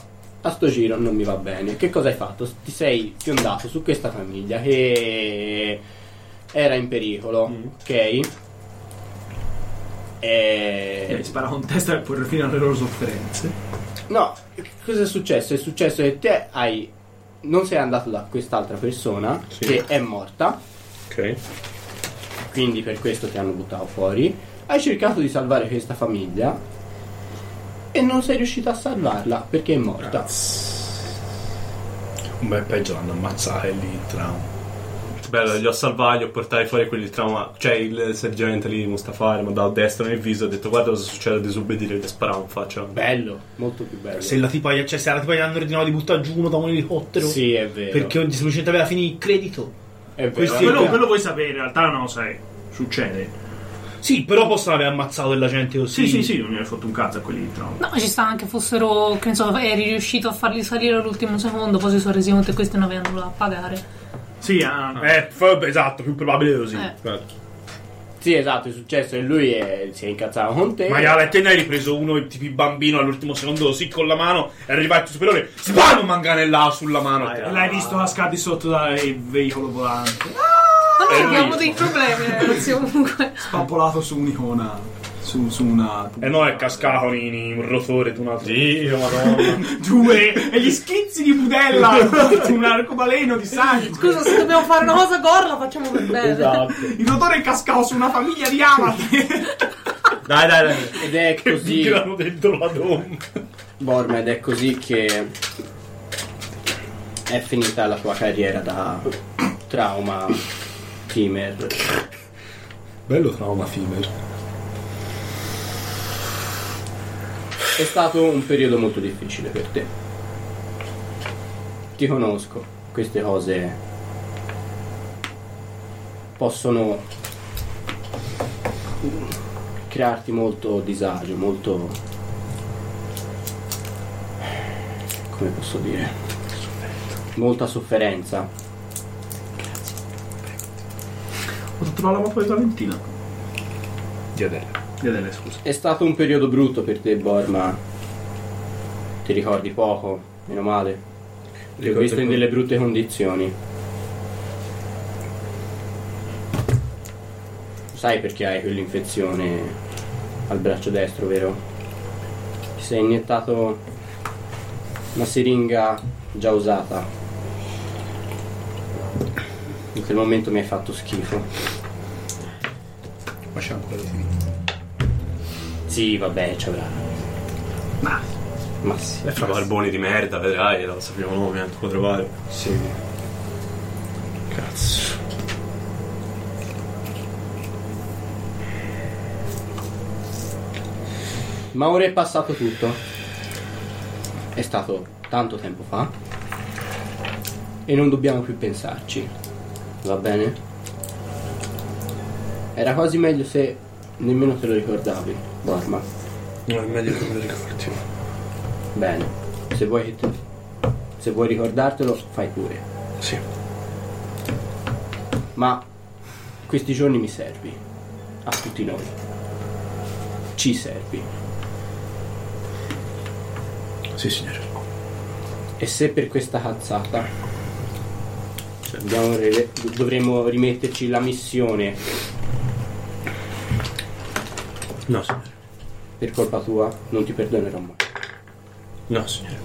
S3: a sto giro non mi va bene. Che cosa hai fatto? Ti sei fiondato su questa famiglia che era in pericolo, ok? E...
S2: eh, spara con testa per porre fine alle loro sofferenze.
S3: No, cosa è successo? È successo che te hai. Non sei andato da quest'altra persona
S1: Sì.
S3: che è morta,
S1: Ok.
S3: quindi per questo ti hanno buttato fuori. Hai cercato di salvare questa famiglia e non sei riuscito a salvarla perché è morta.
S16: Beh, peggio l'hanno ammazzare lì in tram.
S1: Bello, li ho salvati, li ho portati fuori quelli il trauma. Cioè, il sergente lì, Mustafari, mi ha dato a destra nel viso. Ha detto, guarda cosa succede a disobbedire. Gli ha sparato in faccia.
S3: Bello, molto più bello.
S15: Se la tipa, cioè, se la tipa gli hanno ordinato di buttare giù uno da un elicottero.
S3: Sì, è vero.
S15: Perché oggi semplicemente aveva finito il credito.
S3: è vero.
S15: questi-
S3: è
S2: quello,
S3: vero.
S2: quello vuoi sapere, in realtà no, sai, succede.
S15: Sì, però possono aver ammazzato della gente
S2: Sì,
S15: così.
S2: sì, sì, non mi hai fatto un cazzo a quelli di Trump.
S6: No, ci sta anche fossero, che insomma, eri riuscito a farli salire all'ultimo secondo, poi si sono resi conto che questi non avevano nulla a pagare.
S2: Sì, ah,
S15: Eh, f- esatto, più probabile così.
S6: Eh.
S12: Certo.
S3: Sì, esatto, è successo e lui è- si è incazzato con te.
S15: Ma la te ne hai ripreso uno, il tipo bambino all'ultimo secondo, così con la mano, è arrivato il superiore,
S2: eh,
S15: spam manganellà sulla mano.
S2: l'hai visto cascati sotto dal veicolo volante.
S6: Ma
S12: Eh,
S6: noi abbiamo dei problemi, ragazzi, comunque.
S2: Spappolato su un'icona. Su, su una.
S12: E no, è cascato in in un rotore di un altro.
S1: Dio, madonna.
S2: [LAUGHS] Due! [LAUGHS] E gli schizzi di [LAUGHS] budella! un arcobaleno di sangue!
S6: Scusa, se dobbiamo fare una cosa gore la facciamo per bene.
S12: Esatto.
S2: Il rotore è cascato su una famiglia di amate!
S1: Dai, dai, dai.
S3: Ed è così,
S12: [LAUGHS] Tirano dentro la donna.
S3: Borma, ed è così che è finita la tua carriera da trauma teamer.
S17: Bello trauma fever.
S3: È stato un periodo molto difficile per te. Ti conosco, queste cose possono crearti molto disagio, molto... come posso dire? Molta
S2: [LAUGHS]
S3: sofferenza.
S2: Ho trovato la mappa di Valentina. Di Adele, scusa.
S3: È stato un periodo brutto per te, Borma. Ti ricordi poco, meno male. Ti ho visto in delle brutte condizioni. Sai perché hai quell'infezione al braccio destro, vero? Ti sei iniettato una siringa già usata. In quel momento mi hai fatto schifo.
S17: Facciamo ancora
S3: Sì, vabbè, ci avrà. Ma. Ma sì.
S1: Eh, Fra barboni di merda, vedrai, lo sappiamo noi, anche lo trovare.
S3: Sì.
S1: Cazzo.
S3: Ma ora è passato tutto. È stato tanto tempo fa. E non dobbiamo più pensarci. Va bene? Era quasi meglio se nemmeno te lo ricordavi, Borma.
S18: No, è meglio che me lo ricordi.
S3: Bene. Se vuoi, che te- se vuoi ricordartelo, fai pure.
S18: Sì.
S3: Ma questi giorni mi servi. A tutti noi. Ci servi.
S18: Sì, signore.
S3: E se per questa cazzata dobbiamo ri- dovremmo rimetterci la missione
S18: No, signore.
S3: per colpa tua, non ti perdonerò mai.
S18: No, signore.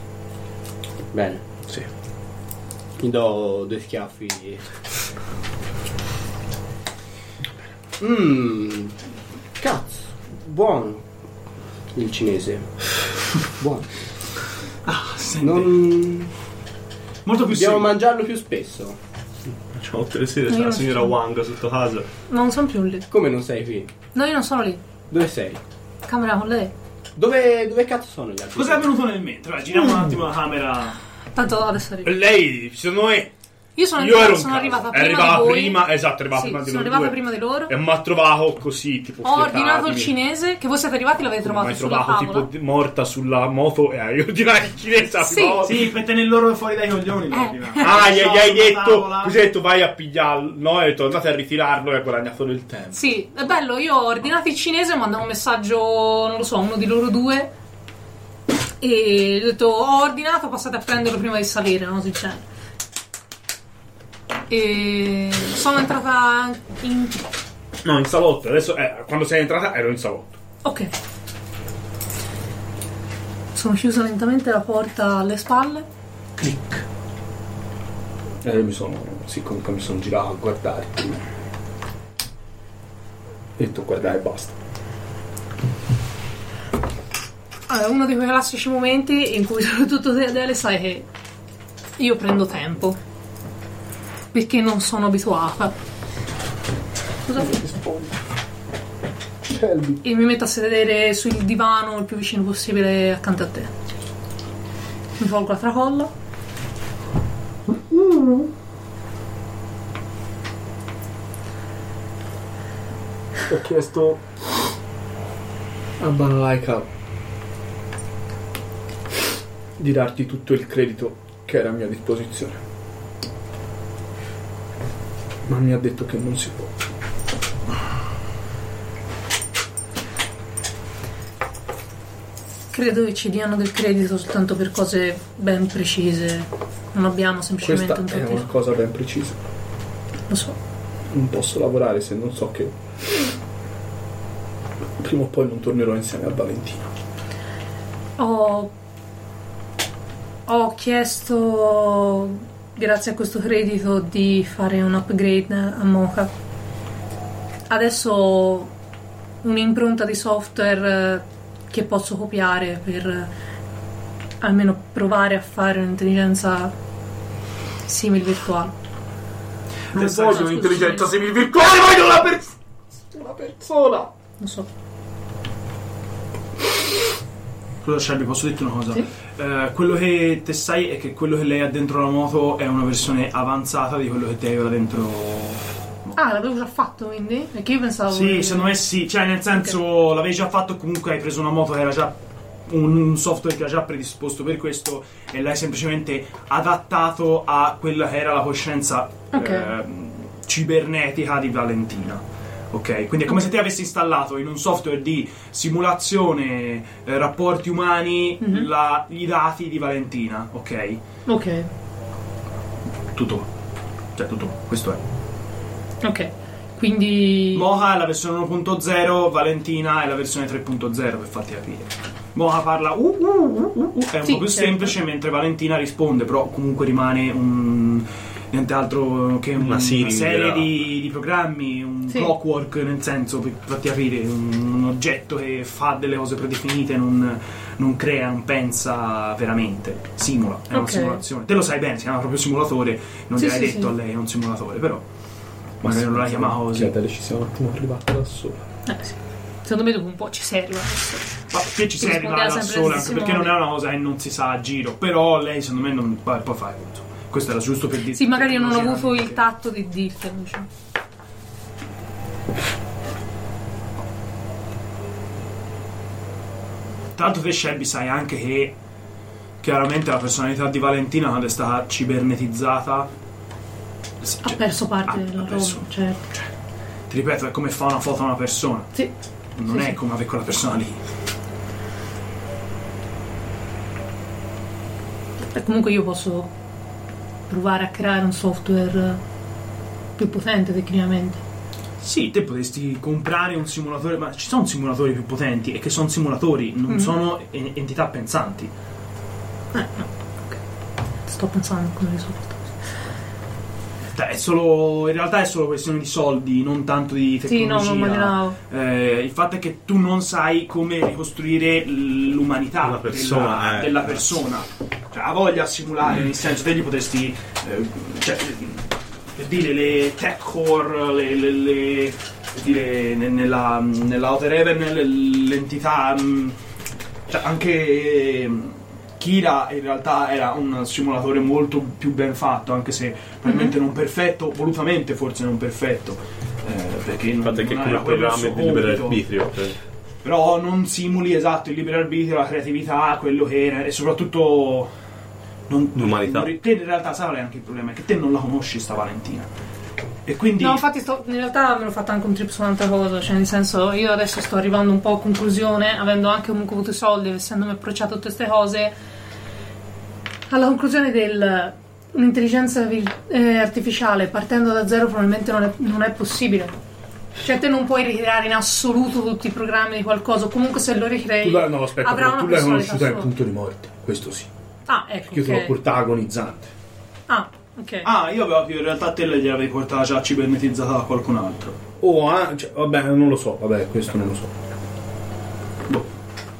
S3: Bene,
S18: Sì.
S3: ti do due schiaffi. Mmm, cazzo, buono il cinese. Buono. [LAUGHS] Non
S2: Molto più
S3: dobbiamo
S2: semplice.
S3: mangiarlo più spesso.
S1: Facciamo tutte le sere,
S6: Io
S1: c'è la
S6: non
S1: signora
S6: so.
S1: Wang sotto casa.
S6: Ma non sono più lì.
S3: Come non sei qui?
S6: No, io non sono lì.
S3: Dove sei?
S6: Camera con lei.
S3: Dove, dove cazzo sono gli altri?
S2: Cos'è venuto nel mentre? Vai, giriamo un attimo la camera.
S6: Tanto adesso arrivo.
S12: Lei, secondo me,
S6: Io sono,
S12: io ero un
S6: sono
S12: caso.
S6: arrivata
S12: È
S6: prima
S12: arrivata
S6: di voi.
S12: prima, esatto, è arrivata
S6: Sì,
S12: prima di
S6: sono
S12: noi
S6: arrivata
S12: due.
S6: prima di loro.
S12: E mi ha trovato così, tipo
S6: Ho ordinato il
S12: cinese
S6: cinese che voi siete arrivati e l'avete
S12: Mi
S6: trovato
S12: hai
S6: sulla
S12: trovato
S6: tavola.
S12: tipo di- morta sulla moto e hai ordinato il cinese la
S6: Sì.
S12: prima volta.
S2: Sì, per tenere loro fuori dai coglioni. lo arriva.
S12: [LAUGHS] Ah, gli, gli hai
S2: Sulla
S12: detto,
S2: tavola.
S12: così hai detto vai a pigliarlo, no, hai detto andate a ritirarlo e hai guadagnato del tempo.
S6: Sì, è bello, io ho ordinato il cinese, ho mandato un messaggio, non lo so, a uno di loro due. E gli ho detto, ho ordinato, passate a prenderlo prima di salire, non si c'è. E sono entrata in...
S12: No, in salotto, adesso eh, quando sei entrata ero in salotto.
S6: Ok. Sono chiusa lentamente la porta alle spalle.
S12: Clic. E Eh, io mi sono, sì, comunque mi sono girato a guardare. E tu guardare e basta.
S6: Allora, Ah, uno di quei classici momenti in cui [LAUGHS] soprattutto te Adele sai che io prendo tempo perché non sono abituata. Scusa. E mi metto a sedere sul divano il più vicino possibile accanto a te. Mi volgo la tracolla.
S17: Ho chiesto a Balalaika di darti tutto il credito che era a mia disposizione. Ma mi ha detto che non si può.
S6: Credo che ci diano del credito soltanto per cose ben precise. Non abbiamo semplicemente
S17: Questa
S6: un
S17: è una
S6: trattamento.
S17: cosa ben precisa.
S6: Lo so.
S12: non posso lavorare se non so che prima o poi non tornerò insieme a Valentino.
S6: Ho, ho chiesto, grazie a questo credito, di fare un upgrade a Mocha. Adesso ho un'impronta di software eh, che posso copiare per eh, almeno provare a fare un'intelligenza simil virtuale.
S12: Non
S6: Pensa-
S2: Ah,
S12: voglio
S6: scusa,
S12: un'intelligenza
S6: scusa.
S12: semivirtuale, voglio una, pers- una persona!
S6: Non so.
S2: Scusa, Shelby, posso dirti una cosa?
S6: Sì.
S2: Eh, quello che te sai è che quello che lei ha dentro la moto è una versione avanzata di quello che te aveva dentro.
S6: Ah, l'avevo già fatto quindi? Perché io pensavo.
S2: Sì, secondo me sì, cioè nel senso l'avevi già fatto, comunque hai preso una moto che era già un, un software che era già predisposto per questo e l'hai semplicemente adattato a quella che era la coscienza
S6: Ok.
S2: ehm, cibernetica di Valentina. Ok, quindi è come se te avessi installato in un software di simulazione eh, rapporti umani
S6: Mhm.
S2: la- i dati di Valentina, ok?
S6: Ok.
S2: Tutto qua. Cioè tutto qua. questo è.
S6: Ok, quindi.
S2: Moha è la versione 1.0, Valentina è la versione 3.0 per farti capire. Moha parla uh, uh, uh, uh, uh, è un
S6: Sì,
S2: po' più
S6: certo.
S2: semplice, mentre Valentina risponde, però comunque rimane un niente altro che un-
S1: Una
S2: una,
S1: Siri
S2: serie
S1: vera.
S2: di, di programmi, un
S6: Sì.
S2: clockwork nel senso per farti capire, un, un oggetto che fa delle cose predefinite, non, non crea, non pensa veramente, simula, è una
S6: Ok.
S2: simulazione. Te lo sai bene, si chiama proprio simulatore, non
S6: Sì,
S2: gli hai
S6: sì,
S2: detto
S6: sì.
S2: a lei è un simulatore, però magari non la chiamava così.
S12: Chiedere, ci siamo un attimo arrivati da solo.
S6: Eh, sì. Secondo me dopo un po' ci serve. adesso.
S2: Ma che ci sei
S6: Rispondeva
S2: arrivata da
S6: sempre
S2: sola,
S6: allo
S2: anche
S6: stesso
S2: perché non è
S6: modo.
S2: una cosa che non si sa a giro. Però lei, secondo me, non. Poi, poi fai questo. Questo era giusto per dire.
S6: Sì, magari io non ho avuto il tatto di dirtelo. diciamo.
S2: Tra l'altro, te, Shelby, sai anche che. Chiaramente la personalità di Valentina, quando è stata cibernetizzata. s-
S6: Ha
S2: cioè,
S6: perso parte
S2: ha- ha
S6: della
S2: perso.
S6: roba, certo.
S2: ti ripeto, è come fa una foto a una persona.
S6: Sì.
S2: Non
S6: Sì,
S2: è
S6: sì.
S2: come avere quella persona lì.
S6: E Eh, comunque io posso provare a creare un software eh, più potente tecnicamente.
S2: Sì, te potresti comprare un simulatore, ma ci sono simulatori più potenti e che sono simulatori,
S6: Mm.
S2: non sono en- entità pensanti.
S6: Sto pensando a come risolto.
S2: Cioè, è solo- in realtà è solo questione di soldi, non tanto di
S6: Sì,
S2: tecnologia.
S6: no, non immaginavo.
S2: Eh, il fatto è che tu non sai come ricostruire l- l'umanità
S1: Una persona,
S2: della,
S1: eh. Mm.
S2: della persona. Cioè, ha voglia a simulare, nel senso, te gli potresti. eh, cioè, per dire, le tech core, le. le- le- per dire, ne- nella, nella Outer Heaven, le- l'entità. mm, cioè, anche. mm, Kira in realtà era un simulatore molto più ben fatto, anche se probabilmente non perfetto, volutamente forse non perfetto. eh, perché non,
S1: Infatti è che
S2: non
S1: come
S2: era quello il
S1: programmi
S2: suo
S1: di libero
S2: compito
S1: arbitrio. cioè.
S2: però non simuli esatto il libero arbitrio, la creatività, quello che era, e soprattutto non,
S1: L'umanità.
S2: non- te in realtà sai qual è anche il problema, è che te non la conosci sta Valentina. E quindi
S6: No, infatti sto, in realtà me l'ho fatta anche un trip su un'altra cosa, cioè nel senso io adesso sto arrivando un po' a conclusione, avendo anche comunque avuto i soldi, essendomi approcciato a tutte queste cose, alla conclusione del un'intelligenza vi- eh, artificiale partendo da zero probabilmente non è, non è possibile. Cioè te non puoi ricreare in assoluto tutti i programmi di qualcosa, o comunque se lo ricrei
S16: Tu l'hai, no, aspetta,
S6: avrà
S16: però
S6: una
S16: tu l'hai
S6: personalità
S16: conosciuta in
S6: sua.
S16: punto di morte, questo sì.
S6: Ah, ecco.
S16: Io sono
S6: ok.
S16: protagonizzante.
S6: Ah, ok.
S2: Ah, io avevo che in realtà te gliel'avevi portata già cibernetizzata da qualcun altro.
S16: Oh, ah, cioè, vabbè, non lo so, vabbè, questo non lo so.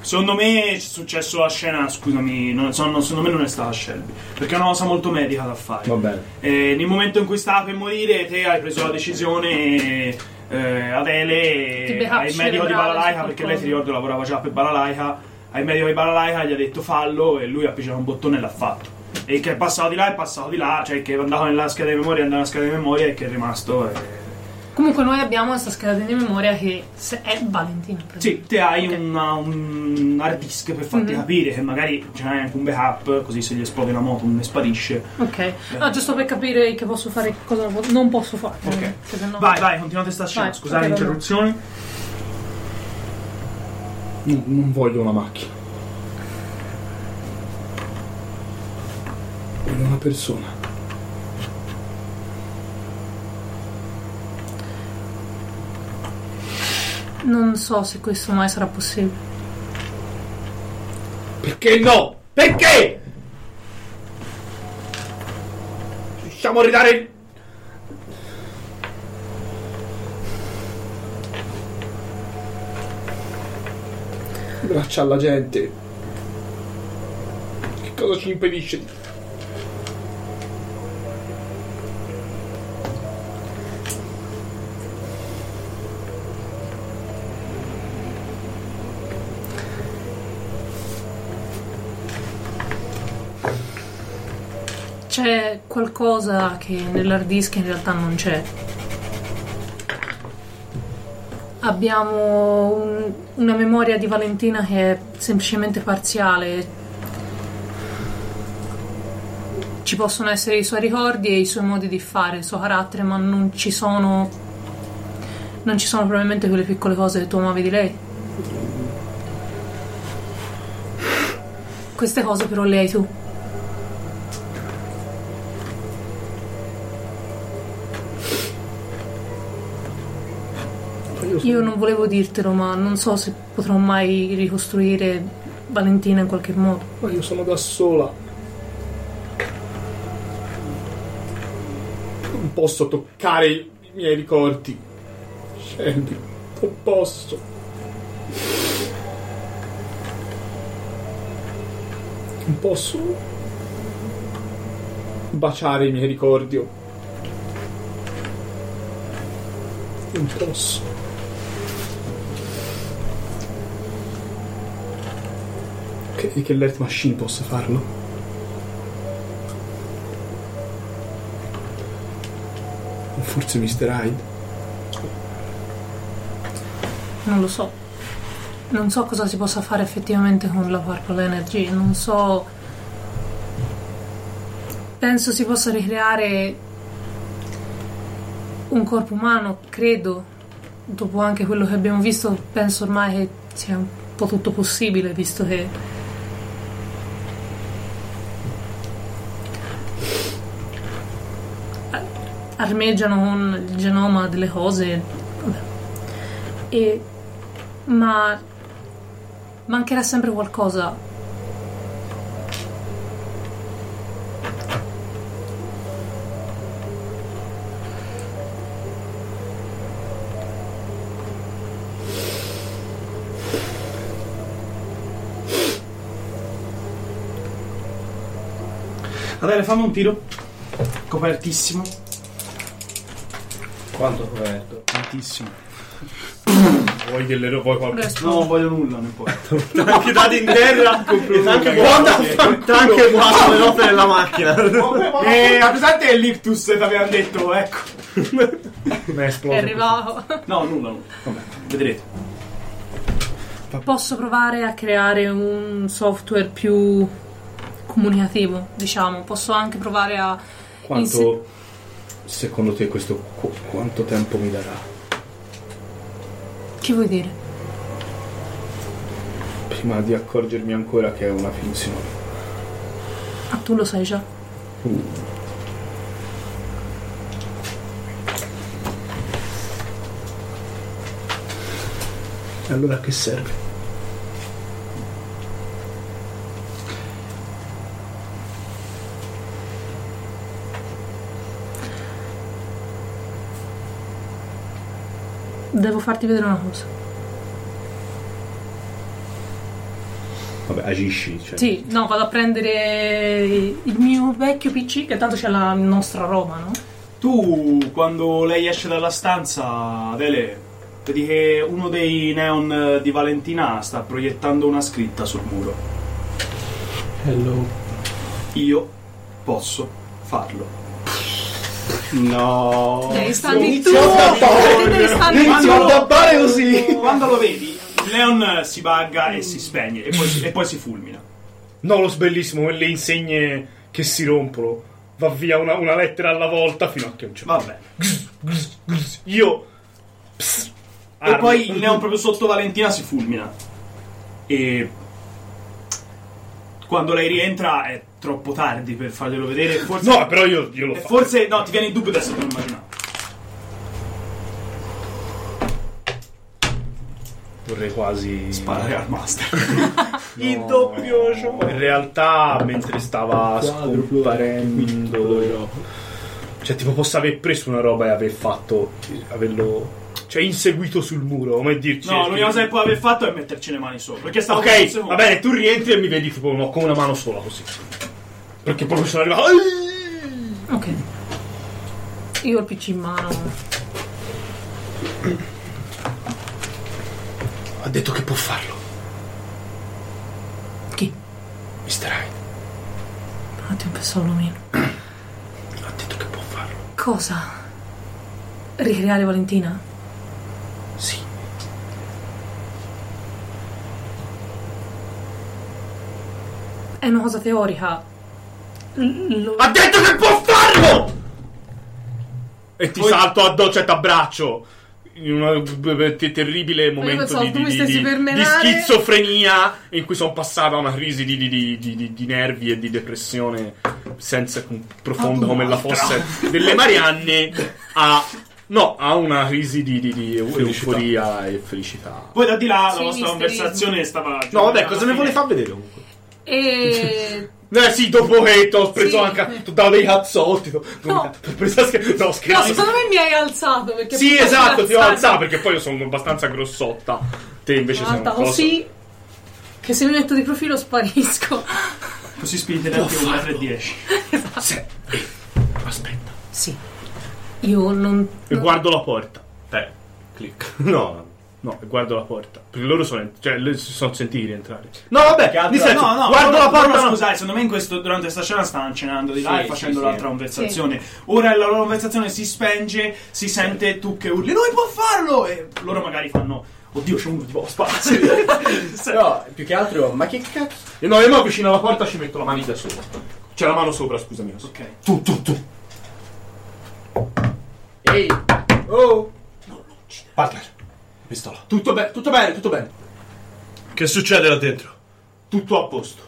S2: Secondo me è successo la scena, scusami, non, so- no, secondo me non è stata Shelby, perché è una cosa molto medica da fare.
S16: Va bene.
S2: Eh, nel momento in cui stava per morire, te hai preso la decisione. Eh,
S6: Ti
S2: Adele,
S6: becacci
S2: al medico di
S6: cerebrale su
S2: Balalaika, perché
S6: qualcosa.
S2: lei ti ricordo lavorava già per Balalaika. Al medico di Balalaika gli ha detto fallo e lui ha appiccicato un bottone e l'ha fatto. E che è passato di là è passato di là, cioè che è andato nella scheda di memoria, è andato nella scheda di memoria e che è rimasto. eh.
S6: Comunque noi abbiamo questa scheda di memoria che se- è Valentina. per
S2: Sì, te hai
S6: Ok.
S2: una- un hard disk per farti
S6: Mhm.
S2: capire che magari ce n'hai anche un backup, così se gli esplode la moto non ne sparisce.
S6: Ok, no, giusto per capire che posso fare e cosa non po- non posso fare.
S2: Ok.
S6: Che sennò-
S2: Vai, vai, continuate sta scena,
S6: Vai,
S2: scusate
S6: ok, va bene.
S2: l'interruzione.
S16: Non, non voglio una macchina. Voglio una persona.
S6: Non so se questo mai sarà possibile.
S16: Perché no? Perché? Riusciamo a ridare il... Braccia alla gente. Che cosa ci impedisce di...
S6: C'è qualcosa che nell'hard disk in realtà non c'è. Abbiamo un- una memoria di Valentina che è semplicemente parziale. Ci possono essere i suoi ricordi e i suoi modi di fare, il suo carattere, ma non ci sono. Non ci sono probabilmente quelle piccole cose che tu amavi di lei. Queste cose però le hai tu. Io non volevo dirtelo, ma non so se potrò mai ricostruire Valentina in qualche modo.
S16: Ma io sono da sola. Non posso toccare i miei ricordi. Scendi, non posso. Non posso baciare i miei ricordi. o- Non posso. Credi che l'Earth Machine possa farlo? O forse Mr. Hyde?
S6: Non lo so. Non so cosa si possa fare effettivamente con la Purple Energy, non so. Penso si possa ricreare un corpo umano, credo. Dopo anche quello che abbiamo visto, penso ormai che sia un po' tutto possibile, visto che. a- armeggiano con il genoma delle cose. Vabbè. E ma mancherà sempre qualcosa.
S2: Va bene, fammi un tiro. Copertissimo.
S3: Quanto coperto?
S2: Tantissimo.
S16: Vuoi che le vuoi qualcosa?
S6: Adesso-
S2: No, non voglio nulla, non puoi. [LAUGHS]
S1: Anche dati in terra e anche guarda anche guarda le note della macchina.
S2: E la pesante è l'ictus, Eh, che avevamo detto, ecco.
S6: È arrivato.
S2: No, nulla, nulla. Vabbè, vedrete.
S6: Posso provare a creare un software più comunicativo, diciamo. Posso anche provare a. inse-
S13: Quanto secondo te questo qu- quanto tempo mi darà?
S6: Che vuoi dire?
S13: Prima di accorgermi ancora che è una finzione.
S6: Ah, tu lo sai già.
S13: E allora a che serve?
S6: Devo farti vedere una cosa.
S13: Vabbè, agisci, cioè.
S6: Sì, no, vado a prendere il mio vecchio PC, che tanto c'è la nostra roba, no?
S2: Tu, quando lei esce dalla stanza, Adele, vedi che uno dei neon eh, di Valentina sta proiettando una scritta sul muro.
S3: Hello.
S2: Io posso farlo.
S3: No.
S6: Devi starmi tu! Devi starmi
S2: Inizio a
S6: tu!
S2: tappare così! Quando lo vedi, Leon eh, si bagga e si spegne e poi, si- e poi si fulmina.
S16: No, lo sbellissimo, le insegne Eh, che si rompono. Va via una, una lettera alla volta fino a che non c'è.
S2: Vabbè.
S16: Io.
S2: E poi il neon proprio sotto Valentina si fulmina. E quando lei rientra è troppo tardi per farglielo vedere. Forse,
S16: No, però io, io lo
S2: e
S16: faccio.
S2: forse no, ti viene il dubbio adesso te lo immaginavo.
S12: Vorrei quasi.
S2: Sparare al [LAUGHS] master.
S12: Il doppio gioco. In realtà, mentre stava scomparendo, cioè, tipo, posso aver preso una roba e aver fatto. averlo. cioè, inseguito sul muro, come dirci.
S2: No, l'unica cosa che può aver fatto è metterci le mani sopra. Perché stavo per un
S12: Ok,
S2: secondo.
S12: va bene, tu rientri e mi vedi, tipo, no, con una mano sola così. Perché proprio sono arrivato.
S6: Ok. Io ho il PC in mano.
S12: Ha detto che può farlo,
S6: Chi?
S12: Mr. Hyde.
S6: Un attimo, pensavo lo meno.
S12: Ha detto che può farlo.
S6: Cosa? Ricreare Valentina?
S12: Sì.
S6: È una cosa teorica. L- lo-
S12: Ha detto che può farlo! E ti salto addosso e t'abbraccio. In un eh, te- terribile momento
S6: pensavo
S12: di,
S6: tu
S12: di-
S6: mi
S12: di-
S6: stessi
S12: di-
S6: per
S12: di
S6: menare.
S12: schizofrenia in cui sono passata a una crisi di, di- di- di- di- di nervi e di depressione senza alcun- profonda come la fosse delle Marianne a no, a una crisi di, di- di euforia e felicità.
S2: Poi da di là
S6: Sì,
S2: la vostra
S6: misterismo.
S2: conversazione stava.
S12: No, vabbè, cosa ne vuole far vedere comunque?
S6: E...
S12: Eh sì, dopo che ti ho preso
S6: Sì.
S12: anche. Ti ho dato dei cazzotti. t'ho-
S6: No.
S12: t'ho preso a scher- no,
S6: No,
S12: scherzo.
S6: secondo me mi hai alzato perché...
S12: Sì,
S6: appunto
S12: esatto,
S6: mi
S12: ti ho alzato perché poi io sono abbastanza grossotta. Te invece sei un
S6: Alta oh,
S12: coso.
S6: così che se mi metto di profilo sparisco.
S2: Così spinti neanche un metro e dieci.
S12: Se- eh, aspetta.
S6: Sì. Io non...
S12: E guardo la porta.
S1: Te, clic.
S12: [LAUGHS] No, no, e guardo la porta. Perché loro sono, ent- cioè, loro si sono sentiti rientrare. No, vabbè, nel senso,
S2: no, no,
S12: guardo
S2: loro-
S12: la porta.
S2: loro,
S12: no.
S2: Scusate, secondo me in questo- durante questa scena stanno cenando di là
S3: Sì,
S2: e facendo
S3: sì,
S2: l'altra
S3: sì.
S2: conversazione. Ora la loro conversazione si spenge, si sente tu che urli, noi può farlo! E loro magari fanno, oddio, c'è uno di vostra spazio.
S12: [LAUGHS]
S3: No, più che altro, ma che cazzo?
S12: E Eh, No, io mi avvicino alla porta ci metto la maniglia sopra. C'è la mano sopra, scusami.
S2: ok.
S12: Tu, tu, tu.
S3: Ehi! Oh!
S12: Partner.
S1: Pistola.
S12: Tutto, be- tutto bene, tutto bene.
S1: Che succede là dentro?
S12: Tutto a posto.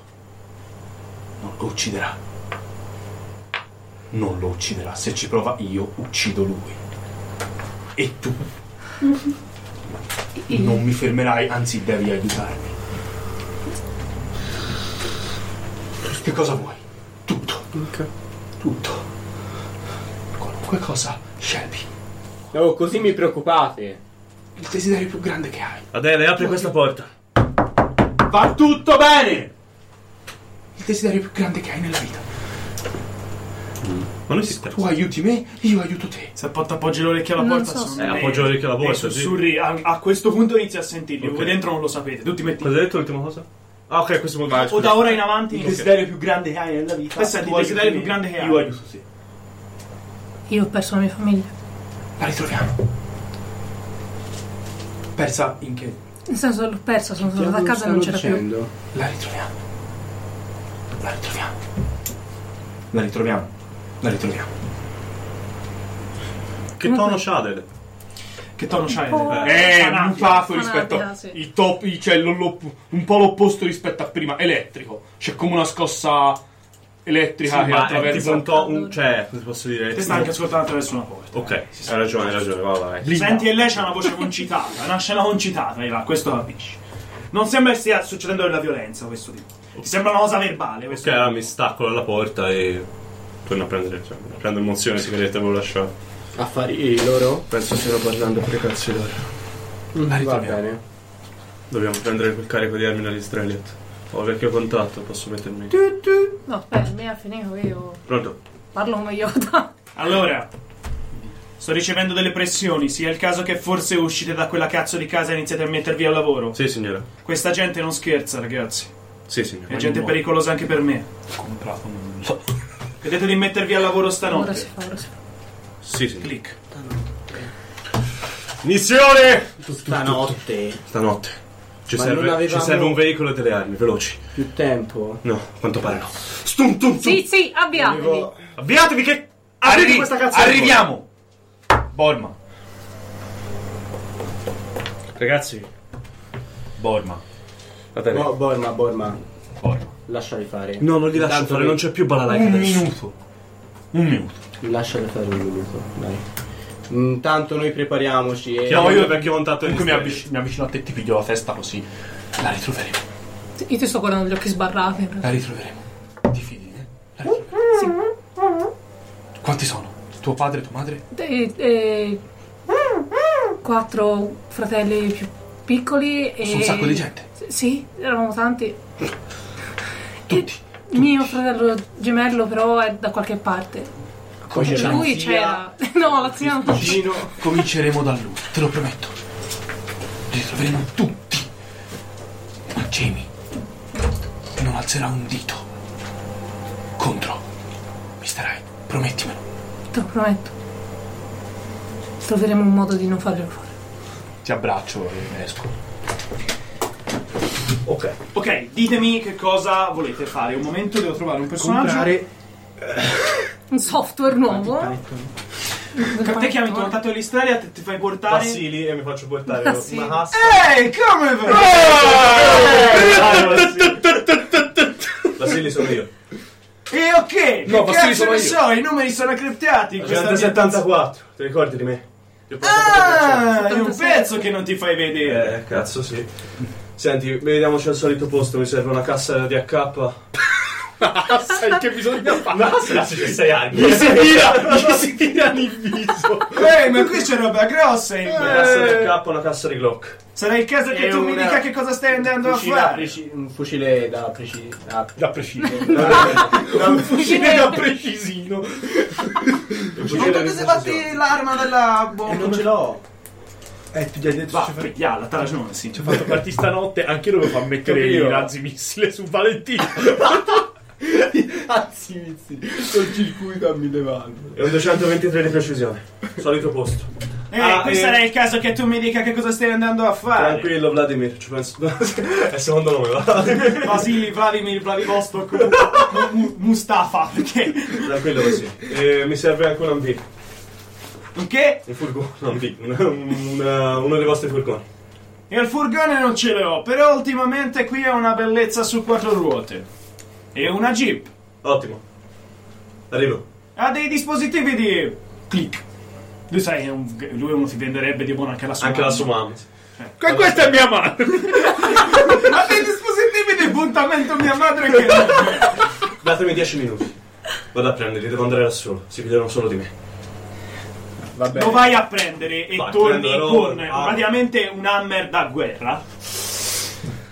S1: Non lo ucciderà. Non lo ucciderà. Se ci prova io, uccido lui.
S12: E tu? Non mi fermerai, anzi devi aiutarmi. Che cosa vuoi? Tutto. Tutto. Qualunque cosa scelpi.
S3: Oh, così mi preoccupate.
S12: Il desiderio più grande che hai.
S1: Adele, apri questa porta.
S12: Va tutto bene! Il desiderio più grande che hai nella vita.
S1: Ma noi si scherza.
S12: Tu aiuti me, io aiuto te.
S2: Se appoggio appoggi l'orecchio alla
S6: Non
S2: porta,
S6: so
S2: secondo
S6: se-
S1: Eh,
S2: me-
S1: appoggio l'orecchio alla
S2: e
S1: porta, sì.
S2: sussurri, a, a questo punto inizi a sentirli.
S1: Ok.
S2: Voi dentro non lo sapete, tu ti metti.
S1: Cosa hai detto l'ultima cosa? Ah, ok, questo può andare.
S2: O da ora in avanti.
S12: Il desiderio più grande che hai nella vita.
S2: Questo è il
S12: Tu aiuti
S2: desiderio
S12: me,
S2: più grande che hai.
S12: Io aiuto te.
S6: Io ho perso la mia famiglia.
S12: La ritroviamo. Persa in che?
S6: Nel senso, l'ho persa, sono tornata a casa e non c'era più.
S12: La ritroviamo. La ritroviamo. La ritroviamo. La ritroviamo.
S1: Che tono c'ha Adele?
S2: Che tono c'hai?
S6: po'.
S12: Eh,
S2: Fanatica.
S12: mutato
S6: Fanatica,
S12: rispetto a
S6: sì.
S12: il top, il- cioè lo- lo- un po' l'opposto rispetto a prima, elettrico. C'è come una scossa elettrica
S1: Sì,
S12: che
S1: ma è tipo
S12: attraversa.
S1: un to- un- cioè, come posso dire?
S2: Te stai anche ascoltando attraverso una porta.
S1: Ok, hai ragione, hai ragione, vai, vai.
S12: Blinda.
S2: Senti, e lei c'ha una voce concitata, una scena concitata, Ivan, questo capisci. Non sembra che stia succedendo della violenza, questo tipo. Ti sembra una cosa verbale,
S1: Ok,
S2: questo
S1: allora mi stacco dalla porta e torno a prendere, cioè, prendo il mozione sigaretta che avevo lasciato.
S3: Affari loro?
S13: Penso stiano parlando per i cazzi loro.
S3: Va bene.
S1: Dobbiamo prendere quel carico di armi dagli Israeliot. Ho il vecchio contatto, posso mettermi.
S6: No, aspetta, mi ha finito io.
S1: Pronto?
S6: Parlo come Yoda.
S2: Allora, sto ricevendo delle pressioni, sia il caso che forse uscite da quella cazzo di casa e iniziate a mettervi al lavoro.
S1: Sì, signora.
S2: Questa gente non scherza, ragazzi.
S1: Sì,
S2: È
S1: signora.
S2: gente pericolosa anche per me.
S12: comprato un
S2: Vedete di mettervi al lavoro
S6: Ora si
S2: stanotte.
S6: fa, ora si fa.
S1: Sì, signora.
S2: Click.
S1: Missione!
S3: Stanotte.
S1: Stanotte. Ci,
S3: Ma
S1: serve,
S3: non avevamo-
S1: ci serve un veicolo e delle armi, veloci.
S3: Più tempo.
S1: No, a quanto pare no. Stum, tum, tum.
S6: Sì, sì, abbiatevi.
S1: Avviatevi che...
S12: Arrivi,
S1: questa cazzo di
S12: arriviamo. Borma.
S1: Ragazzi,
S12: Borma.
S1: Adele.
S3: No, Borma, Borma.
S12: Borma.
S3: Lasciali fare.
S1: No, non li lascio
S3: Intanto
S1: fare,
S3: che-
S1: non c'è più balalaika
S12: Un
S1: adesso.
S12: minuto. Un minuto.
S3: Lasciali fare un minuto, dai. Intanto noi prepariamoci e...
S1: Chiamo io perché ho montato il
S13: Comunque mi, avvic- mi avvicino a te, ti piglio la testa così. La ritroveremo.
S6: Io ti sto guardando gli occhi sbarrati.
S13: La ritroveremo. Ti fidi, eh? La ritroveremo. Quanti sono? Tuo padre, tua madre?
S6: E, e- eh, quattro fratelli più piccoli e...
S13: Su un sacco di gente.
S6: S- Sì, eravamo tanti.
S13: Tutti.
S6: E Mio fratello gemello però è da qualche parte.
S3: Poi c'è la
S6: Lui
S3: zia,
S6: c'era... [LAUGHS] No, la zia non
S3: Gino.
S13: Cominceremo da lui, te lo prometto. Li ritroveremo tutti. Ma Jamie non alzerà un dito contro. Mi starai, promettimelo.
S6: Te lo prometto. Troveremo un modo di non farglielo fare.
S13: Ti abbraccio e esco.
S2: Ok, ditemi che cosa volete fare. Un momento, devo trovare un personaggio.
S6: Un software nuovo.
S2: Te chiami il contatto dell'Istralia, te ti fai portare.
S1: Passili e mi faccio portare
S6: Ah, sì.
S1: una cassa.
S2: Ehi, come va?
S1: Passili sono io.
S2: E ok,
S16: No,
S2: che
S16: Vassili
S2: cazzo
S16: sono
S2: ne
S16: io.
S2: so, i numeri sono criptati in questa mia-
S1: 174, ti ricordi di me? Ti ho portato
S2: Ah, è un
S6: 77.
S2: pezzo che non ti fai
S1: per
S2: vedere.
S1: te. Eh, cazzo, sì. Senti, vediamoci al solito posto, mi serve una cassa da DH.
S16: Sai che
S1: [LAUGHS]
S16: bisogna fare?
S1: Ma cazzo, ci sei anni.
S16: Gli si tira, gli si tira nel viso.
S2: Ehi, ma qui c'è roba grossa. in-
S1: Una cassa
S2: Eh.
S1: di DH, una cassa di Glock.
S2: Sarà il caso che
S3: E
S2: tu mi
S3: una-
S2: dica che cosa stai andando a
S3: fucile da
S2: fare.
S3: preci- un fucile da precisione. [LAUGHS]
S16: Da preciso. Un fucile da precisino.
S2: Non potete fatti l'arma della bomba.
S3: Non ce l'ho.
S16: Eh, ti hai detto
S2: Va, pigliala, t'ha ragione, sì. Eh,
S16: ho fatto parti stanotte, anche io dovevo far mettere
S3: Capito?
S16: i razzi missile su Valentino. [LAUGHS]
S3: Anzi, mizzi, col circuito a mille valvole.
S1: E un 223 di precisione. Solito posto.
S2: Ehi,
S1: Ah,
S2: qui
S1: eh.
S2: sarà il caso che tu mi dica che cosa stai andando a fare.
S1: Tranquillo, Vladimir, ci penso. [LAUGHS] È il secondo nome, va.
S2: Vasili, Vladimir, Vladivostok, Mu- Mu- Mustafa, perché...
S1: Tranquillo così. E mi serve anche un AMV.
S2: Ok?
S1: Un furgone, un AMV. una- una- uno dei vostri furgoni.
S2: E il furgone non ce l'ho, però ultimamente qui è una bellezza su quattro ruote. E una jeep.
S1: Ottimo. Arrivo.
S2: Ha dei dispositivi di... click. Lui sai che è un- lui uno si venderebbe di buono anche la sua
S1: Anche la
S2: mano.
S1: sua mamma.
S16: Que- Questa è mia mano.
S2: Ha dei dispositivi di puntamento mia madre che...
S1: Datemi 10 minuti. Vado a prenderli, devo andare da solo. Si fidano solo di me.
S3: Vabbè.
S2: Lo vai a prendere e
S1: Vai,
S2: torni
S1: prendo la
S2: con
S1: roba.
S2: praticamente un hammer da guerra.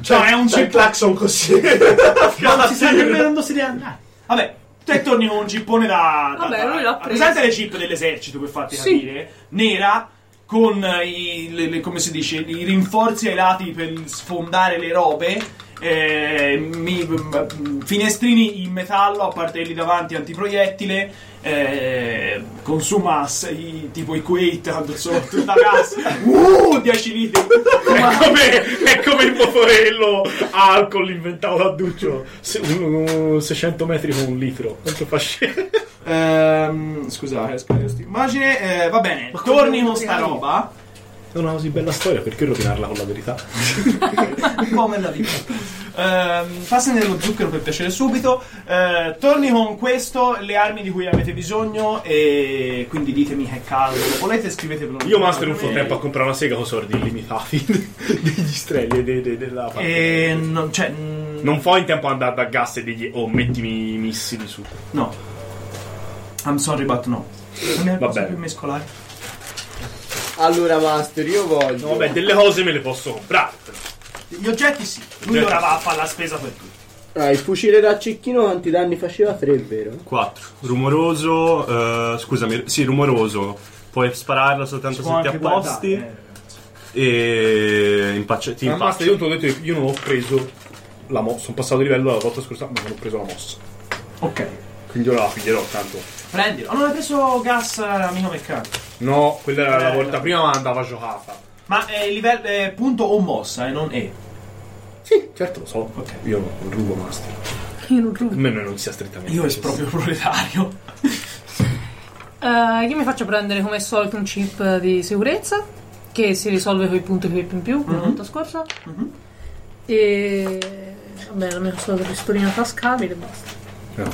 S1: Cioè,
S2: no, è un
S1: c'è il
S2: jeep.
S1: clacson così. [LAUGHS]
S2: Non si sa nemmeno dove si deve andare. Vabbè, te torni con un gippone da. da-
S6: Vabbè,
S2: da-
S6: lui l'ha preso.
S2: Presente le jeep dell'esercito per farti
S6: Sì.
S2: capire? Nera. Con eh, i, le- le- come si dice, i rinforzi ai lati per sfondare le robe, eh, mi- m- m- finestrini in metallo a parte davanti antiproiettile, eh, consuma s- i- tipo i Kuwait [LAUGHS] quando sono tutta gas,
S6: [LAUGHS]
S2: uh, 10 litri,
S16: È come, è come il motorello Ah, alcol inventato da Duccio. Se- un- un- 600 metri con un litro. Quanto fa scendere?
S2: Ehm, scusate, aspetta, sti- immagine. eh, va bene, torni con sta roba.
S16: È una così bella storia, perché rovinarla con la verità?
S2: Come la vita. Ehm, passami dello zucchero per piacere subito. Eh, torni con questo, le armi di cui avete bisogno. E quindi ditemi che caldo volete, scrivetevelo.
S16: Io, Master, non
S2: un
S16: ho tempo a comprare una sega con soldi illimitati [LAUGHS] degli strelli e de- de- della parte.
S2: E non, cioè, mm,
S16: Non fo in tempo ad andare da gas e digli, oh, mettimi i missili su.
S2: no. I'm sorry, but no. Non è
S16: Va
S2: possibile
S16: bene.
S2: mescolare.
S3: Allora, Master, io voglio.
S16: No, vabbè, delle cose me le posso comprare. però.
S2: Gli oggetti sì. Lui
S16: Oggetti
S2: ora
S16: sì.
S2: va a fare la spesa per tutti.
S3: Ah, il fucile da cecchino quanti danni faceva? 3, vero?
S1: 4. Rumoroso, eh, scusami, sì, rumoroso. Puoi spararlo soltanto se ti apposti
S2: eh.
S1: e impaccia, ti
S16: Ma basta,
S1: impaccia.
S16: io ti ho detto che io non ho preso la mossa. Sono passato di livello la volta scorsa, ma non ho preso la mossa.
S2: Ok.
S16: Quindi ora la piglierò tanto.
S2: Prendilo. Ah, non hai preso gas, eh, amico meccanico.
S16: No, quella era la
S2: Eh,
S16: volta
S2: no.
S16: prima, ma andava giocata.
S2: Ma è il livello è punto o mossa e non E.
S16: Sì, certo lo so.
S2: Ok.
S16: Io non rubo master.
S6: Io non eh? rubo.
S16: Almeno non sia strettamente.
S2: Io esproprio proletario.
S6: Eh, io mi faccio prendere come al solito un chip di sicurezza che si risolve con i punti VIP in più come
S3: Mhm.
S6: la volta scorsa. E vabbè, la mia solita pistolina tascabile basta.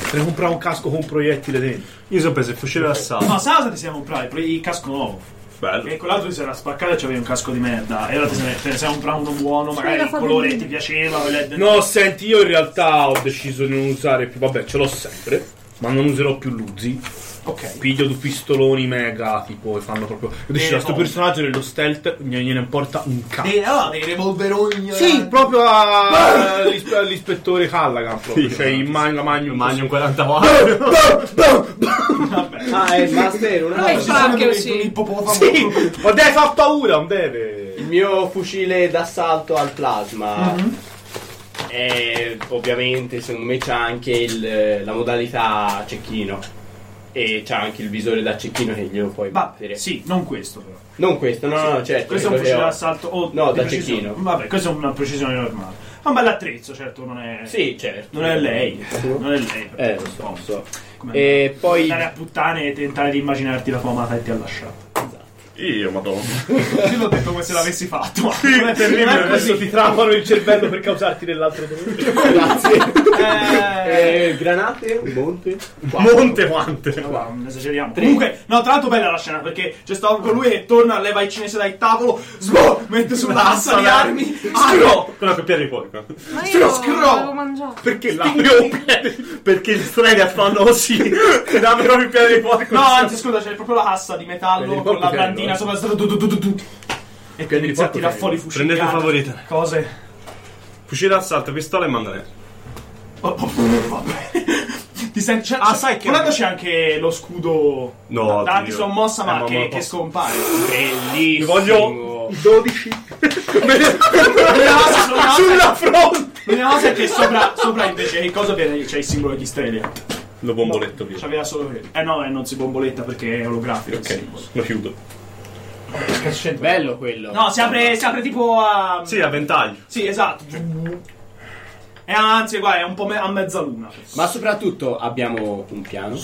S16: Se ne compra un casco con un proiettile dentro.
S1: Io sono preso il fucile d'assalto.
S2: No, sai cosa ti siamo comprati? Pre- Il casco nuovo.
S1: Bello.
S2: E quell'altro ti si era spaccato e c'avevi un casco di merda. E allora ti sei- te ne sei comprato uno buono, magari
S6: la
S2: il
S6: fa
S2: colore
S6: venire.
S2: ti piaceva. quella-
S16: No, senti, io in realtà ho deciso di non usare più. Vabbè, ce l'ho sempre. Ma non userò più Luzzi.
S2: Ok.
S16: Piglio due pistoloni mega, tipo, e fanno proprio. Io ho deciso,
S2: no.
S16: a sto personaggio dello stealth non gliene importa un cazzo.
S2: Dei, no, dei revolveroni.
S16: Sì,
S2: eh.
S16: proprio [LAUGHS] a- all'ispe- all'ispettore Callaghan. Proprio.
S1: Sì.
S16: cioè, il ma- la magnum.
S1: Magnum 44.
S3: Ah, è il master, una
S6: Però è
S3: cosa.
S6: Franco,
S2: Un
S6: sì.
S2: ippopotamo.
S16: Sì,
S2: [LAUGHS]
S16: ma deve fa paura, non deve.
S3: Il mio fucile d'assalto al plasma.
S2: Mhm.
S3: è- ovviamente, secondo me, c'ha anche il- eh, la modalità cecchino. E c'ha anche il visore da cecchino che glielo puoi
S2: Ma
S3: battere.
S2: sì, non questo però.
S3: Non questo, no, no, certo.
S2: Questo è un
S3: quello
S2: fucile
S3: che ho.
S2: d'assalto o
S3: No,
S2: di
S3: da
S2: precisione.
S3: cecchino.
S2: Vabbè, questo è una precisione normale. Ma un bell'attrezzo, certo, non è
S3: Sì, certo.
S2: non è lei.
S3: Sì.
S2: Non è lei.
S3: Eh, lo so, lo so.
S2: Come
S3: E poi
S2: andare a puttane e tentare di immaginarti la tua amata e ti ha lasciato.
S1: Esatto. Io, madonna.
S2: Io l'ho detto come se l'avessi
S1: [LAUGHS]
S2: fatto. non è terribile.
S16: Adesso ti tramano il cervello per causarti dell'altro dolore.
S3: eh, granate, monte.
S16: Monte quante.
S2: No, non esageriamo. Comunque, no, tra l'altro bella la scena perché c'è stato con lui che torna, leva il cinese dal tavolo, sboh, mette sull'assa le armi, Ah, scro!
S1: Con la coppia di porco.
S6: Ma io
S2: scro-
S6: l'avevo mangiato.
S16: Perché la Perché gli strega fanno così. Dammi proprio il piede di fuoco.
S2: No, anzi, scusa, c'è proprio la cassa di metallo
S16: Prendi
S2: con la
S16: colpo,
S2: brandina
S16: ferro,
S2: sopra. tu, tu, tu, tu, tu, tu. E poi inizia a
S16: colpo,
S2: tirare
S16: ferro.
S2: fuori i fucili.
S1: Prendete
S2: Ah,
S1: favorita.
S2: Cose.
S1: Fucile d'assalto, pistola e mandaletto.
S2: Oh, oh, oh, vabbè. [LAUGHS] Ti senti. C'è, ah, sai che. Volendo c'è anche lo scudo.
S1: No,
S2: da
S1: Dio.
S2: sono mossa,
S1: Eh,
S2: ma
S1: ma me
S2: che,
S1: lo
S2: che
S1: posso-
S2: scompare.
S3: Bellissimo.
S16: Voglio 12 [LAUGHS]
S2: L'unica cosa, l'unica cosa-
S16: sulla fronte.
S2: l'unica cosa è che sopra, sopra invece il coso viene, c'è il simbolo degli Stellia.
S1: Lo bomboletto via.
S16: Cioè,
S2: C'aveva solo quello. Eh no, eh, non si bomboletta perché è olografico. il
S1: Ok,
S2: simbolo.
S1: lo chiudo.
S2: Che c'entra?
S3: Bello quello.
S2: No, si apre, si apre tipo a.
S1: Sì, a ventaglio.
S2: Sì, esatto. E anzi, guarda, è un po' me- a mezzaluna.
S3: Ma soprattutto abbiamo un piano.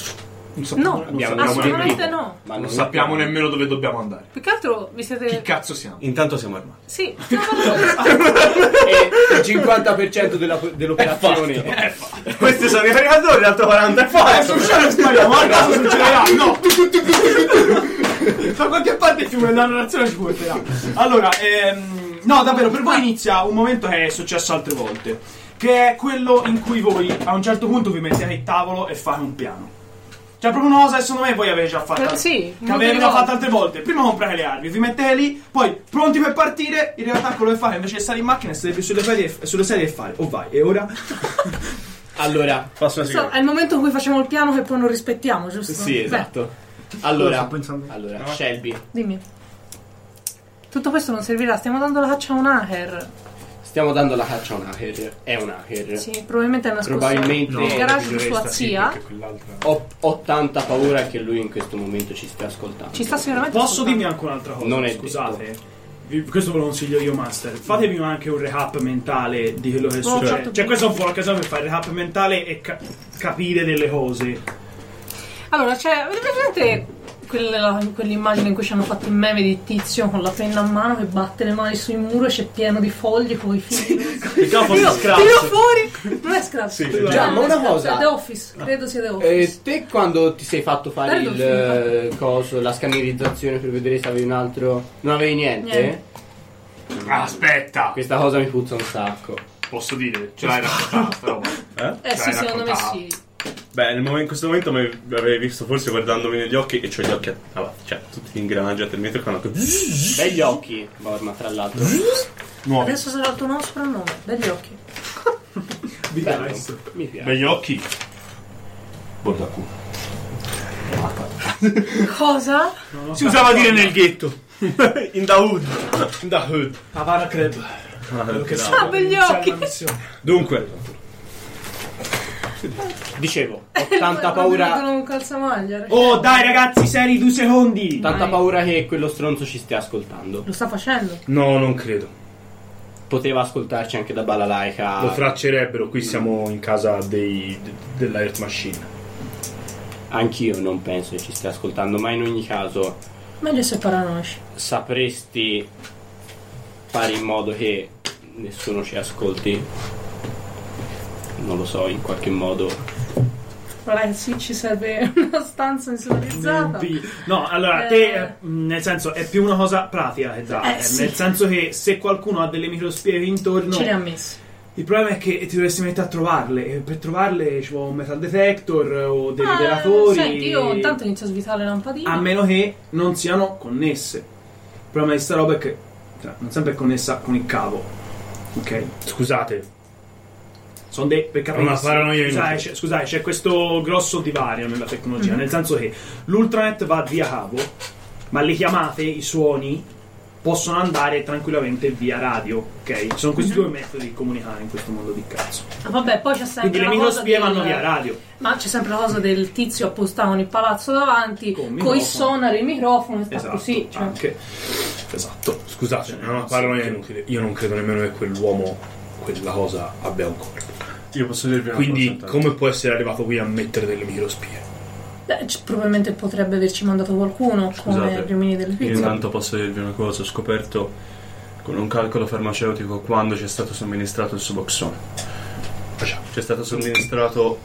S6: No,
S3: Abbiamo
S6: assolutamente no. Eh.
S3: Ma non
S16: nemmeno dove dobbiamo andare.
S6: Più che altro vi siete...
S16: cazzo siamo?
S1: Intanto siamo armati. [LAUGHS]
S6: Sì, stiamo parlando-
S3: E il 50% della- dell'operazione.
S1: Questi sono i pregatori, l'altro 40 è
S16: Eh,
S2: Adesso usciamo e spariamo, guarda cosa succederà. No! Da qualche parte il fiume della narrazione ci porterà. Allora, ehm, no, davvero, per
S6: Ah.
S2: voi inizia un momento che è successo altre volte. Che è quello in cui voi a un certo punto vi mettete al tavolo e fate un piano. Cioè, proprio una cosa che secondo me voi avete già fatto.
S6: Eh, sì,
S2: che
S6: molte
S2: avete già
S6: volte.
S2: fatto altre volte. Prima comprate le armi, vi mettete lì, poi pronti per partire. In realtà, quello che fate invece di stare in macchina, siete più sulle, ferie- sulle serie e fare. O vai, e ora?
S3: Allora,
S16: Passo una
S6: so, è il momento in cui facciamo il piano che poi non rispettiamo, giusto?
S3: sì,
S6: Beh,
S3: esatto. Allora,
S16: pensando.
S3: allora Shelby,
S6: dimmi. Tutto questo non servirà, stiamo dando la caccia a un hacker.
S3: stiamo dando la caccia a un hacker. È un hacker.
S6: Sì, probabilmente è una scossa.
S3: Probabilmente-
S6: Il garage di sua zia
S3: Ho, ho tanta paura che lui in questo momento ci stia ascoltando.
S6: ci sta sicuramente
S2: Posso dirvi
S6: ascoltando.
S2: anche un'altra cosa?
S3: Non è
S2: Scusate. vi- Questo ve lo consiglio io, Master. Fatevi anche un recap mentale di quello che
S6: No,
S2: succede.
S6: certo.
S2: Cioè, questa è un po' l'occasione per fare il recap mentale e ca- capire delle cose.
S6: Allora, c'è. avete presente quella- quell'immagine in cui ci hanno fatto il meme di tizio con la penna a mano che batte le mani sui muro e c'è pieno di foglie con i fili?
S1: Diciamo fosse
S6: Io
S1: scrap.
S6: tiro fuori! Non è scrap.
S1: sì.
S3: Già,
S6: Non
S3: ma
S6: è
S3: una
S6: scrap,
S3: cosa-
S6: È The Office, credo sia The Office.
S3: Eh, te quando ti sei fatto fare
S6: Guarda
S3: il
S6: dove
S3: eh, coso, la scannerizzazione per vedere se avevi un altro. Non avevi niente?
S6: Niente.
S16: Aspetta,
S3: Questa cosa mi puzza un sacco.
S16: posso dire, ce l'hai raccontata sta roba.
S6: Eh sì,
S16: l'hai
S6: secondo me
S16: raccontata.
S6: sì.
S1: Beh, nel momento- in questo momento mi avevi visto forse guardandomi negli occhi e c'ho gli occhi, a- ah, cioè, tutti gli ingranaggi a 3 metri con una...
S3: Begli occhi, Borma, tra l'altro.
S6: Adesso sarà il tuo nuovo soprannome, dagli occhi.
S3: Bello. Mi piace.
S16: Begli occhi.
S6: Cosa?
S16: Si usava a dire nel ghetto. In
S1: [LAUGHS]
S16: the hood. In the hood.
S2: Avara Club.
S6: Ah, begli occhi!
S16: Dunque,
S3: Dicevo,
S6: Eh, [LAUGHS]
S3: ho tanta
S6: quando mi
S3: paura.
S6: dicono un calzamaglia.
S2: Oh, dai, ragazzi, seri due secondi.
S3: Tanta paura che quello stronzo ci stia ascoltando.
S6: Lo sta facendo.
S16: no, non credo.
S3: Poteva ascoltarci anche da Balalaica.
S16: Lo traccerebbero. Qui siamo in casa dei, de- della Earth Machine.
S3: Anch'io non penso che ci stia ascoltando, ma in ogni caso
S6: Meglio se paranoici.
S3: sapresti fare in modo che nessuno ci ascolti. Non lo so, in qualche modo
S6: Lorenzi ci serve una stanza insonorizzata.
S2: No, allora, te,
S6: Eh.
S2: eh, mh, nel senso, è più una cosa pratica che da.
S6: Eh, sì.
S2: Nel senso che se qualcuno ha delle microspieghie intorno,
S6: Ce le ha messe.
S2: il problema è che ti dovresti mettere a trovarle. E per trovarle ci vuole un metal detector eh, o dei
S6: Ah,
S2: rivelatori.
S6: Senti, io intanto inizio a svitare le lampadine.
S2: A meno che non siano connesse. Il problema di sta roba è che cioè, non sempre è connessa con il cavo. Ok?
S16: Scusate,
S2: Sono dei per capire.
S16: Una paranoia
S2: Scusate,
S16: inutile. Mm.
S2: c'è, scusate, c'è questo grosso divario nella tecnologia, nel senso che l'ultranet va via cavo, ma le chiamate, i suoni possono andare tranquillamente via radio, ok? Ci sono
S16: Mm-hmm.
S2: questi due metodi di comunicare in questo mondo di cazzo.
S6: Ah, Vabbè, poi c'è sempre
S2: Quindi le
S6: la cosa
S2: microspie
S6: del-
S2: vanno via radio.
S6: Ma c'è sempre la cosa del tizio appostato con il palazzo davanti,
S2: Con il
S6: coi
S2: microfono.
S6: sonari, il microfono e sta
S2: Esatto.
S6: così. Cioè.
S2: Anche. Esatto.
S16: scusate, è una paranoia inutile. Io non credo nemmeno che quell'uomo, quella cosa, abbia un corpo.
S13: Io posso dirvi una
S16: Quindi,
S13: cosa.
S16: come può essere arrivato qui a mettere delle microspie?
S6: Beh, c- probabilmente potrebbe averci mandato qualcuno come
S1: Scusate,
S6: gli uomini delle
S1: Io
S6: pizze.
S1: intanto posso dirvi una cosa, ho scoperto con un calcolo farmaceutico quando ci è stato somministrato il suboxone. Ci è stato somministrato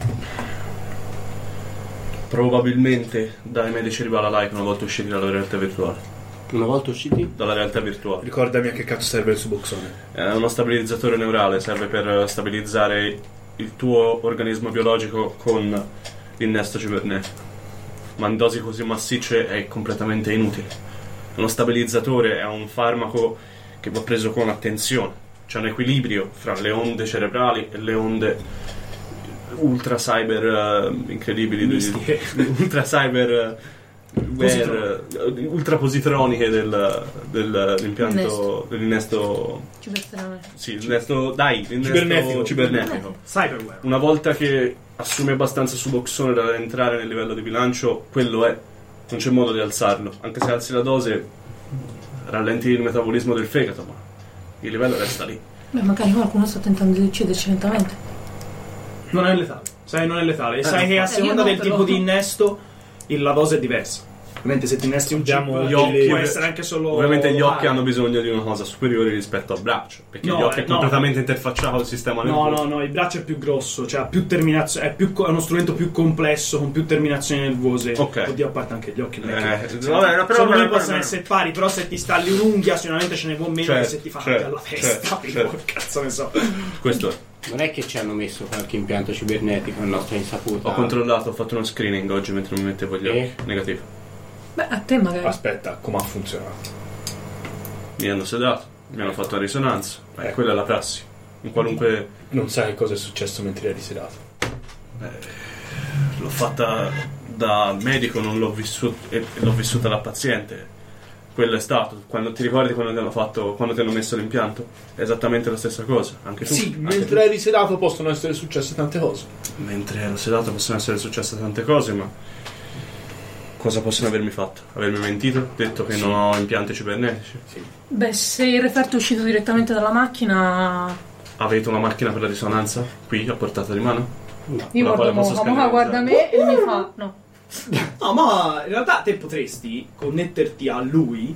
S1: probabilmente dai medici di Balalaika una volta usciti dalla realtà virtuale.
S3: Una volta usciti?
S1: Dalla realtà virtuale.
S16: Ricordami a che cazzo serve il suboxone.
S1: È Eh, uno stabilizzatore neurale, serve per stabilizzare il tuo organismo biologico con l'innesto cibernetico. Ma in dosi così massicce è completamente inutile. Uno stabilizzatore è un farmaco che va preso con attenzione. C'è un equilibrio fra le onde cerebrali e le onde ultra cyber eh, incredibili, di- [LAUGHS] ultra cyber eh, where, eh, ultra positroniche del- del- dell'impianto
S6: Innesto.
S1: dell'innesto
S6: Ci metteranno-
S1: sì, il resto, dai, il resto
S16: Cibernetico.
S1: cibernetico.
S2: Cyberware.
S1: Una volta che assumi abbastanza suboxone da entrare nel livello di bilancio, quello è. Non c'è modo di alzarlo. Anche se alzi la dose, rallenti il metabolismo del fegato, ma il livello resta lì.
S6: Beh, magari qualcuno sta tentando di ucciderci lentamente.
S2: Non è letale. Sai, non è letale. E sai
S1: no.
S2: che a
S6: Eh,
S2: seconda
S6: io no,
S2: del
S6: però.
S2: tipo
S6: [LAUGHS]
S2: di innesto, il- la dose è diversa. Ovviamente se ti innesti un chip,
S16: Abbiamo gli
S2: può
S1: occhi. eh,
S2: essere anche solo...
S1: Ovviamente gli occhi
S2: Ah,
S1: hanno bisogno di una cosa superiore rispetto al braccio, perché
S2: No,
S1: gli occhi
S2: eh,
S1: è
S2: no.
S1: completamente interfacciato al sistema
S2: No,
S1: nervoso.
S2: no, no, il braccio è più grosso, cioè ha più terminazioni, è, più co- è uno strumento più complesso, con più terminazioni nervose.
S1: Ok.
S2: Oddio, a parte anche gli occhi. non è che-
S1: Eh, vabbè, no, però-
S2: Secondo me
S1: però-
S2: possono essere pari, però se ti stalli un'unghia sicuramente ce ne può meno che
S1: Certo,
S2: se ti fa
S1: certo,
S2: alla testa.
S1: certo,
S2: perché
S1: certo.
S2: che cazzo ne so.
S1: Questo è.
S3: Non è che ci hanno messo qualche impianto cibernetico a nostra insaputa.
S2: Ah.
S1: Ho controllato, ho fatto uno screening oggi mentre mi mettevo gli occhi.
S3: Eh?
S1: Negativo.
S6: Beh, a te
S16: Eh.
S6: magari.
S16: Aspetta, come ha funzionato?
S1: Mi hanno sedato, mi hanno fatto la risonanza. Eh, quella è la prassi. In qualunque
S16: Non sai cosa è successo mentre eri sedato.
S1: L'ho fatta da medico, non l'ho vissuta e e l'ho vissuta da paziente. Quello è stato. Quando ti ricordi quando ti hanno fatto, quando ti hanno messo l'impianto? È esattamente la stessa cosa. Anche tu.
S16: Sì,
S1: anche
S16: mentre eri sedato possono essere successe tante cose.
S1: tu. Mentre ero sedato possono essere successe tante cose, ma. Cosa possono avermi fatto? Avermi mentito? Detto che non ho impianti cibernetici?
S6: Beh, se il referto è uscito direttamente dalla macchina,
S1: Avete una macchina per la risonanza? Qui, a portata di mano?
S6: io
S1: la quale
S6: guardo
S1: posso
S6: Moha,
S1: scannerizzare.
S6: Moha guarda me e mi fa... No.
S2: No, ma in realtà te potresti connetterti a lui,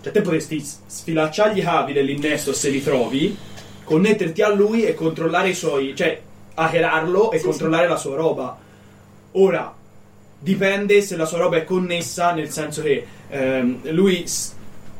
S2: cioè te potresti s- sfilacciargli i cavi dell'innesto se li trovi, connetterti a lui e controllare i suoi, cioè hackerarlo e controllare la sua roba. Ora, dipende se la sua roba è connessa, nel senso che ehm, lui, s-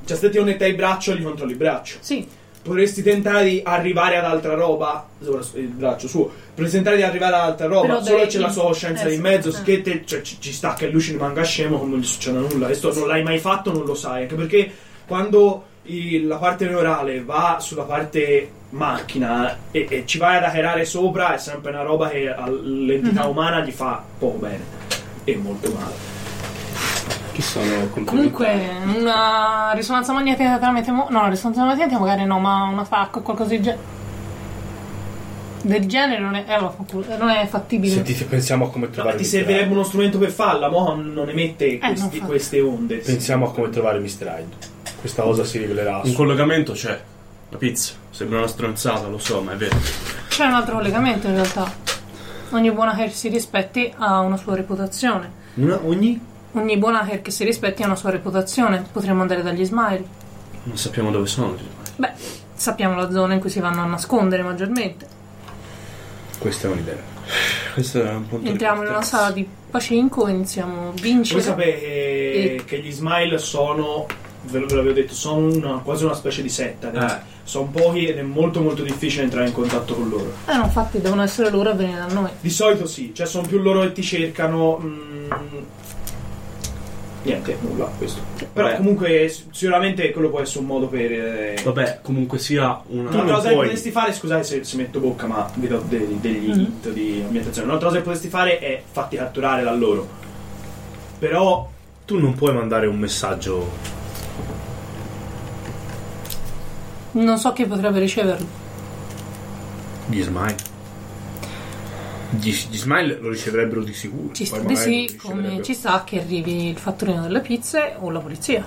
S2: cioè se ti connetta il braccio, gli controlli il braccio.
S6: Sì,
S2: Potresti tentare di arrivare ad altra roba, sopra il braccio suo, potresti tentare di arrivare ad altra roba,
S6: Però
S2: solo
S6: dai-
S2: che c'è la sua coscienza
S6: eh,
S2: lì in
S6: sì,
S2: mezzo,
S6: eh.
S2: che te- cioè, ci, ci sta che lui ci rimanga scemo come non gli succeda nulla, questo non l'hai mai fatto, non lo sai, anche perché quando il- la parte neurale va sulla parte macchina e, e ci vai ad hackerare sopra è sempre una roba che all'entità
S6: Mm-hmm.
S2: umana gli fa poco bene e molto male.
S3: Chi sono completamente-
S6: comunque una risonanza magnetica tramite... Mo- no, la risonanza magnetica magari no, ma un attacco o qualcosa del genere. Del genere non è, eh, allora, fa culo, non è fattibile.
S16: Sentite, pensiamo a come
S2: No,
S16: trovare
S2: ti
S16: Mr. Hyde.
S2: servirebbe uno strumento per farla, mo non
S6: Eh,
S2: emette questi-
S6: infatti.
S2: queste onde.
S16: Pensiamo a come trovare Mr. Hyde. Questa cosa si rivelerà.
S1: Un collegamento c'è. La pizza. Sembra una stronzata, lo so, ma è vero.
S6: C'è un altro collegamento in realtà. Ogni buon hacker si rispetti ha una sua reputazione.
S16: ogni?
S6: Ogni buon hacker che si rispetti ha una sua reputazione. Potremmo andare dagli smile.
S1: Non sappiamo dove sono. ormai.
S6: Beh, sappiamo la zona in cui si vanno a nascondere maggiormente.
S16: Questa è un'idea.
S1: Questo era un punto
S6: Entriamo
S1: di
S6: in una
S1: partenza.
S6: sala di Pachinko e iniziamo a
S2: Voi
S6: vincere.
S2: sapete eh, che gli smile sono, ve lo- ve l'avevo detto, sono una- quasi una specie di
S1: Eh.
S2: setta. ragazzi. Sono pochi ed è molto molto difficile entrare in contatto con loro.
S6: Eh no, infatti devono essere loro a venire da noi.
S2: Di solito sì, cioè sono più loro che ti cercano. mm, niente, nulla questo. Però
S1: Vabbè.
S2: comunque s- sicuramente quello può essere un modo per... eh,
S1: Vabbè, comunque sia una...
S2: Un'altra cosa che potresti fare, scusate se, se metto bocca, ma vi do dei- degli hint di ambientazione. Un'altra cosa che potresti fare è fatti catturare da loro. Però
S16: Tu non puoi mandare un messaggio.
S6: Non so chi potrebbe riceverlo.
S16: Gli smile. Gli, gli smile lo riceverebbero di sicuro.
S6: Ci sta
S16: poi
S6: di
S16: magari lo
S6: sì, come
S16: riceverebbero.
S6: ci sta che arrivi il fattorino delle pizze o la polizia.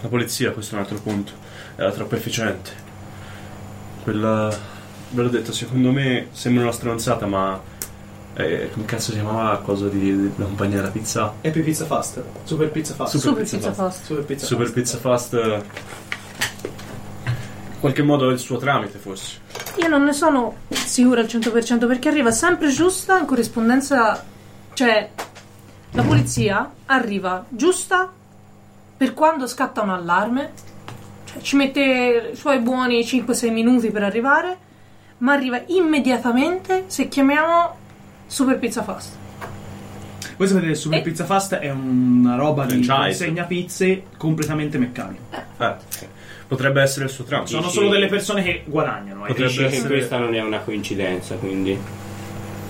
S1: La polizia, questo è un altro punto. Era troppo efficiente. Quella. Ve l'ho detto, secondo me sembra una stronzata, ma. eh, come cazzo si chiamava la cosa di, di la compagnia della pizza?
S2: Happy Pizza Fast, Super Pizza Fast.
S1: Super
S6: Super
S1: Pizza
S6: pizza fast.
S2: Super Pizza
S1: Super
S2: Fast.
S1: Pizza Fast. eh, In qualche modo è il suo tramite, forse.
S6: Io non ne sono sicura al 100% perché arriva sempre giusta in corrispondenza, cioè la polizia arriva giusta per quando scatta un allarme, cioè ci mette i suoi buoni 5-6 minuti per arrivare, ma arriva immediatamente se chiamiamo Super Pizza Fast.
S2: Voi sapete che Super
S6: E-
S2: Pizza Fast è una roba di
S1: Franchise.
S2: consegna pizze completamente meccanico.
S6: Ah.
S1: Eh, ok. Potrebbe essere il suo tramite.
S2: Sono
S3: Dici-
S2: solo delle persone che guadagnano. eh.
S1: Potrebbe
S3: Dice che
S1: essere-
S3: questa non è una coincidenza, quindi.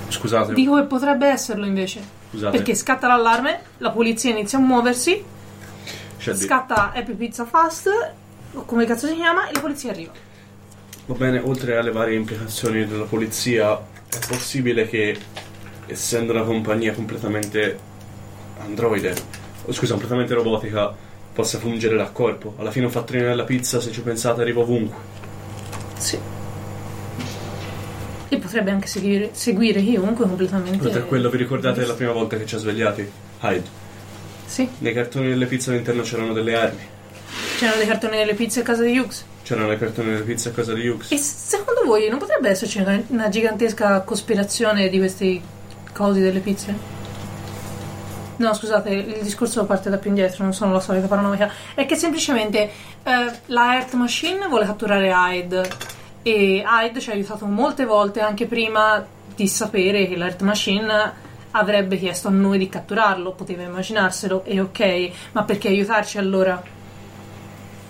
S1: Scusate,
S6: Dico che potrebbe esserlo invece.
S1: scusate.
S6: Perché scatta l'allarme, la polizia inizia a muoversi,
S1: C'è di-
S6: scatta Happy Pizza Fast, o come cazzo si chiama, e la polizia arriva.
S1: Va bene, oltre alle varie implicazioni della polizia, è possibile che, essendo una compagnia completamente androide, o scusa, completamente robotica, possa fungere da corpo. Alla fine un fattorino della pizza, se ci pensate, arriva ovunque.
S6: Sì. E potrebbe anche seguire, seguire chiunque completamente.
S1: Oltre a quello, vi ricordate la prima volta che ci ha svegliati? Hyde.
S6: Sì,
S1: Nei cartoni delle pizze all'interno c'erano delle armi.
S6: c'erano dei cartoni delle pizze a casa di Hughes.
S1: C'erano nei cartoni delle pizze a casa di Hughes.
S6: E s- secondo voi non potrebbe esserci una, una gigantesca cospirazione di questi cosi delle pizze? No, scusate, il discorso parte da più indietro, non sono la solita paranoia. È che semplicemente eh, la Earth Machine vuole catturare Hyde e Hyde ci ha aiutato molte volte anche prima di sapere che la Earth Machine avrebbe chiesto a noi di catturarlo, poteva immaginarselo, e ok, ma perché aiutarci allora?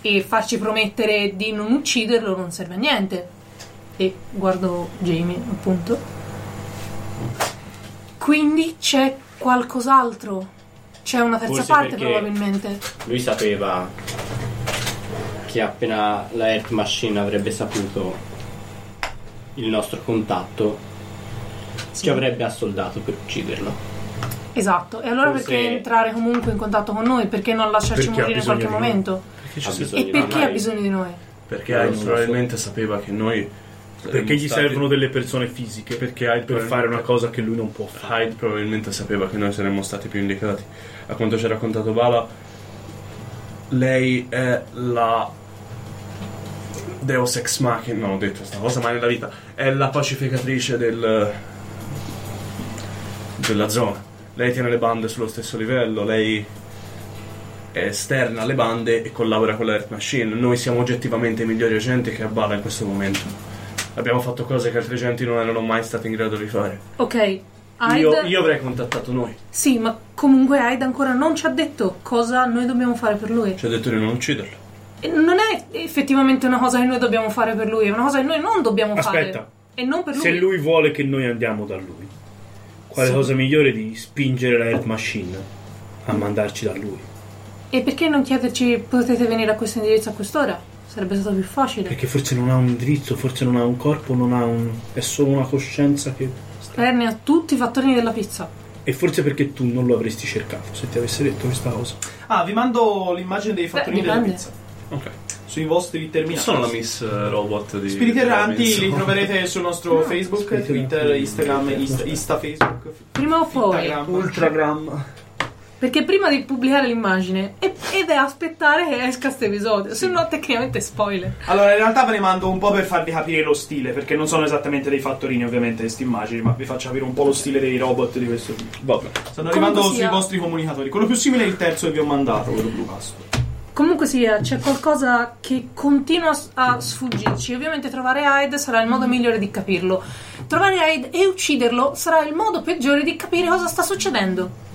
S6: e farci promettere di non ucciderlo non serve a niente. E guardo Jamie, appunto. Quindi c'è qualcos'altro. C'è una terza
S3: Forse
S6: parte,
S3: perché-
S6: probabilmente.
S3: Lui sapeva che appena la Earth Machine avrebbe saputo il nostro contatto, ci avrebbe assoldato per ucciderlo.
S6: Esatto. E allora
S3: Forse-
S6: perché entrare comunque in contatto con noi? Perché non lasciarci
S16: Perché ha
S6: morire in
S16: bisogno
S6: qualche
S16: di noi.
S6: momento?
S1: Perché, ci
S3: Ha
S1: sono-
S3: bisogno
S6: E
S3: di
S6: perché
S3: noi.
S6: ha bisogno di noi?
S1: perché Hyde probabilmente sapeva che noi.
S16: Perché gli
S1: saremmo
S16: servono
S1: stati-
S16: delle persone fisiche
S1: Perché Hyde
S16: per fare una cosa che lui non può fare.
S1: Hyde probabilmente sapeva che noi saremmo stati più indicati. A quanto ci ha raccontato Bala, lei è la Deus Ex Machina, non ho detto questa cosa mai nella vita, è la pacificatrice del, della zona. Lei tiene le bande sullo stesso livello, lei è esterna alle bande e collabora con la Earth Machine. Noi siamo oggettivamente i migliori agenti che ha Bala in questo momento. Abbiamo fatto cose che altri agenti non erano mai stati in grado di fare.
S6: Ok. Hyde...
S1: Io, io avrei contattato noi.
S6: Sì, ma comunque Hyde ancora non ci ha detto cosa noi dobbiamo fare per lui.
S1: Ci ha detto di non ucciderlo.
S6: E non è effettivamente una cosa che noi dobbiamo fare per lui, è una cosa che noi non dobbiamo
S16: Aspetta.
S6: fare. E non per lui.
S16: Se lui vuole che noi andiamo da lui, quale
S6: Sì.
S16: cosa migliore di spingere la Earth Machine a mandarci da lui?
S6: E perché non chiederci potete venire a questo indirizzo a quest'ora? Sarebbe stato più facile.
S16: Perché forse non ha un indirizzo, forse non ha un corpo, non ha un... è solo una coscienza che...
S6: Perne a tutti i fattorini della pizza.
S16: E forse perché tu non lo avresti cercato se ti avesse detto questa cosa.
S2: Ah, vi mando l'immagine dei fattorini della
S6: dipende.
S2: pizza.
S1: Ok.
S2: Sui vostri terminali.
S1: Sono la Miss eh, Robot di.
S2: Spiriti erranti
S1: Robinson.
S2: li troverete sul nostro Facebook,
S16: spiriti
S2: Twitter,
S16: erranti.
S2: Instagram, Insta, Insta Facebook,
S6: Prima o poi.
S2: Instagram.
S1: Ultragram.
S6: Perché prima di pubblicare l'immagine e- ed è aspettare che esca questo episodio, se no tecnicamente spoiler.
S2: Allora, in realtà ve ne mando un po' per farvi capire lo stile, perché non sono esattamente dei fattorini, ovviamente, queste immagini, ma vi faccio capire un po' lo stile dei robot di questo video.
S12: Vabbè.
S2: Stanno arrivando
S6: Comunque
S2: sui
S6: sia-
S2: vostri comunicatori. Quello più simile è il terzo che vi ho mandato, quello blu pasto.
S6: Comunque sia, c'è qualcosa che continua s- a sfuggirci. Ovviamente trovare Hyde sarà il modo migliore di capirlo. Trovare Hyde e ucciderlo sarà il modo peggiore di capire cosa sta succedendo.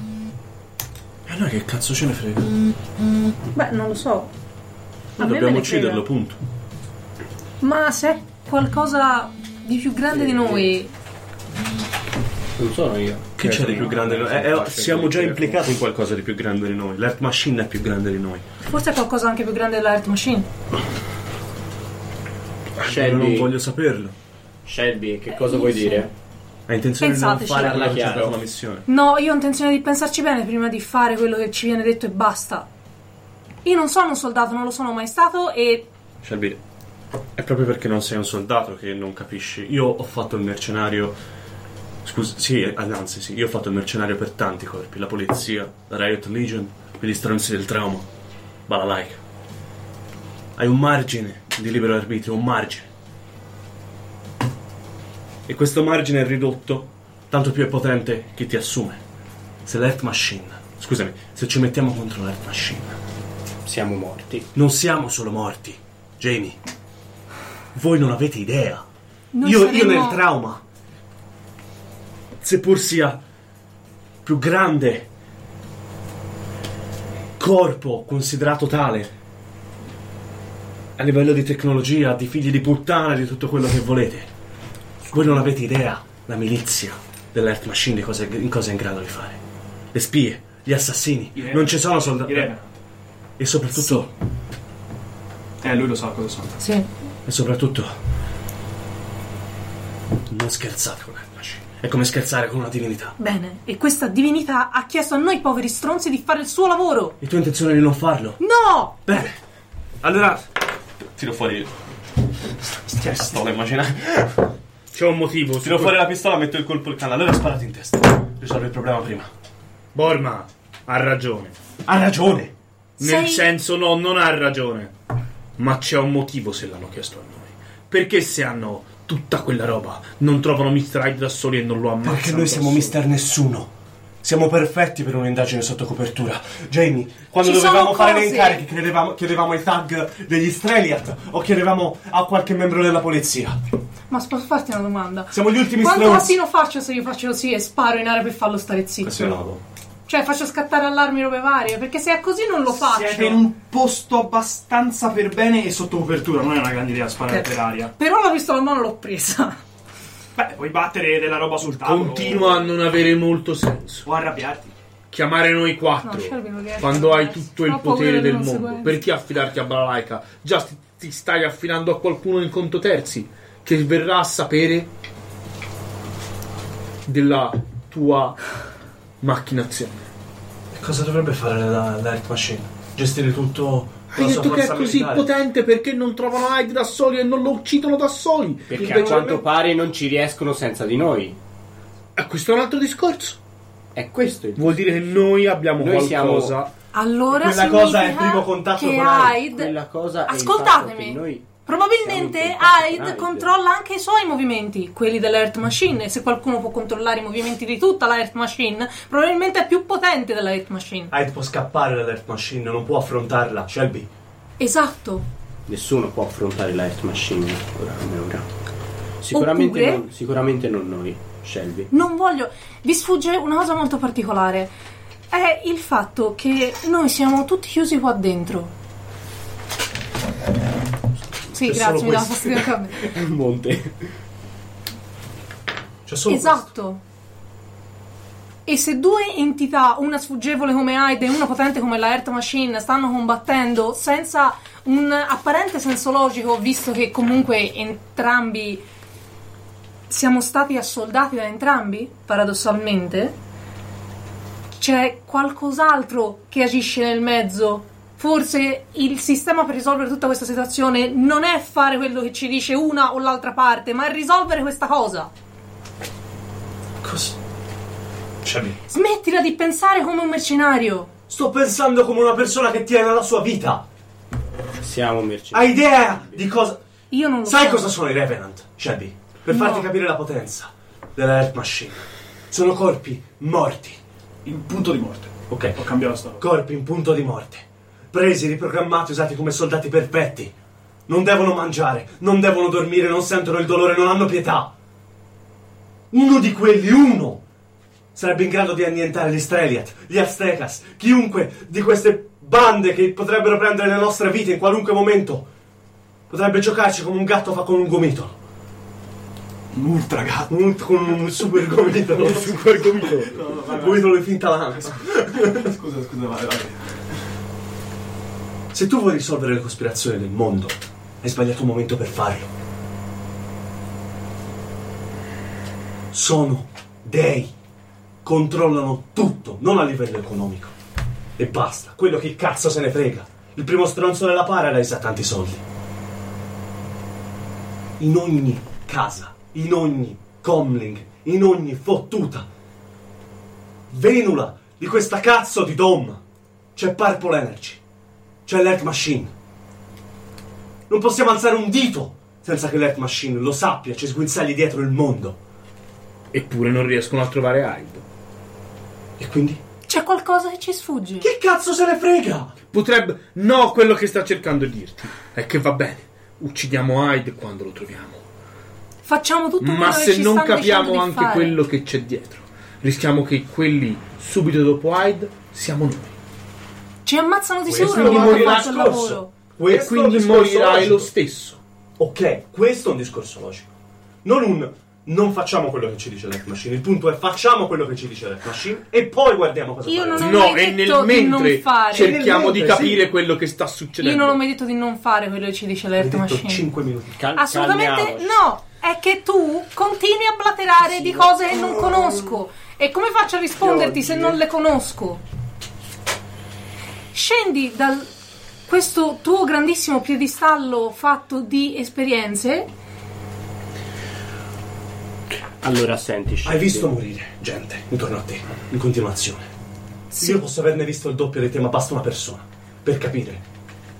S13: E allora che cazzo ce ne frega?
S6: Beh, non lo so. A me me
S13: Dobbiamo
S6: ne
S13: ucciderlo,
S6: frega.
S13: punto.
S6: Ma se è qualcosa di più grande di noi,
S3: Non sono io.
S13: Che c'è di più grande di noi? Eh, eh, siamo già implicati in qualcosa di più grande di noi. L'Art Machine è più grande di noi.
S6: forse è qualcosa anche più grande della Earth Machine.
S13: Io non
S3: Shelby,
S13: voglio saperlo.
S3: Shelby, che cosa vuoi dire?
S13: Ha intenzione di
S6: Pensateci.
S13: non
S3: Parla
S13: fare quella che ci ha
S3: chiaro.
S13: dato la missione.
S6: No, io ho intenzione di pensarci bene prima di fare quello che ci viene detto e basta. Io non sono un soldato, non lo sono mai stato e
S13: Shelby,
S1: È proprio perché non sei un soldato che non capisci. Io ho fatto il mercenario. Scusa, sì, eh, anzi, sì, io ho fatto il mercenario per tanti corpi: la polizia, la Riot Legion, quegli stronzi del trauma, Balalaika. Hai un margine di libero arbitrio, un margine. E questo margine è ridotto, tanto più è potente chi ti assume. Se l'Earth Machine, scusami, se ci mettiamo contro l'Earth Machine,
S3: Siamo morti.
S1: non siamo solo morti, Jamie. Voi non avete idea.
S6: non
S1: Io,
S6: saremo...
S1: io nel trauma, seppur sia più grande corpo considerato tale, a livello di tecnologia, di figli di puttana, di tutto quello che volete, voi non avete idea la milizia dell'Earth Machine di cosa è, in cosa è in grado di fare. Le spie, gli assassini,
S2: Irene.
S1: non ci sono soldati.
S2: Irene.
S1: E soprattutto...
S2: Eh, lui lo sa cosa sono.
S6: Sì.
S1: E soprattutto, non scherzate con Ermaci. È come scherzare con una divinità.
S6: Bene, e questa divinità ha chiesto a noi poveri stronzi di fare il suo lavoro.
S1: E tu hai intenzione di non farlo?
S6: No!
S1: Bene. Allora, tiro fuori. Sti pistola, immaginare.
S16: C'è un motivo.
S1: Tiro fuori la pistola, metto il colpo al canale. Allora sparati in testa. Risolvi il problema prima.
S16: Borma ha ragione.
S1: Ha ragione.
S16: Nel
S6: Sei-
S16: senso, no, non ha ragione. Ma c'è un motivo se l'hanno chiesto a noi. Perché se hanno tutta quella roba, non trovano Mr. Hyde da soli e non lo ammazzano?
S1: Perché noi
S16: da
S1: siamo
S16: soli?
S1: mister nessuno. Siamo perfetti per un'indagine sotto copertura. Jamie, quando
S6: Ci sono
S1: dovevamo fare le
S6: cose-
S1: incariche, chiedevamo, chiedevamo ai thug degli Streliat o chiedevamo a qualche membro della polizia.
S6: Ma s- posso farti una domanda?
S1: Siamo gli ultimi
S6: Quanto
S1: stronzi.
S6: casino faccio se io faccio così e sparo in aria per farlo stare zitto? Cioè faccio scattare allarmi robe varie, perché se è così non lo faccio.
S2: Siete in un posto abbastanza per bene e sotto copertura, non è una grande idea sparare
S6: Ok.
S2: per aria.
S6: Però la pistola in mano l'ho presa.
S2: Beh, puoi battere della roba sul tavolo.
S16: Continua a non avere molto senso.
S2: O arrabbiarti.
S16: Chiamare noi
S6: No,
S16: quattro.
S6: Shelby non riesce
S16: quando
S6: a
S16: hai
S6: darsi.
S16: tutto il
S6: Ho paura
S16: potere
S6: delle
S16: del mondo.
S6: conseguenze.
S16: Perché affidarti a Balalaika? Già ti, ti stai affidando a qualcuno in conto terzi che verrà a sapere della tua macchinazione.
S1: E cosa dovrebbe fare la- l'Earth Machine? Gestire tutto con
S16: Hai
S1: la sua
S16: detto che è
S1: forza
S16: così
S1: militare?
S16: potente perché non trovano Hyde da soli e non lo uccidono da soli.
S3: Perché a quanto pare non ci riescono senza di noi.
S16: Eh, questo è un altro discorso.
S3: È questo il
S16: Vuol dire che noi abbiamo
S3: Noi siamo-
S16: qualcosa.
S6: Allora
S1: Quella
S6: significa
S1: cosa è il primo contatto
S6: che
S1: con Hyde.
S6: Hyde
S3: Quella cosa è il fatto che
S6: Ascoltatemi.
S3: noi siamo
S6: Probabilmente
S3: in contatto con
S6: Hyde
S3: Hyde.
S6: controlla anche i suoi movimenti, quelli dell'Earth Machine. E se qualcuno può controllare i movimenti di tutta la Earth Machine, probabilmente è più potente della Earth Machine.
S1: Hyde può scappare dall'Earth Machine, non può affrontarla. Shelby,
S6: Esatto.
S3: Nessuno può affrontare la Earth Machine ora come ora. Sicuramente,
S6: Oppure-
S3: non, sicuramente non noi, Shelby.
S6: Non voglio. Vi sfugge una cosa molto particolare. È il fatto che noi siamo tutti chiusi qua dentro. Sì, grazie, mi dà [LAUGHS] fastidio il cambio.
S3: [LAUGHS] Monte.
S1: c'è solo
S6: esatto. E se due entità, una sfuggevole come Hyde e una potente come la Earth Machine, stanno combattendo senza un apparente senso logico, visto che comunque entrambi siamo stati assoldati da entrambi, paradossalmente, c'è qualcos'altro che agisce nel mezzo. Forse il sistema per risolvere tutta questa situazione non è fare quello che ci dice una o l'altra parte, ma è risolvere questa cosa.
S1: Cos-
S12: Scemi.
S6: Smettila di pensare come un mercenario.
S1: Sto pensando come una persona che tiene alla sua vita.
S3: Siamo mercenari.
S1: Hai idea di cosa.
S6: Io non lo
S1: Sai
S6: so.
S1: cosa sono i Revenant, Shelby? Per farti
S6: No.
S1: capire la potenza della Earth Machine. Sono corpi morti.
S19: Il punto di morte.
S1: Ok.
S19: Ho cambiato sta cosa.
S1: Corpi in punto di morte. Presi, riprogrammati, usati come soldati perfetti. Non devono mangiare, non devono dormire, non sentono il dolore, non hanno pietà. Uno di quelli, uno, sarebbe in grado di annientare gli Streliat, gli Aztecas, chiunque di queste bande che potrebbero prendere le nostre vite in qualunque momento. Potrebbe giocarci come un gatto fa con un gomitolo. Un ultra gatto. con un super gomitolo. Un super gomitolo. Un [LAUGHS] gomitolo di finta lancia.
S19: Scusa, scusa, vai, vai.
S1: Se tu vuoi risolvere le cospirazioni del mondo, hai sbagliato un momento per farlo. Sono dei. Controllano tutto, non a livello economico. E basta, quello che cazzo se ne frega. Il primo stronzo della Paradise ha tanti soldi. In ogni casa, in ogni comling, in ogni fottuta. Venula di questa cazzo di Dom. C'è Purple Energy. C'è l'Earth Machine. Non possiamo alzare un dito senza che l'Earth Machine lo sappia, ci sguinzagli dietro il mondo.
S20: Eppure non riescono a trovare Hyde.
S1: E quindi?
S6: C'è qualcosa che ci sfugge.
S1: Che cazzo se ne frega?
S20: Potrebbe. No, quello che sta cercando di dirti è che va bene. Uccidiamo Hyde quando lo troviamo.
S6: Facciamo tutto quello
S20: Ma
S6: che
S20: se
S6: ci
S20: non
S6: stanno
S20: capiamo
S6: dicendo di
S20: anche
S6: fare.
S20: quello che c'è dietro, rischiamo che quelli subito dopo Hyde siamo noi.
S6: Ci ammazzano di
S1: Questo
S6: sicuro
S20: quindi
S6: abbiamo
S20: morirà
S6: fatto il
S1: scorso.
S6: lavoro.
S20: E
S1: Questo è un
S20: quindi
S1: discorso
S20: morirai
S1: logico.
S20: lo stesso.
S1: Ok, questo è un discorso logico. Non un non facciamo quello che ci dice l'Earth Machine. Il punto è facciamo quello che ci dice l'Earth Machine e poi guardiamo cosa
S6: Io
S1: fare.
S6: non ho
S20: No,
S6: mai
S20: e nel
S6: detto di non
S20: mentre
S6: fare.
S20: cerchiamo di
S1: Nel mentre,
S20: capire quello che sta succedendo.
S6: Io non ho mai detto di non fare quello che ci dice
S1: Hai
S6: l'Earth
S1: detto
S6: Machine.
S1: 5 minuti.
S3: Cal-
S6: Assolutamente
S3: calmiamoci.
S6: no. È che tu continui a blaterare di cose che non conosco. E come faccio a risponderti se non le conosco? Scendi da questo tuo grandissimo piedistallo fatto di esperienze.
S3: Allora, senti,
S1: Hai
S3: Shelby.
S1: visto morire gente intorno a te, in continuazione. Io posso averne visto il doppio di te, ma basta una persona per capire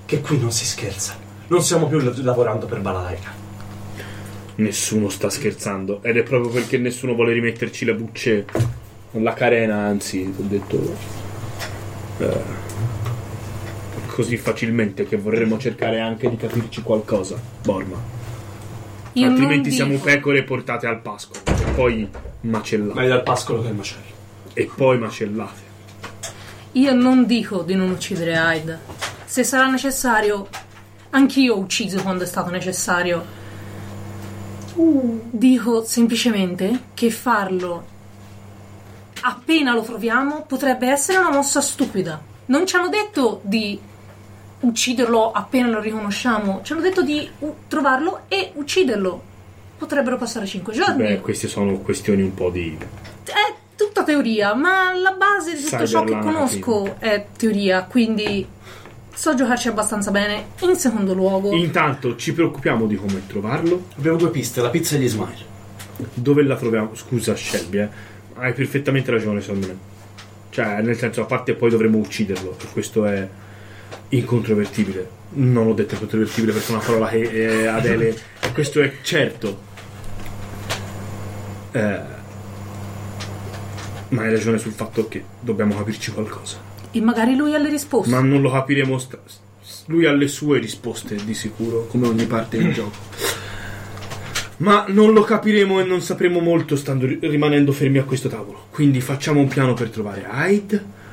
S1: che qui non si scherza. Non stiamo più la- lavorando per Balalaika.
S12: Nessuno sta scherzando. Ed è proprio perché nessuno vuole rimetterci le bucce. La carena, anzi, ho detto. eh, così facilmente che vorremmo cercare anche di capirci qualcosa. Borma.
S6: Io
S12: Altrimenti
S6: non
S12: siamo
S6: dico.
S12: pecore portate al pascolo. E poi macellate.
S1: Ma è dal pascolo che è il macello.
S12: E poi macellate.
S6: Io non dico di non uccidere Hyde. Se sarà necessario, anch'io ho ucciso quando è stato necessario. Dico semplicemente che farlo appena lo troviamo potrebbe essere una mossa stupida. Non ci hanno detto di ucciderlo appena lo riconosciamo, ci hanno detto di u- trovarlo e ucciderlo. Potrebbero passare 5 giorni.
S12: Beh, queste sono questioni un po' di.
S6: È tutta teoria, ma la base di tutto ciò che
S12: Cyberlana,
S6: conosco è teoria, quindi so giocarci abbastanza bene. In secondo luogo,
S12: Intanto ci preoccupiamo di come trovarlo.
S1: Abbiamo due piste, la pizza e gli smile.
S12: Dove la troviamo? Scusa, Shelby, eh. Hai perfettamente ragione, secondo me. Cioè, nel senso, a parte poi dovremmo ucciderlo. E questo è incontrovertibile. Non l'ho detto incontrovertibile perché è una parola che eh,
S1: [LAUGHS]
S12: Adele. e questo è certo. Eh, ma hai ragione sul fatto che dobbiamo capirci qualcosa.
S6: e magari lui ha le risposte.
S12: Ma non lo capiremo. sta- lui ha le sue risposte, di sicuro, come ogni parte
S16: [CLEARS THROAT]
S12: del gioco. Ma non lo capiremo e non sapremo molto stando, rimanendo fermi a questo tavolo. Quindi facciamo un piano per trovare Hyde.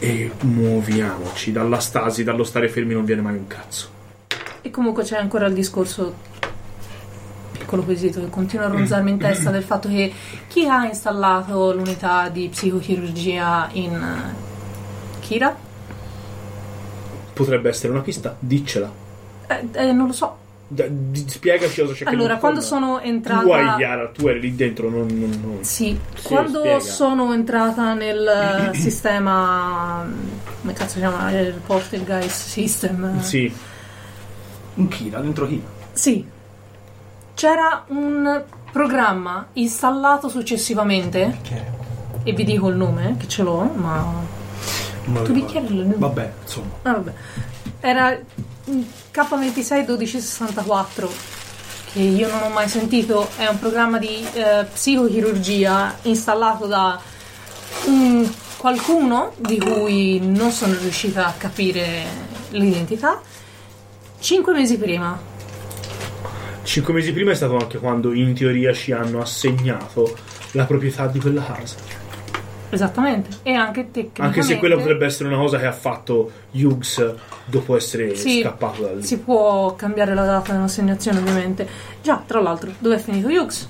S12: E muoviamoci. Dalla stasi, dallo stare fermi non viene mai un cazzo.
S6: E comunque c'è ancora il discorso piccolo quesito che continua a ronzarmi in testa del fatto che chi ha installato l'unità di psicochirurgia in eh, Kira?
S12: Potrebbe essere una pista, diccela.
S6: Eh, eh, non lo so.
S12: Da- di- spiegaci cosa c'è Cioè, che
S6: Allora,
S12: non
S6: quando
S12: torna.
S6: sono entrata
S12: Tu eri Yara, tu eri lì dentro, non. non, non.
S6: Sì,
S12: Sì,
S6: quando
S12: spiega.
S6: sono entrata
S12: [CLEARS THROAT]
S6: nel sistema. come cazzo si chiama? Il Poltergeist System.
S12: Sì,
S21: Un Kira, dentro Kira.
S6: Sì. C'era un programma installato successivamente, e vi dico il nome, che ce l'ho, ma... Tu bicchiere il nome?
S14: Vabbè, insomma.
S6: Ah, vabbè. Era mm, K26 1264 che io non ho mai sentito, è un programma di eh, psicochirurgia installato da mm, qualcuno di cui non sono riuscita a capire l'identità 5 mesi prima.
S12: Cinque mesi prima è stato anche quando in teoria ci hanno assegnato la proprietà di quella casa.
S6: Esattamente, e anche tecnicamente
S12: Anche se quella potrebbe essere una cosa che ha fatto Hughes dopo essere
S6: Sì,
S12: scappato da lì.
S6: si può cambiare la data dell'assegnazione ovviamente. Già, tra l'altro, dove è finito Hughes?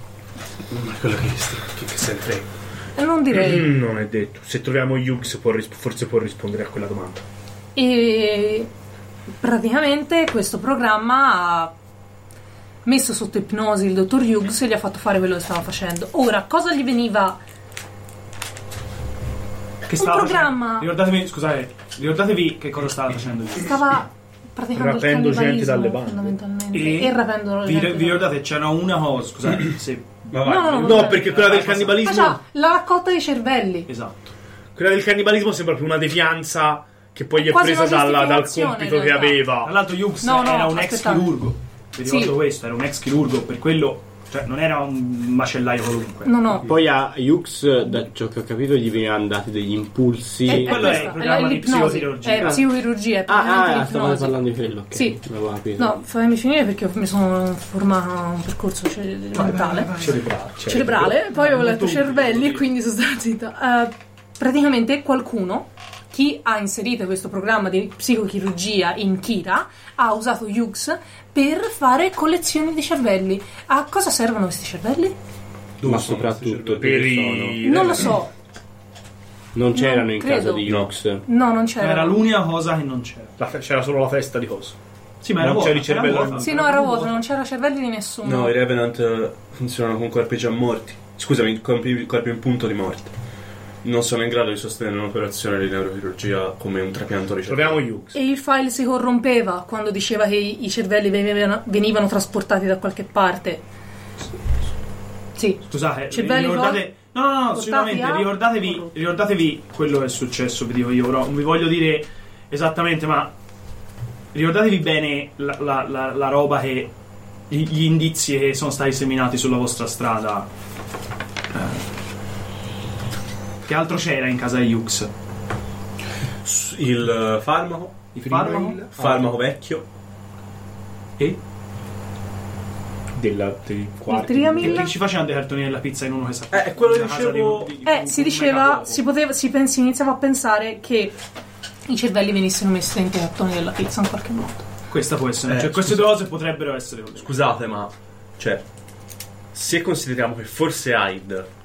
S13: Ma quello che, che, che sempre
S6: Eh, Non direi.
S12: Mm, Non è detto. Se troviamo Hughes può ris- forse può rispondere a quella domanda.
S6: E praticamente questo programma ha messo sotto ipnosi il dottor Hughes e gli ha fatto fare quello che stava facendo. Ora, cosa gli veniva?
S2: Che stava
S6: programma.
S2: facendo- Ricordatevi, scusate, ricordatevi che cosa stava facendo io.
S6: Stava praticando
S12: Rapendo
S6: il
S12: gente
S6: cannibalismo
S12: dalle bande.
S6: fondamentalmente
S2: E-
S6: e, rapendo
S2: Vi,
S6: gente
S2: vi ricordate, c'era una cosa, scusate, [COUGHS] se...
S6: No, no, no,
S12: No,
S6: vabbè.
S12: perché quella del
S6: Ah
S12: cannibalismo.
S6: già, la raccolta dei cervelli.
S2: Esatto.
S12: Quella del cannibalismo sembra più una devianza che poi gli è
S6: Quasi
S12: presa
S6: una
S12: dalla- dal
S6: giustificazione,
S12: compito
S6: in
S12: che
S6: realtà.
S2: Tra
S12: aveva.
S2: l'altro Hughes
S6: No, no,
S2: era un ex
S6: aspettate.
S2: chirurgo. Vi
S6: Sì.
S2: ricordo questo, era un ex chirurgo, per quello... Cioè, non era un macellaio qualunque.
S6: No, no.
S3: Poi a Yux, da ciò che ho capito, gli venivano dati degli impulsi. Eh,
S6: E-
S2: quello è il
S6: Eh, questa,
S2: programma di
S6: l'ipnosi,
S2: psicochirurgia.
S6: È psicochirurgia, è praticamente
S3: Ah, ah, stavamo
S6: l'ipnosi.
S3: parlando di quello. ok.
S6: Sì.
S3: Non avevo capito.
S6: No, fammi finire perché mi sono formata un percorso cere- mentale. cerebrale, cioè, poi ho letto cervelli e quindi sono stata zitta. Eh, praticamente qualcuno, chi ha inserito questo programma di psicochirurgia in Kira, ha usato Hughes per fare collezioni di cervelli. A cosa servono questi cervelli?
S3: Ma soprattutto
S16: Per
S3: dove
S16: i...
S6: Non lo so.
S3: sono? Non c'erano in
S6: credo.
S3: casa di Yux.
S6: No, non c'era.
S2: Era l'unica cosa che non c'era.
S12: La fe- c'era solo la festa di cosa.
S2: Sì, ma era
S12: Non
S2: vuota.
S12: c'era il cervello.
S2: era vuota.
S6: Sì, no, era vuoto, non c'era cervelli di nessuno.
S1: No, i Revenant eh, funzionano con corpi già morti. Scusami, corpi, corpi in punto di morte. Non sono in grado di sostenere un'operazione di neurochirurgia come un trapianto ricercato.
S12: Troviamo Hughes.
S6: E il file si corrompeva quando diceva che i i cervelli venivano, venivano trasportati da qualche parte. Sì.
S2: Scusate,
S6: Cervelli
S2: eh, ricordate... No, no, no,
S6: portati
S2: sicuramente
S6: a-
S2: ricordatevi, ricordatevi quello che è successo, vi dico io, però non vi voglio dire esattamente, ma ricordatevi bene la, la- la- la roba che... gli gli indizi che sono stati seminati sulla vostra strada. Eh. Che altro c'era in casa di Hughes?
S1: S- Il eh, farmaco.
S2: Il farmaco? Ah.
S1: Farmaco vecchio.
S2: E?
S16: Della... Del
S6: Il
S16: quarto.
S2: Che,
S6: triamil
S2: che ci facevano dei cartoni della pizza in uno che sapeva?
S1: Eh, è quello che
S2: Una casa di
S1: dicevo-
S2: un- di- di
S6: Eh,
S2: un-
S6: si
S2: un
S6: diceva,
S2: megacuoco.
S6: si, poteva, si, pens- iniziava a pensare che i cervelli venissero messi dentro i cartoni della pizza in qualche modo.
S2: Questa può essere.
S1: Eh,
S2: cioè, queste due cose potrebbero essere collegate.
S1: Scusate, ma. Cioè. Se consideriamo che forse Hyde.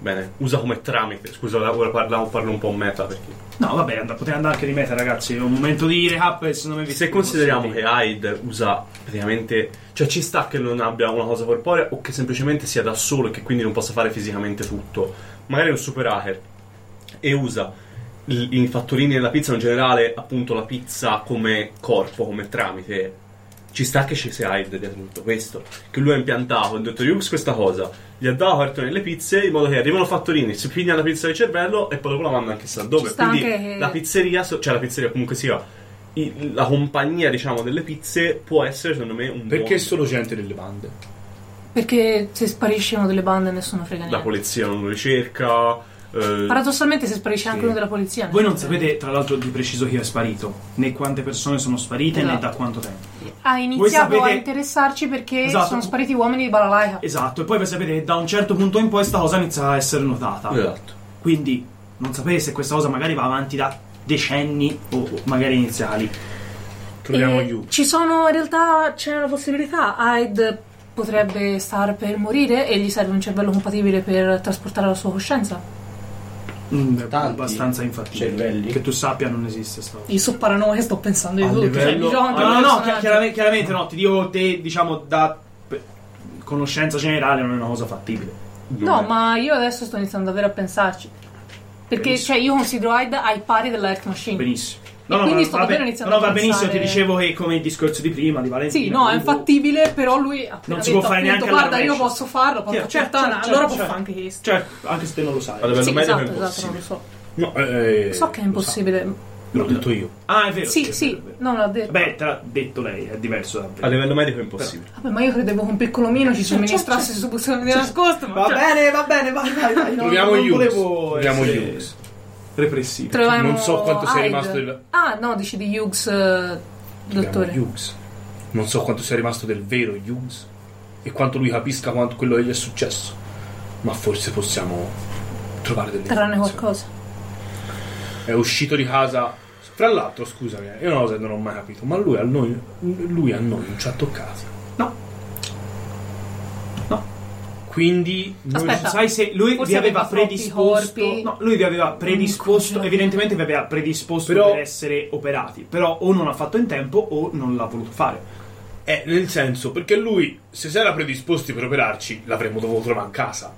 S1: Bene, usa come tramite. Scusa, ora parla- parlo un po' meta perché.
S2: No, vabbè, and- potete andare anche di meta, ragazzi. È un momento di recap. e Secondo me vi
S1: Se consideriamo che Hyde usa praticamente. cioè ci sta che non abbia una cosa corporea o che semplicemente sia da solo e che quindi non possa fare fisicamente tutto. Magari è un super hacker e usa l- i fattorini della pizza in generale, appunto la pizza come corpo, come tramite. Ci sta che ci sia Hyde dietro tutto questo. Che lui ha impiantato il dottor Hughes questa cosa. Gli ha dato cartoni alle pizze in modo che arrivano fattorini, si piglia la pizza del cervello e poi dopo la manda anche sa dove.
S6: Ci sta
S1: Quindi
S6: anche che-
S1: la pizzeria, so- cioè la pizzeria comunque sia i- la compagnia diciamo delle pizze può essere secondo me un
S16: Perché
S1: buon-
S16: solo gente delle bande?
S6: Perché se sparisce uno delle bande nessuno frega
S1: la
S6: niente.
S1: polizia non lo ricerca eh,
S6: Paradossalmente se sparisce anche uno della polizia.
S2: Voi non
S6: nessuno
S2: sapete, tra l'altro, di preciso chi è sparito, né quante persone sono sparite, né
S6: Esatto.
S2: da quanto tempo.
S6: frega. Ha iniziato
S2: sapete-
S6: a interessarci perché
S2: Esatto.
S6: sono spariti uomini di Balalaika.
S2: Esatto, e poi voi sapete che da un certo punto in poi sta cosa inizia a essere notata.
S1: esatto
S2: Quindi non sapete se questa cosa magari va avanti da decenni o magari iniziali.
S16: Troviamo
S6: E
S2: Eh,
S16: Hughes.
S6: Ci sono, in realtà c'è una possibilità. Hyde potrebbe star per morire e gli serve un cervello compatibile per trasportare la sua coscienza.
S2: Mm, è
S3: Tanti
S2: abbastanza infattibile.
S3: cervelli.
S2: Che tu sappia non esiste sta cosa.
S6: Io so paranoia, sto pensando di tutto.
S16: livello-
S6: Cioè, diciamo
S2: Ah,
S6: anche
S2: No, no,
S6: al
S2: no,
S6: personaggio.
S2: chiaramente, chiaramente no, ti dico te, diciamo, da per- conoscenza generale non è una cosa fattibile.
S6: No, ma io adesso sto iniziando davvero a pensarci. Perché,
S2: Benissimo.
S6: cioè, io considero Hyde ai pari della Earth Machine.
S2: Benissimo.
S6: e quindi sto
S2: va
S6: davvero
S2: bene.
S6: iniziando
S2: No,
S6: a
S2: no, va benissimo, ti
S6: pensare-
S2: dicevo che come il discorso di prima di Valentina.
S6: Sì, no, è
S2: comunque-
S6: infattibile, però lui ha
S2: Non
S6: appena
S2: si può
S6: detto,
S2: fare neanche
S6: appunto, guarda, io
S2: all'arresto."
S6: posso farlo, porca
S2: Sì, certo,
S6: puttana,
S2: certo,
S6: allora
S2: certo,
S6: può fare
S2: certo.
S6: anche questo.
S2: Certo, anche se te non lo sai.
S1: A livello
S6: Sì,
S1: medio
S6: esatto,
S1: è
S6: esatto,
S1: impossibile.
S6: non lo so.
S12: No, eh,
S6: So che è impossibile.
S12: L'ho detto io.
S2: Ah, è vero.
S6: Sì,
S2: è
S6: sì,
S2: vero, è vero.
S6: non l'ha detto.
S2: Beh, te l'ha detto lei, è diverso davvero.
S1: A livello medico è impossibile.
S6: Vabbè, ma io credevo che un piccolomino ci somministrasse su posizione di nascosto. Ma cioè,
S2: bene, va bene, vai, vai, vai. No,
S12: Troviamo
S2: non
S12: Hughes.
S2: volevo
S12: Troviamo
S2: essere
S12: Hughes.
S2: Repressivo.
S6: troviamo
S12: non so quanto sia
S6: Hyde.
S12: rimasto il-
S6: Ah, no, dici di Hughes, eh, dottore.
S12: Chiamo Hughes. Non so quanto sia rimasto del vero Hughes e quanto lui capisca quanto quello che gli è successo. Ma forse possiamo trovare delle
S6: Tranne
S12: informazioni.
S6: qualcosa.
S12: È uscito di casa. Fra l'altro, scusami, eh, io una cosa che non ho mai capito, ma lui a noi, lui a noi non ci ha toccati.
S2: No. No.
S12: Quindi. noi-
S6: Aspetta.
S2: Sai se lui
S6: Esatto. Forse
S2: vi aveva
S6: aveva troppi
S2: predisposto,
S6: corpi.
S2: no, lui vi aveva predisposto,
S6: coglione.
S2: evidentemente vi aveva predisposto
S12: Però-
S2: per essere operati, però o non ha fatto in tempo o non l'ha voluto fare.
S12: Eh, nel senso, perché lui, se si era predisposti per operarci, l'avremmo dovuto trovare in casa.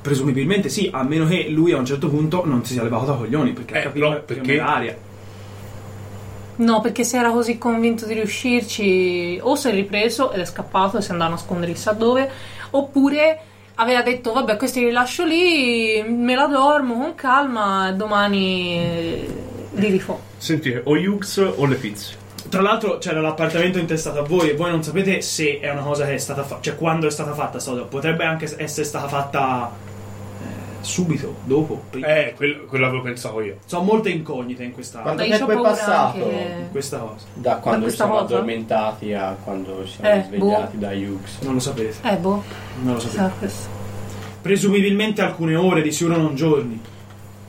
S2: Presumibilmente sì, a meno che lui a un certo punto non si sia levato da coglioni perché ha
S12: Eh,
S2: capito
S12: no,
S2: che
S12: perché-
S2: non era aria.
S6: No, perché se era così convinto di riuscirci, o si è ripreso ed è scappato e si è andato a nascondere chissà dove, oppure aveva detto vabbè questi li lascio lì, me la dormo con calma e domani eh, li rifò.
S1: Sentite, o Hughes o le pizze.
S2: Tra l'altro c'era l'appartamento intestato a voi e voi non sapete se è una cosa che è stata fatta, cioè quando è stata fatta sta cosa. potrebbe anche essere stata fatta eh, subito, dopo, prima.
S12: Eh, quello, quello avevo pensato io.
S2: Sono molte incognite in questa,
S6: Ma
S3: Quanto
S6: io c'ho
S3: tempo è
S6: paura
S3: passato?
S2: in
S6: anche-
S2: questa cosa.
S3: Da quando ci
S6: questa
S3: siamo
S6: cosa?
S3: addormentati a quando ci siamo
S6: Eh,
S3: svegliati da Hughes.
S2: Non lo sapete,
S6: Eh boh,
S2: non lo sapete.
S6: sarà questo.
S2: Presumibilmente alcune ore, di sicuro non giorni.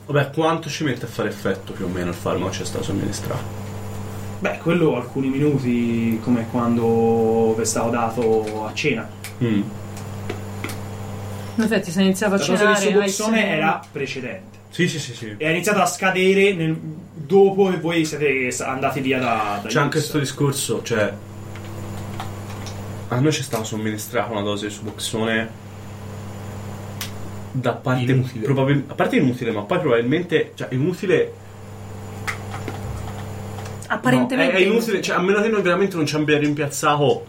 S1: Vabbè, quanto ci mette a fare effetto più o meno il farmaco che ci è stato somministrato?
S2: Beh, quello alcuni minuti come quando vi è stato dato a cena.
S1: Mm.
S6: In effetti se iniziava a
S2: La cosa di
S6: cenare... hai
S2: sudozzone
S6: sempre-
S2: era precedente.
S1: Sì, sì, sì, sì.
S2: E ha iniziato a scadere nel- dopo che voi siete andati via da... da
S1: C'è anche
S2: Hughes.
S1: questo discorso, cioè. A noi ci stava somministrata una dose di suboxone. Da parte
S12: Inutile.
S1: probabil- a parte inutile, ma poi probabilmente. Cioè, inutile. No, è,
S6: Apparentemente...
S1: è inutile, cioè, a meno che noi veramente non ci abbia rimpiazzato.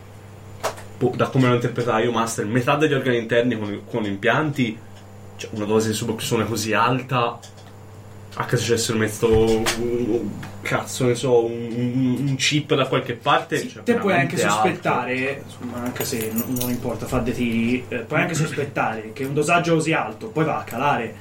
S1: boh, da come lo interpretavo io, Master, metà degli organi interni con, con impianti. Cioè, una dose di suboxone così alta. A caso ci avessero messo un, un- cazzo, ne so, un, un- un chip da qualche parte.
S2: Sì,
S1: cioè,
S2: te puoi anche
S1: veramente alto. cioè.
S2: sospettare, insomma, anche se non, non importa, fa dei tiri, eh, puoi anche sospettare che un dosaggio così alto poi va a calare.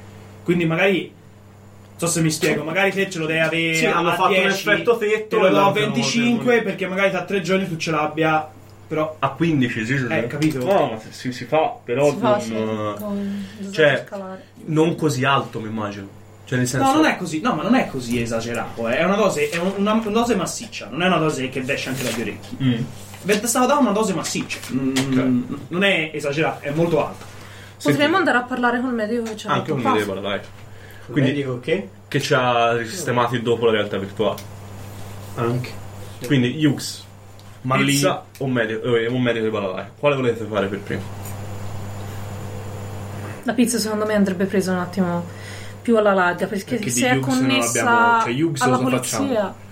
S2: Quindi magari, non so se mi spiego, magari te ce lo devi avere
S1: Sì,
S2: Eh, a
S1: hanno fatto un
S2: 10,
S1: effetto tetto
S2: te lo
S1: e
S2: do a
S1: l'hanno fermato
S2: 25
S1: per-
S2: perché magari tra tre giorni tu ce l'abbia, però
S1: A 15, sì, sì.
S2: Eh, capito.
S1: No, ma si, si fa, però
S6: Si fa,
S1: non,
S6: sì,
S12: eh,
S6: poi
S1: cioè-
S6: scalare.
S1: non così alto, mi immagino. Cioè, nel senso.
S2: No, non è così, no, ma non è così esagerato. eh. È una dose, è un- una, una dose massiccia, non è una dose che vesce anche dagli orecchi. Vette stava dando una dose massiccia. Mm, Non è esagerato, è molto alta.
S6: Potremmo andare a parlare col medico che ci ha
S1: Anche
S6: detto
S1: un
S6: "Fa-
S1: deve parlare. Quindi-
S3: dico che?
S1: Che ci ha risistemati dopo la realtà virtuale.
S3: Anche.
S1: Quindi, Hughes,
S12: Ma lì-
S1: Pizza o medico, eh, un medico di Balalai. Quale volete fare per primo?
S6: La pizza secondo me andrebbe presa un attimo più alla larga perché,
S12: Perché di
S6: se è
S12: Hughes non
S6: connessa
S12: abbiamo- cioè, Hughes
S6: alla
S12: cosa facciamo?
S6: polizia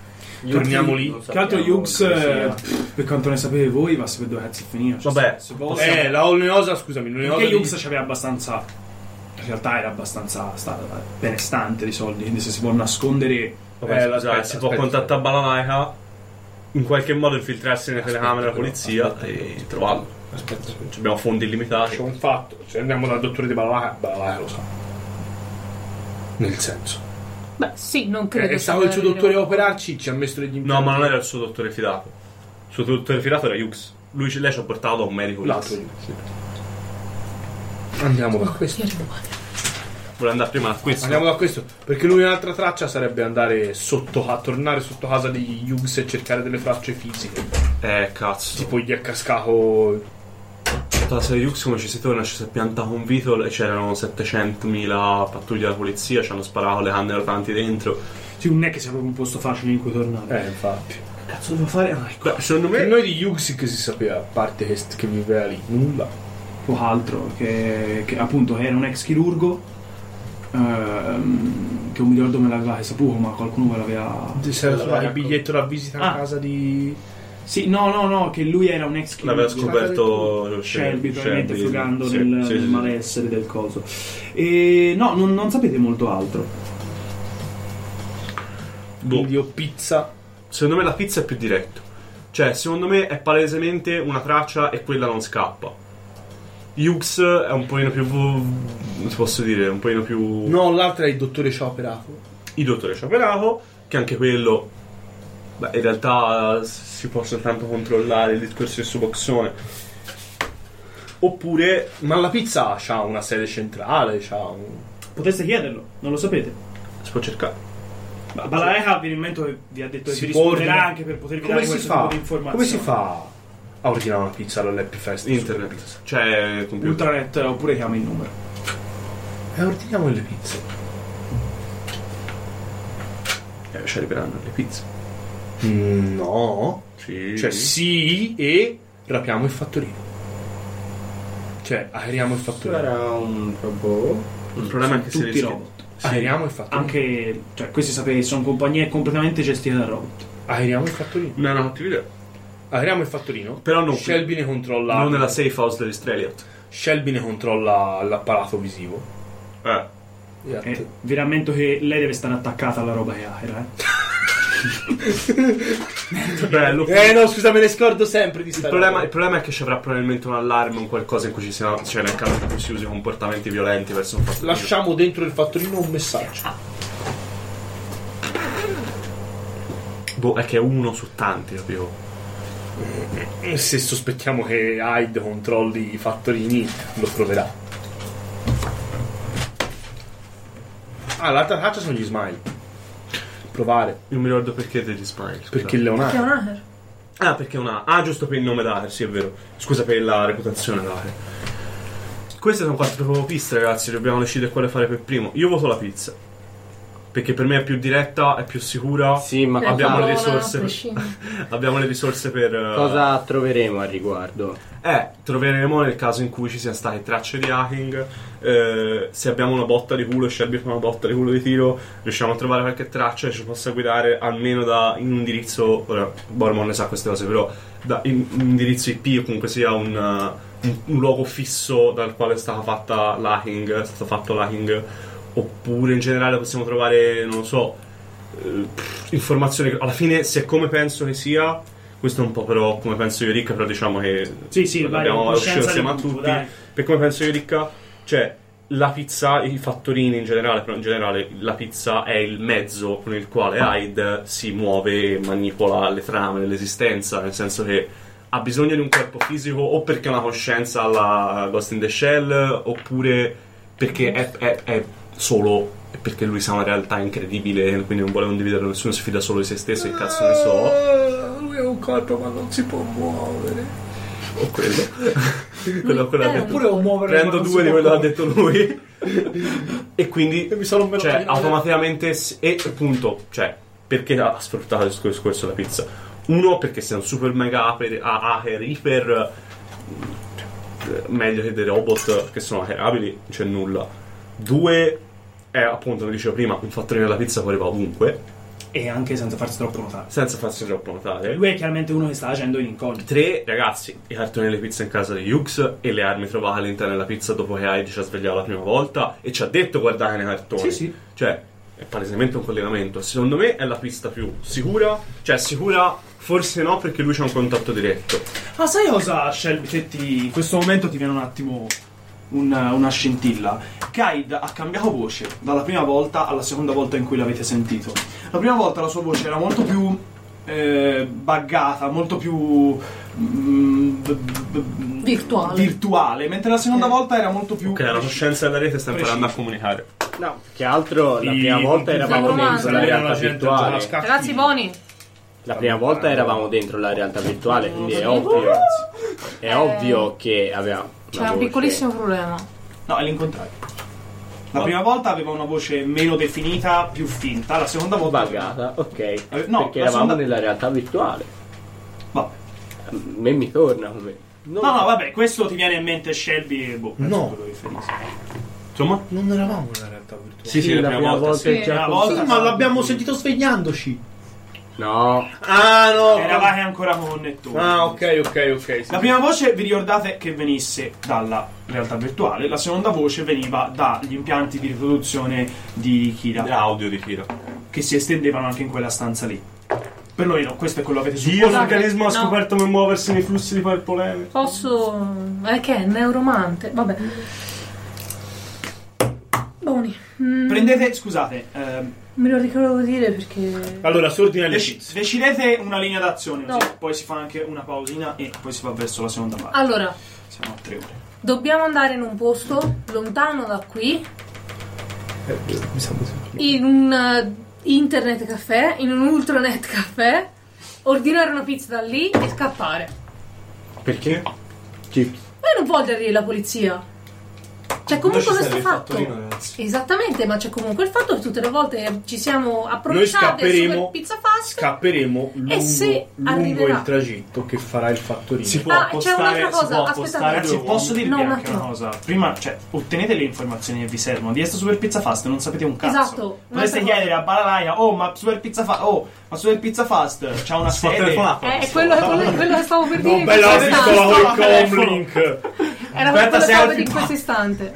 S12: Torniamo lì.
S2: Che altro Hughes, eh, per quanto ne sapete voi, va a sapere dove cazzo è finito. Cioè,
S1: Vabbè,
S2: se volta,
S12: Eh, la oleosa, scusami, l'oleosa.
S2: perché
S12: di-
S2: Hughes c'aveva abbastanza. In realtà era abbastanza stata benestante di soldi, quindi se si può nascondere.
S1: Vabbè,
S12: Eh,
S1: scusate,
S12: aspetta,
S1: si può
S12: aspetta.
S1: contattare Balalaica, in qualche modo infiltrarsi nelle
S12: Aspetta,
S1: telecamere della
S12: però,
S1: polizia
S12: aspetta,
S1: e
S12: aspetta.
S1: trovarlo.
S12: Aspetta, aspetta.
S1: Ci Abbiamo fondi illimitati.
S12: C'è un fatto, se andiamo dal dottore di Balalaia, Balalaia lo sa. Nel senso.
S6: beh sì non credo
S12: Eh, È
S6: che
S12: stato il suo
S6: arrivi-
S12: dottore a operarci, ci ha messo degli
S1: No,
S12: impianti.
S1: ma non era il suo dottore fidato. Il suo dottore fidato era Hughes. Lui, ci- lei ci ha portato da un medico.
S12: L'altro.
S1: Hughes.
S12: sì. Andiamo da questo.
S1: Vuole andare prima a questo.
S12: Andiamo da questo. Perché l'altra traccia sarebbe andare sotto a tornare sotto casa di Hughes e cercare delle tracce fisiche.
S1: Eh, cazzo.
S12: Tipo gli è cascato.
S1: Tutta la serie di Hughes come ci si torna, ci si è pianta con Vitol e c'erano 700.000 pattuglie della polizia, ci hanno sparato le canne rotanti dentro.
S2: Sì, non è che sia proprio un posto facile in cui tornare.
S12: Eh, infatti.
S2: Cazzo devo fare? Ah, ecco.
S1: Beh, secondo
S12: Per
S1: me...
S12: noi di Hughes che si sapeva, a parte che, che viveva lì, nulla.
S2: Poco altro, che, che appunto era un ex chirurgo. ehm, che non mi ricordo me l'aveva saputo, ma qualcuno me l'aveva...
S12: Ti serve il biglietto da visita a
S2: Ah.
S12: casa di...
S2: Sì, no, no, no, che lui era un ex
S1: L'aveva
S2: chirurgo.
S1: scoperto
S2: Shelby,
S1: Shelby,
S2: probabilmente
S1: Shelby,
S2: frugando
S1: sì,
S2: nel,
S1: sì,
S2: nel
S1: sì, sì.
S2: malessere del coso. E no, non, non sapete molto altro.
S12: Quindi o pizza.
S1: Secondo me la pizza è più diretto. Cioè, secondo me è palesemente una traccia e quella non scappa. Yux è un pochino più. come si posso dire? Un pochino più.
S12: No, l'altra è il dottore Scioperato.
S1: Il dottore Scioperaco, che anche quello. Beh, in realtà eh, si può soltanto controllare il discorso del suo boxone.
S16: Oppure, ma la pizza ha una sede centrale, c'ha un...
S2: Potreste chiederlo, non lo sapete.
S1: Si può cercare.
S2: Ma Balaeha vi rimento che vi ha detto che
S16: Si
S2: vi
S16: può
S2: risponderà
S16: ordinare-
S2: anche per potervi
S16: Come
S2: dare
S16: si
S2: questo
S16: fa?
S2: tipo di informazioni.
S16: Come si fa a ordinare una pizza all'Happy Fest?
S1: Internet. Cioè, il computer.
S2: Ultranet eh, oppure chiama il numero.
S16: E ordiniamo le pizze.
S1: Eh, ci arriveranno le pizze.
S16: Mm, no.
S1: Sì.
S16: Cioè, sì e rapiamo il fattorino. Cioè, aeriamo il fattorino.
S22: Era un robot.
S1: Il problema è che se
S2: Tutti
S1: rischia-
S2: robot.
S12: Ah,
S16: Aeriamo il fattorino.
S2: Anche, cioè, questi sapete, sono compagnie completamente gestite da robot.
S16: Aeriamo il fattorino.
S1: Non è una cattiva idea.
S16: Aeriamo il fattorino.
S1: Però non qui.
S16: Shelby ne controlla.
S1: Non nella safe house dell'Estreliot.
S16: Shelby ne controlla l'apparato visivo.
S1: Eh.
S16: Esatto.
S2: E vi rammento che lei deve stare attaccata alla roba che ha, era, eh.
S1: Bello.
S16: Eh no, scusa, me ne scordo sempre di
S1: Il
S16: stare.
S1: problema, il problema è che ci avrà probabilmente un allarme, un qualcosa in cui ci sia. Cioè, nel caso in cui si usi comportamenti violenti verso un fatto.
S16: Lasciamo dentro il fattorino un messaggio.
S1: Boh, è che è uno su tanti, capito?
S16: Se sospettiamo che Hyde controlli i fattorini, lo troverà. Ah, l'altra traccia sono gli smile. Provare.
S1: Non mi ricordo perché degli smile. scusa.
S16: Perché Leonardo.
S6: Che è un hacker.
S1: Ah, perché una. Ah, giusto per il nome d'Aher, sì, è vero. Scusa per la reputazione d'Aher. Queste sono quattro piste, ragazzi. Dobbiamo decidere quale fare per primo. Io voto la pizza. Perché per me è più diretta, è più sicura.
S22: Sì, ma
S6: Eh,
S1: abbiamo
S6: parola,
S1: le risorse.
S6: a prescindere.
S1: [LAUGHS] Abbiamo le risorse per. eh,
S22: cosa troveremo al riguardo?
S1: Eh, troveremo nel caso in cui ci siano state tracce di hacking. eh, se abbiamo una botta di culo, Shelby fa una botta di culo di tiro, riusciamo a trovare qualche traccia che ci possa guidare almeno da in un indirizzo. Ora, Bormon ne sa queste cose, però da in- un indirizzo IP o comunque sia un, eh, un- un luogo fisso dal quale è stata fatta l'hacking, è stato fatto l'hacking. Oppure in generale possiamo trovare, non lo so, eh, pff, informazioni. che- Alla fine, se è come penso che sia. Questo è un po' però come penso io e Ricca, però diciamo che
S2: Sì, sì, vabbè,
S1: Abbiamo
S2: coscienza
S1: uscito insieme
S2: del
S1: a
S2: gruppo,
S1: tutti.
S2: dai.
S1: Per come penso io, Ricca, cioè la pizza, i fattorini in generale, però in generale la pizza è il mezzo con il quale Hyde si muove e manipola le trame dell'esistenza, nel senso che ha bisogno di un corpo fisico o perché ha una coscienza alla Ghost in the Shell oppure perché è, è- è solo e perché lui sa una realtà incredibile quindi non vuole condividere con nessuno si fida solo di se stesso e cazzo ne so
S16: Ah, lui ha un corpo ma non si può muovere.
S1: o
S16: [LAUGHS]
S1: quello quello, quello ha
S6: Eh,
S1: detto
S16: Oppure ho muovere
S1: prendo
S16: ma non
S1: due
S16: si
S1: di
S16: può
S1: quello che ha detto lui
S16: [LAUGHS]
S1: e quindi
S16: E mi sono messo
S1: cioè automaticamente s- e appunto cioè perché ha sfruttato il discorso discorso della pizza uno perché sei un super mega aper- a- hacker iper eh, meglio che dei robot che sono hackerabili non c'è nulla due è appunto come dicevo prima un fattorino della pizza che arriva ovunque
S2: E anche senza farsi troppo notare.
S1: senza farsi troppo notare
S2: Lui è chiaramente uno che sta facendo in incognito.
S1: Tre, ragazzi, i cartoni delle pizze in casa di Hughes e le armi trovate all'interno della pizza dopo che Heidi ci ha svegliato la prima volta e ci ha detto guardate nei cartoni.
S2: Sì, sì.
S1: Cioè, è palesemente un collegamento. Secondo me è la pista più sicura. Cioè, sicura forse no perché lui c'ha un contatto diretto.
S2: Ma Ah, sai cosa, Shelby, che ti- in questo momento ti viene un attimo una, una scintilla? Kaid ha cambiato voce dalla prima volta alla seconda volta in cui l'avete sentito. La prima volta la sua voce era molto più eh, buggata, molto più... mm, b- b- b-
S6: Virtuale.
S2: virtuale, mentre la seconda volta era molto più...
S1: Ok, la coscienza della rete sta imparando a
S2: Preciso.
S1: comunicare.
S22: No, che altro la
S16: I-
S22: prima volta eravamo
S6: comandi.
S22: dentro la realtà
S23: Ah,
S16: la
S22: virtuale.
S16: scaffina.
S6: Ragazzi, buoni.
S22: La prima volta eravamo dentro la realtà virtuale, quindi è ovvio. È
S6: Eh.
S22: ovvio che aveva
S6: C'è un piccolissimo problema.
S2: No, è l'incontrario. La prima volta aveva una voce meno definita, più finta, la seconda volta...
S22: buggata, ok.
S2: Eh, no,
S22: perché
S2: la
S22: eravamo
S2: seconda-
S22: nella realtà virtuale.
S2: Vabbè.
S22: A me mi torna come.
S2: No, no, vabbè, questo ti viene in mente Shelby e boh. penso
S16: No.
S2: quello che fai.
S1: Insomma,
S24: Non eravamo nella realtà virtuale.
S1: Sì, sì, la prima volta, sì.
S24: è già
S1: Una
S24: così.
S1: volta,
S24: ma
S1: sì.
S24: l'abbiamo sentito svegliandoci.
S1: no.
S24: Ah, no.
S2: Eravate ancora con Nettuno.
S24: Ah, ok, ok, ok. sì.
S2: La prima voce vi ricordate che venisse dalla realtà virtuale, la seconda voce veniva dagli impianti di riproduzione di Kira,
S1: Audio di Kira.
S2: che si estendevano anche in quella stanza lì. Per noi no, questo è quello che avete
S1: Dio,
S2: supposto.
S1: l'organismo ha
S6: No.
S1: scoperto come muoversi nei flussi di polpolene.
S6: Posso. Eh, che è neuromante. Vabbè. Buoni. Mm,
S2: Prendete, scusate, ehm,
S6: Me lo ricordavo di dire perché.
S24: Allora, si ordina le
S2: dec-
S24: pizze.
S2: decidete una linea d'azione, così
S6: No.
S2: poi si fa anche una pausina e poi si va verso la seconda parte.
S6: Allora,
S2: Siamo a tre ore.
S6: dobbiamo andare in un posto lontano da qui,
S23: Eh,
S6: in un eh, internet caffè, in un ultranet caffè, ordinare una pizza da lì e scappare.
S1: Perché?
S6: Ma non vuol dire la polizia. C'è comunque
S23: Noi ci
S6: questo
S23: serve il
S6: fatto.
S23: fattorino, ragazzi.
S6: Esattamente, ma c'è comunque il fatto che tutte le volte ci siamo
S16: Noi
S6: approcciate
S16: scapperemo,
S6: super pizza fast.
S16: scapperemo lungo,
S6: se
S16: lungo
S6: arriverà?
S16: il tragitto che farà il fattorino.
S1: Si può
S6: Ah, c'è
S1: appostare,
S6: un'altra
S1: si
S6: cosa,
S1: può
S6: aspettate.
S1: appostare
S2: Ragazzi,
S1: due
S2: posso dirvi
S6: No, un
S2: anche
S6: attimo.
S2: una cosa? Prima, cioè, ottenete le informazioni che vi servono. Di questa super pizza fast non sapete un cazzo.
S6: Esatto, un'altra
S2: Dovreste
S6: cosa.
S2: chiedere a Balalaia, oh, ma super pizza fast, oh, ma super pizza fast c'ha una
S1: fa
S2: sede.
S1: telefonata.
S6: Eh, è quello, che volevo- quello che stavo per dire. in
S16: bella
S6: questo
S16: pistola
S6: istante.
S16: con il comlink.
S6: Era
S1: Aspetta,
S6: quello che
S1: se
S6: stavo per
S1: alzi-
S6: dire in questo istante.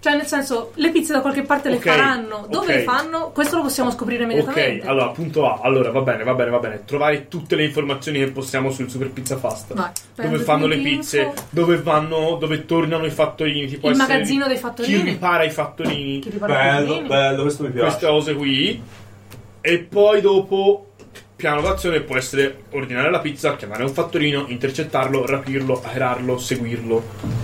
S6: Cioè, nel senso, le pizze da qualche parte le
S16: Ok,
S6: faranno. Dove
S16: ok.
S6: le fanno? Questo lo possiamo scoprire
S16: Ok,
S6: immediatamente.
S16: allora, punto A. Allora, va bene, va bene, va bene. Trovare tutte le informazioni che possiamo sul Super Pizza Fast.
S6: Vai, prendo
S16: dove fanno le
S6: tutti i
S16: pizze,
S6: info.
S16: dove vanno, dove tornano i fattorini. Tipo
S6: Il magazzino dei fattorini.
S16: Chi ripara i fattorini.
S6: Chi ripara i
S23: Bello,
S6: bambini?
S1: Eh,
S23: bello, questo mi piace.
S16: Queste cose qui. E poi dopo, piano d'azione può essere ordinare la pizza, chiamare un fattorino, intercettarlo, rapirlo, aerarlo, seguirlo.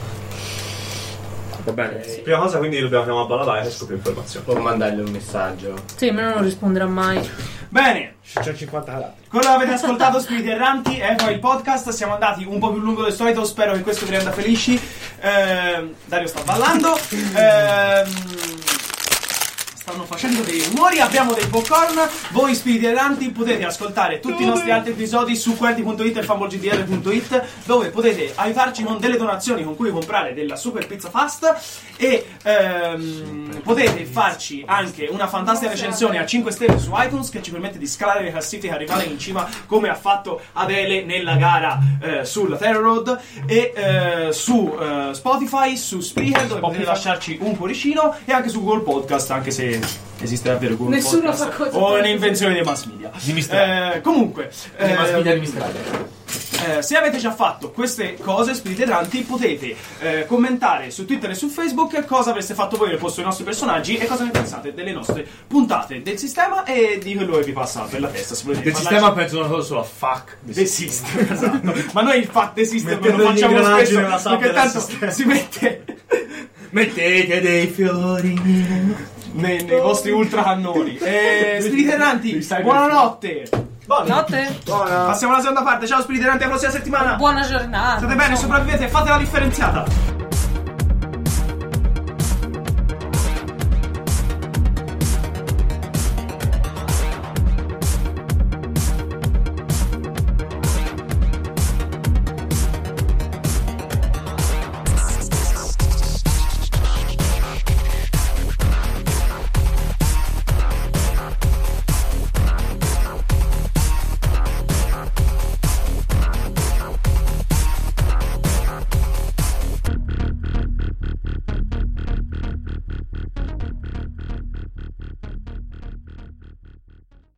S16: Va bene.
S23: Prima cosa quindi dobbiamo chiamare Balalaia e scoprire informazioni.
S22: O mandargli un messaggio.
S6: Sì, ma non risponderà mai.
S2: Bene,
S16: C'è 50 carati.
S2: Quello che avete ascoltato, Spiriti Erranti, è poi il podcast. Siamo andati un po' più lungo del solito. Spero che questo vi renda felici. Ehm, Dario sta ballando. Ehm, stanno facendo dei rumori. Abbiamo dei popcorn. Voi, Spiriti Erranti, potete ascoltare tutti i nostri altri episodi su querti.it e fumblegdr.it, dove potete aiutarci con delle donazioni con cui comprare della super pizza fast. E ehm, potete farci anche una fantastica recensione a 5 stelle su iTunes che ci permette di scalare le classifiche e arrivare in cima come ha fatto Adele nella gara eh, sulla Terror Road e eh, su eh, Spotify, su Spreaker dove potete lasciarci un cuoricino e anche su Google Podcast anche se esiste davvero Google
S6: Nessuno
S2: Podcast
S6: fa cosa
S2: o è
S6: per-
S2: un'invenzione dei mass media Eh, comunque eh, eh, se avete già fatto queste cose, spiriti erranti, potete eh, commentare su Twitter e su Facebook cosa avreste fatto voi nel posto dei nostri personaggi e cosa ne pensate delle nostre puntate del sistema e di quello che vi passa per la testa. Se volete
S24: Del
S2: parlarci-
S24: sistema penso una cosa sola, fuck.
S2: [LAUGHS] del sistema, esatto. Ma noi il fatto esiste lo
S23: Mettendo gli
S2: facciamo
S23: ingranaggi
S2: spesso
S23: nella sabbia
S2: perché
S23: del
S2: tanto
S23: sistema.
S2: si mette
S23: [LAUGHS]
S24: Mettete dei fiori.
S2: nei, nei vostri ultra cannoni. Eh, spiriti erranti, buonanotte.
S6: Notte,
S2: Passiamo alla seconda parte. Ciao spiriti erranti, alla prossima settimana.
S6: buona giornata.
S2: State bene, sopravvivete, fate la differenziata.